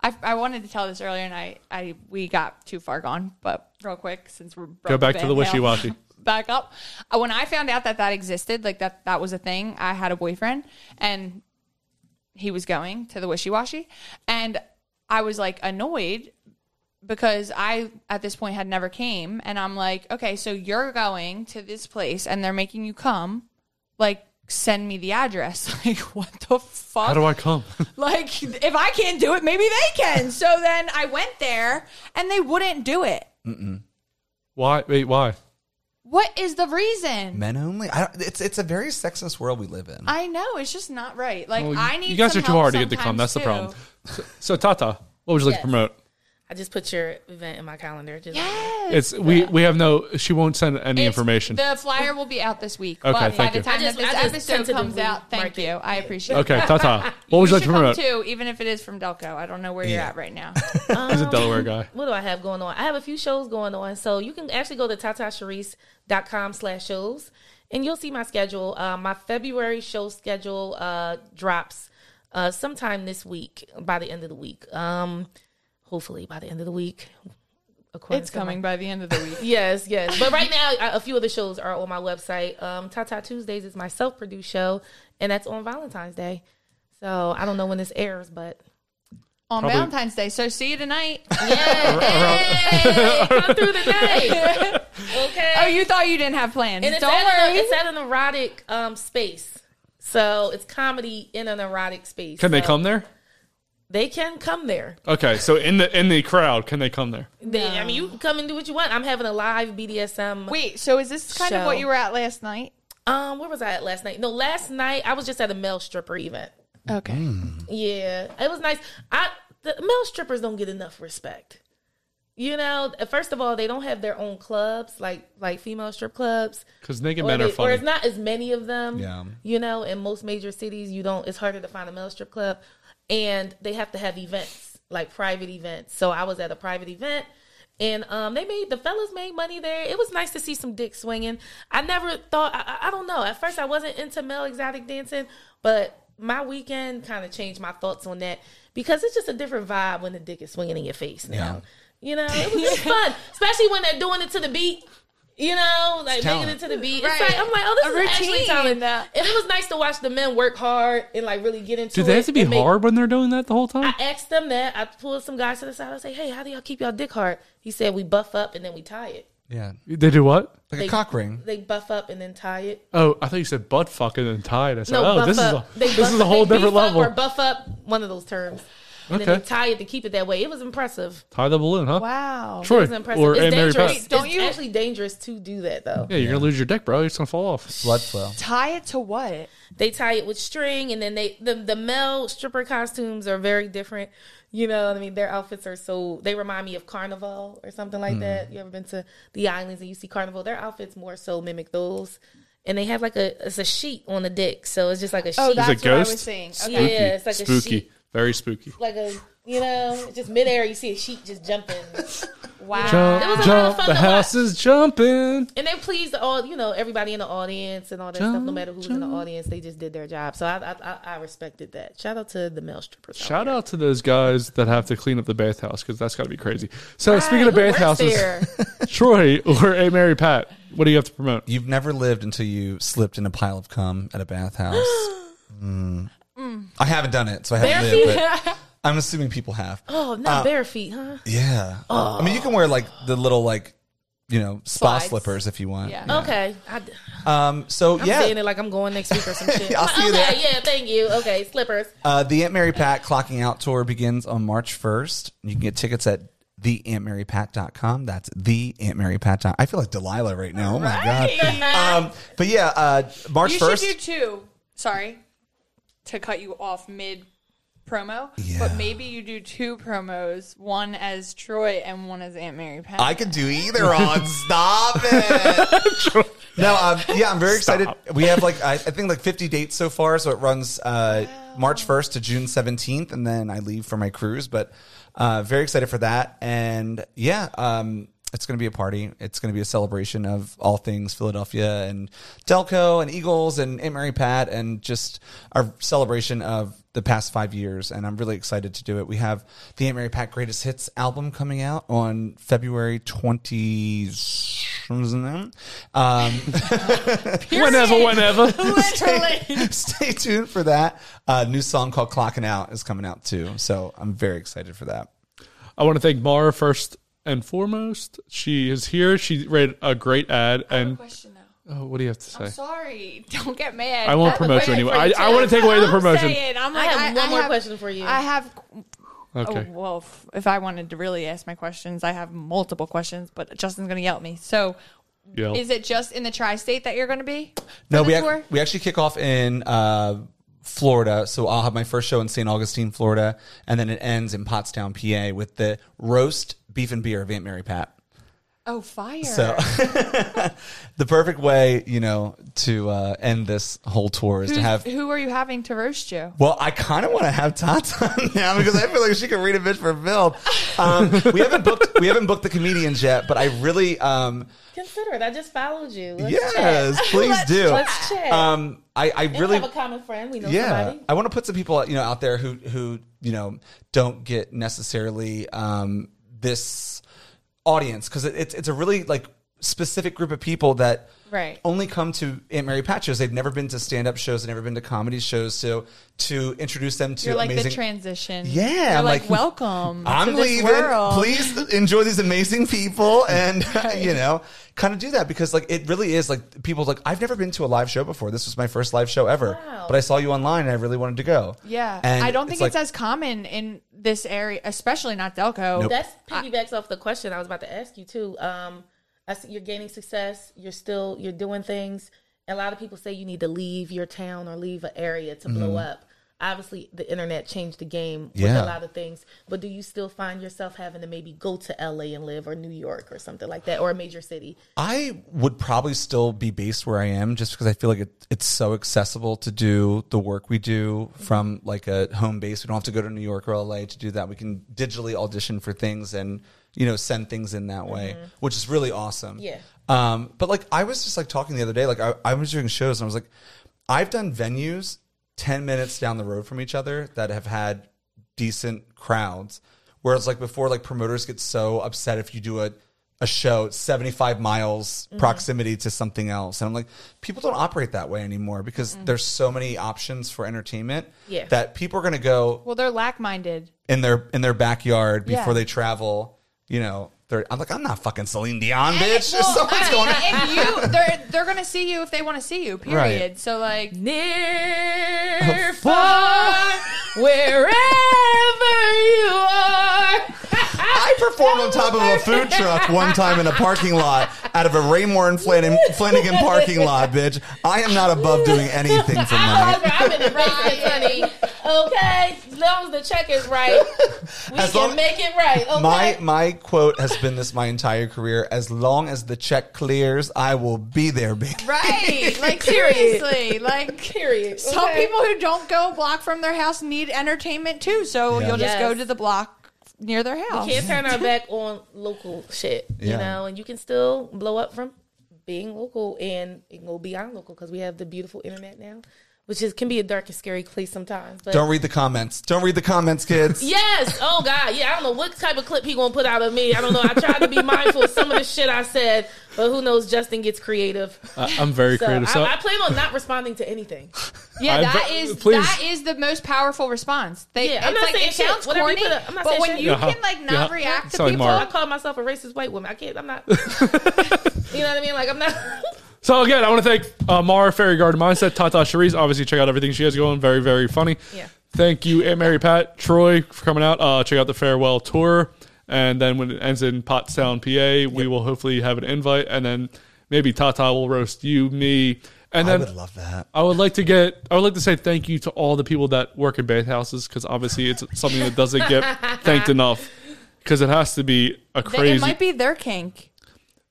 Speaker 3: I, I wanted to tell this earlier, and I, I we got too far gone. But real quick, since we're
Speaker 2: Go back to the
Speaker 3: wishy
Speaker 2: wishy-washy.
Speaker 3: back up. Uh, When I found out that that existed, like that that was a thing, I had a boyfriend, and he was going to the wishy washy, and I was like annoyed because I at this point had never came, and I'm like, okay, so you're going to this place, and they're making you come, like. Send me the address. Like, what the fuck?
Speaker 2: How do I come?
Speaker 3: Like, if I can't do it, maybe they can. So then I went there and they wouldn't do it.
Speaker 2: Mm-mm. Why? Wait, why?
Speaker 3: What is the reason?
Speaker 6: Men only. I don't, it's it's a very sexist world we live in.
Speaker 3: I know it's just not right. Like
Speaker 2: Well, you-
Speaker 3: I need.
Speaker 2: You guys
Speaker 3: some
Speaker 2: are too
Speaker 3: help
Speaker 2: hard to get to come.
Speaker 3: sometimes,
Speaker 2: That's the
Speaker 3: too.
Speaker 2: problem. So, so, Tata, what would you like
Speaker 5: Yes.
Speaker 2: to promote?
Speaker 5: I just put your event in my calendar. Just
Speaker 2: It's we we have no. She won't send any
Speaker 3: It's-
Speaker 2: information.
Speaker 3: The flyer will be out this week,
Speaker 2: Okay,
Speaker 3: but by
Speaker 2: thank
Speaker 3: the
Speaker 2: you.
Speaker 3: time
Speaker 5: I just-
Speaker 3: that
Speaker 5: I just
Speaker 3: this episode comes
Speaker 5: tentatively
Speaker 3: out, thank you. I appreciate.
Speaker 2: Okay,
Speaker 3: it.
Speaker 2: Tata, what would you like to
Speaker 3: should come
Speaker 2: promote?
Speaker 3: too, even if it is from Delco. I don't know where you're
Speaker 2: Yeah.
Speaker 3: at right now.
Speaker 2: He's a Delaware guy.
Speaker 5: what do I have going on? I have a few shows going on. So you can actually go to tatasharice.com slash shows and you'll see my schedule. Uh, my February show schedule uh, drops uh, sometime this week, by the end of the week. Um, hopefully by the end of the week. according
Speaker 3: It's
Speaker 5: to my-
Speaker 3: coming by the end of the week.
Speaker 5: yes, yes. But right now, I- a few of the shows are on my website. Um, Tata Tuesdays is my self-produced show, and that's on Valentine's Day. So I don't know when this airs, but
Speaker 3: on
Speaker 5: Probably-
Speaker 3: Valentine's Day. So see you tonight.
Speaker 5: come through the night. Okay.
Speaker 3: Oh, you thought you didn't have plans?
Speaker 5: And it's
Speaker 3: don't
Speaker 5: at,
Speaker 3: worry.
Speaker 5: an, it's at an erotic um, space. So it's comedy in an erotic space.
Speaker 2: Can they
Speaker 5: So
Speaker 2: come there?
Speaker 5: They can come there.
Speaker 2: Okay, so in the in the crowd, can they come there?
Speaker 5: They, I mean, you can come and do what you want. I'm having a live BDSM.
Speaker 3: Wait, so is this kind of what you were at last night?
Speaker 5: Um, where was I at last night? No, last night I was just at a male stripper event.
Speaker 3: Okay.
Speaker 2: Hmm.
Speaker 5: Yeah, it was nice. I the male strippers don't get enough respect. You know, first of all, they don't have their own clubs like like female strip clubs.
Speaker 2: 'Cause naked
Speaker 5: Or
Speaker 2: men are
Speaker 5: they- Or
Speaker 2: funny.
Speaker 5: it's not as many of them.
Speaker 2: Yeah.
Speaker 5: You know, in most major cities, you don't. It's harder to find a male strip club, and they have to have events like private events. So I was at a private event. And um, they made the fellas made money there. It was nice to see some dick swinging. I never thought I, I- I don't know. At first, I wasn't into male exotic dancing, but my weekend kind of changed my thoughts on that because it's just a different vibe when the dick is swinging in your face now. You know, it was just fun, especially when they're doing it to the beat. You know, like making
Speaker 10: talent.
Speaker 5: it to the beat.
Speaker 10: Right.
Speaker 5: It's like I'm like, oh, this
Speaker 10: A
Speaker 5: is actually
Speaker 10: routine.
Speaker 5: talent. And it was nice to watch the men work hard and like really get into
Speaker 2: Do
Speaker 5: it.
Speaker 2: they have to be
Speaker 5: and make-
Speaker 2: hard when they're doing that the whole time?
Speaker 5: I asked them that. I pulled some guys to the side. I was like, hey, how do y'all keep y'all dick hard? He said, we buff up and then we tie it.
Speaker 6: Yeah.
Speaker 2: They do what?
Speaker 5: They- They buff up and then tie it.
Speaker 2: Oh, I thought you said butt fucking and tied. I said,
Speaker 5: No,
Speaker 2: oh,
Speaker 5: buff
Speaker 2: this
Speaker 5: up. They
Speaker 2: is a,
Speaker 5: buff
Speaker 2: this is a
Speaker 5: up-
Speaker 2: whole
Speaker 5: they beef
Speaker 2: different
Speaker 5: up
Speaker 2: level.
Speaker 5: Or buff up, one of those terms. And then
Speaker 2: Okay.
Speaker 5: they tie it to keep it that way. It was impressive.
Speaker 2: Tie the balloon, huh?
Speaker 5: Wow.
Speaker 2: Troy,
Speaker 5: it was impressive.
Speaker 2: or
Speaker 5: it's
Speaker 2: Anne Mary
Speaker 5: dangerous.
Speaker 2: Pat.
Speaker 5: It's actually dangerous to do that though.
Speaker 2: Yeah, you're gonna lose your dick, bro. It's gonna fall off.
Speaker 6: Blood flow.
Speaker 5: Tie it to what? They tie it with string, and then they the, the male stripper costumes are very different. You know, what I mean, their outfits are so they remind me of carnival or something like
Speaker 10: Mm.
Speaker 5: that. You ever been to the islands and you see carnival? Their outfits more so mimic those, and they have like a it's a sheet on the dick, so it's just like a sheet.
Speaker 3: Oh, that's
Speaker 2: Is it
Speaker 3: what I
Speaker 2: ghost?
Speaker 3: was saying.
Speaker 2: Spooky.
Speaker 3: Okay.
Speaker 5: Yeah, it's like a
Speaker 2: spooky.
Speaker 5: sheet.
Speaker 2: Very spooky.
Speaker 5: like a you know just midair you see a sheet just jumping. wow,
Speaker 2: Jump,
Speaker 5: it was a lot of
Speaker 2: jump.
Speaker 5: fun
Speaker 2: The
Speaker 5: to watch.
Speaker 2: house is jumping.
Speaker 5: And they pleased all you know everybody in the audience and all that stuff. No matter who was in the audience, they just did their job. So I I, I, I respected that. Shout out to the male strippers.
Speaker 2: Shout out to those guys that have to clean up the bathhouse because that's got to be crazy. So speaking of
Speaker 5: who works
Speaker 2: bathhouses, Troy or A Mary Pat, what do you have to promote?
Speaker 6: You've never lived until you slipped in a pile of cum at a bathhouse. Mm.
Speaker 5: Mm.
Speaker 6: I haven't done it, so I
Speaker 5: Bare
Speaker 6: haven't
Speaker 5: feet?
Speaker 6: lived. But I'm assuming people have.
Speaker 5: Oh, not
Speaker 6: Uh,
Speaker 5: bare feet, huh?
Speaker 6: Yeah.
Speaker 5: Oh.
Speaker 6: I mean, you can wear like the little like, you know, spa
Speaker 5: Slides.
Speaker 6: slippers if you want.
Speaker 5: Okay. I,
Speaker 6: Um. So
Speaker 5: am
Speaker 6: yeah.
Speaker 5: saying it like I'm going next week or some shit.
Speaker 6: I'll
Speaker 5: Like,
Speaker 6: see you
Speaker 5: okay,
Speaker 6: there.
Speaker 5: yeah, thank you. Okay, slippers.
Speaker 6: Uh, the Aunt Mary Pat Clocking Out Tour begins on March 1st. You can get tickets at theauntmarypat.com. That's theauntmarypat.com. I feel like Delilah right now. Oh, my God. Um, but yeah, uh, March
Speaker 3: you
Speaker 6: 1st.
Speaker 3: should do two. Sorry to cut you off mid promo, but maybe you do two promos: one as Troy and one as Aunt Mary Pat.
Speaker 6: I could do either on. Stop it. no, um, yeah, I'm very excited. We have like I, I think like 50 dates so far, so it runs uh, March 1st to June 17th, and then I leave for my cruise. But uh, very excited for that. And yeah, um, it's going to be a party. It's going to be a celebration of all things Philadelphia and Delco and Eagles and Aunt Mary Pat and just our celebration of the past five years. And I'm really excited to do it. We have the Aunt Mary Pat Greatest Hits album coming out on February 20th. Um,
Speaker 2: Whenever, whenever.
Speaker 6: Stay, stay tuned for that. A new song called Clocking Out is coming out too. So I'm very excited for that.
Speaker 2: I want to thank Mara first and foremost. She is here. She read a great ad. and
Speaker 3: question
Speaker 2: Oh, what do you have to say?
Speaker 3: I'm sorry. Don't get mad.
Speaker 2: I won't
Speaker 3: I'm
Speaker 2: promote you
Speaker 3: waiting
Speaker 2: anyway.
Speaker 3: for
Speaker 2: I-
Speaker 3: you
Speaker 2: I wanna take away the
Speaker 3: I'm
Speaker 2: promotion.
Speaker 3: saying, I'm
Speaker 5: I
Speaker 3: like,
Speaker 5: have one more question for you.
Speaker 3: I have.
Speaker 2: Okay.
Speaker 3: Oh, well, if, if I wanted to really ask my questions, I have multiple questions, but Justin's going to yell at me. So,
Speaker 6: Yell.
Speaker 3: is it just in the tri-state that you're going to be?
Speaker 6: No,
Speaker 3: the
Speaker 6: we,
Speaker 3: tour?
Speaker 6: ac- we actually kick off in uh, Florida. So I'll have my first show in St. Augustine, Florida. And then it ends in Pottstown, PA with the roast beef and beer of Aunt Mary Pat.
Speaker 3: Oh, fire!
Speaker 6: So the perfect way, you know, to uh, end this whole tour is
Speaker 3: Who's-
Speaker 6: to have.
Speaker 3: who are you having to roast you?
Speaker 6: Well, I kind of want to have Tata now because I feel like she can read a bit for Bill. Um, we haven't booked we haven't booked the comedians yet, but I really um,
Speaker 5: Consider it. I just followed you. Let's
Speaker 6: yes,
Speaker 5: check.
Speaker 6: please
Speaker 5: Let's
Speaker 6: do.
Speaker 5: Let's check.
Speaker 6: Um, I I
Speaker 5: And
Speaker 6: really
Speaker 5: have a common friend. We know
Speaker 6: yeah,
Speaker 5: somebody.
Speaker 6: I want to put some people you know out there who who you know don't get necessarily um, this audience because it, it's it's a really like specific group of people that
Speaker 3: Right.
Speaker 6: only come to Aunt Mary Pat shows. They've never been to stand up shows. They've never been to comedy shows. So to introduce them to
Speaker 3: You're like
Speaker 6: amazing
Speaker 3: the transition.
Speaker 6: Yeah,
Speaker 3: You're
Speaker 6: I'm
Speaker 3: like,
Speaker 6: like, "Hmm,
Speaker 3: welcome.
Speaker 6: I'm
Speaker 3: to this
Speaker 6: leaving.
Speaker 3: World.
Speaker 6: Please enjoy these amazing people, and you know, kind of do that because like it really is like people like I've never been to a live show before. This was my first live show ever,
Speaker 3: Wow.
Speaker 6: but I saw you online and I really wanted to go.
Speaker 3: Yeah,
Speaker 6: And
Speaker 3: I don't think
Speaker 6: like-
Speaker 3: it's, as common in this area, especially not Delco.
Speaker 6: Nope.
Speaker 5: That's piggybacks off the question I was about to ask you too. Um, I see you're gaining success. You're still you're doing things. A lot of people say you need to leave your town or leave an area to blow
Speaker 6: Mhm.
Speaker 5: up. Obviously, the internet changed the game with
Speaker 6: Yeah.
Speaker 5: a lot of things. But do you still find yourself having to maybe go to LA and live, or New York, or something like that, or a major city?
Speaker 6: I would probably still be based where I am just because I feel like it, it's so accessible to do the work we do from like a home base. We don't have to go to New York or LA to do that. We can digitally audition for things and, you know, send things in that way,
Speaker 12: Mhm.
Speaker 6: which is really awesome.
Speaker 12: Yeah.
Speaker 6: Um, but like I was just like talking the other day, like I, I was doing shows and I was like, I've done venues 10 minutes down the road from each other that have had decent crowds. Whereas like before, like promoters get so upset if you do a, a show 75 miles
Speaker 3: Mm-hmm.
Speaker 12: Mhm.
Speaker 6: proximity to something else. And I'm like, people don't operate that way anymore because
Speaker 3: Mhm.
Speaker 6: there's so many options for entertainment
Speaker 3: Yeah.
Speaker 6: that people are going to go
Speaker 3: Well, they're lack-minded.
Speaker 6: in their, in their backyard
Speaker 3: Yeah.
Speaker 6: before they travel, you know, they're, I'm like, I'm not fucking Celine Dion,
Speaker 3: And
Speaker 6: bitch.
Speaker 3: well,
Speaker 6: Someone's
Speaker 3: I mean,
Speaker 6: going
Speaker 3: if you, they're they're gonna see you if they want to see you. Period.
Speaker 6: Right.
Speaker 3: So like
Speaker 5: near, far, wherever you are.
Speaker 6: I performed on top of a food truck one time in a parking lot out of a Raymore and Flannan- Flanagan parking lot, bitch. I am not above doing anything for money.
Speaker 5: I'm in the basement, honey. Okay, as long as the check is right, we
Speaker 6: As
Speaker 5: can
Speaker 6: long-
Speaker 5: make it right. Okay.
Speaker 6: My my quote has been this my entire career. As long as the check clears, I will be there, bitch.
Speaker 3: right, like
Speaker 5: Period.
Speaker 3: seriously, like
Speaker 5: period.
Speaker 3: Some
Speaker 5: Okay.
Speaker 3: people who don't go a block from their house need entertainment too. So
Speaker 6: Yeah.
Speaker 3: you'll just
Speaker 5: Yes.
Speaker 3: go to the block near their house.
Speaker 5: we can't turn our back on local shit, you
Speaker 3: Oh. Yeah.
Speaker 5: know, and you can still blow up from being local and it can go beyond local because we have the beautiful internet now, which is can be a dark and scary place sometimes. But
Speaker 6: Don't read the comments. Don't read the comments, kids.
Speaker 5: Yes. Oh God. Yeah. I don't know what type of clip he gonna put out of me. I don't know. I tried to be mindful of some of the shit I said, but who knows? Justin gets creative.
Speaker 2: I- I'm very creative,
Speaker 5: I,
Speaker 2: so-
Speaker 5: I plan on not responding to anything.
Speaker 3: Yeah,
Speaker 2: I
Speaker 3: that
Speaker 2: ve-
Speaker 3: is
Speaker 2: please.
Speaker 3: that is the most powerful response. They,
Speaker 5: Yeah, I'm
Speaker 3: it's
Speaker 5: not
Speaker 3: like,
Speaker 5: saying
Speaker 3: it
Speaker 5: shit.
Speaker 3: sounds
Speaker 5: Whatever you
Speaker 3: corny,
Speaker 5: put up, I'm not
Speaker 3: but
Speaker 5: saying
Speaker 3: when
Speaker 5: shit.
Speaker 3: you
Speaker 2: Yeah.
Speaker 3: can like not
Speaker 2: Uh-huh. Yeah.
Speaker 3: react to
Speaker 2: Sorry,
Speaker 3: people,
Speaker 2: Mark.
Speaker 5: Oh, I call myself a racist white woman. I can't. I'm not. you know what I mean? Like I'm not.
Speaker 2: So again, I want to thank uh, Mara Fairy Garden Mindset, Tata Cherise. Obviously, check out everything she has going. Very, very funny.
Speaker 5: Yeah.
Speaker 2: Thank you, Aunt Mary Pat, Troy, for coming out. Uh, check out the farewell tour, and then when it ends in Pottstown, PA, we will hopefully have an invite, and then maybe Tata will roast you, me, and
Speaker 6: I
Speaker 2: then
Speaker 6: would love that.
Speaker 2: I would like to get. I would like to say thank you to all the people that work in bathhouses because obviously it's something that doesn't get thanked enough because it has to be a
Speaker 3: they-
Speaker 2: crazy.
Speaker 3: it might be their kink.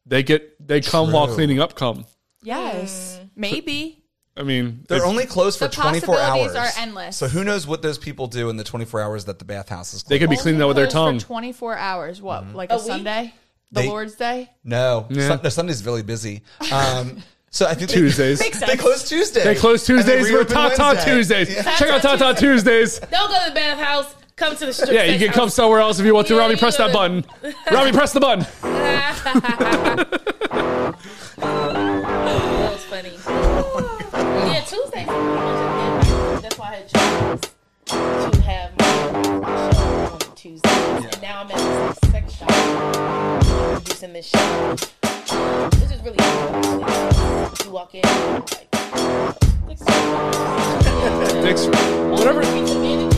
Speaker 2: they get they come while
Speaker 6: True.
Speaker 2: cleaning up. Come.
Speaker 3: Yes, maybe.
Speaker 2: I mean,
Speaker 6: They're
Speaker 2: it's-
Speaker 6: only closed for
Speaker 3: The
Speaker 6: 24 hours.
Speaker 3: possibilities are endless.
Speaker 6: So who knows what those people do in the 24 hours that the bathhouse is closed?
Speaker 2: They could be cleaning out with their tongue.
Speaker 3: For 24 hours. What? Like
Speaker 5: A
Speaker 3: a,
Speaker 5: week?
Speaker 3: Sunday? The
Speaker 6: They-
Speaker 3: Lord's Day?
Speaker 6: No, Sun- no, Sunday's really busy. Um, so I think they-
Speaker 2: Tuesdays.
Speaker 6: They,
Speaker 2: Makes
Speaker 5: sense.
Speaker 6: close Tuesday.
Speaker 2: They close
Speaker 6: And they
Speaker 2: Tuesdays. We're
Speaker 6: reopen
Speaker 2: Ta Ta
Speaker 6: Wednesday.
Speaker 2: Tuesdays.
Speaker 6: Yeah.
Speaker 2: Check out Ta Ta Tuesdays.
Speaker 5: Don't go to the bathhouse. Come to the strip.
Speaker 2: Yeah, you can come somewhere else if you want to. Robbie, press that button. Robbie, press the button.
Speaker 5: That was funny. yeah, Tuesdays. That's why I had chose to have my show on Tuesdays, and now I'm at this like, sex shop producing this show. This is really cool. You walk in, like,
Speaker 2: Dick's, whatever.
Speaker 5: it's a minute.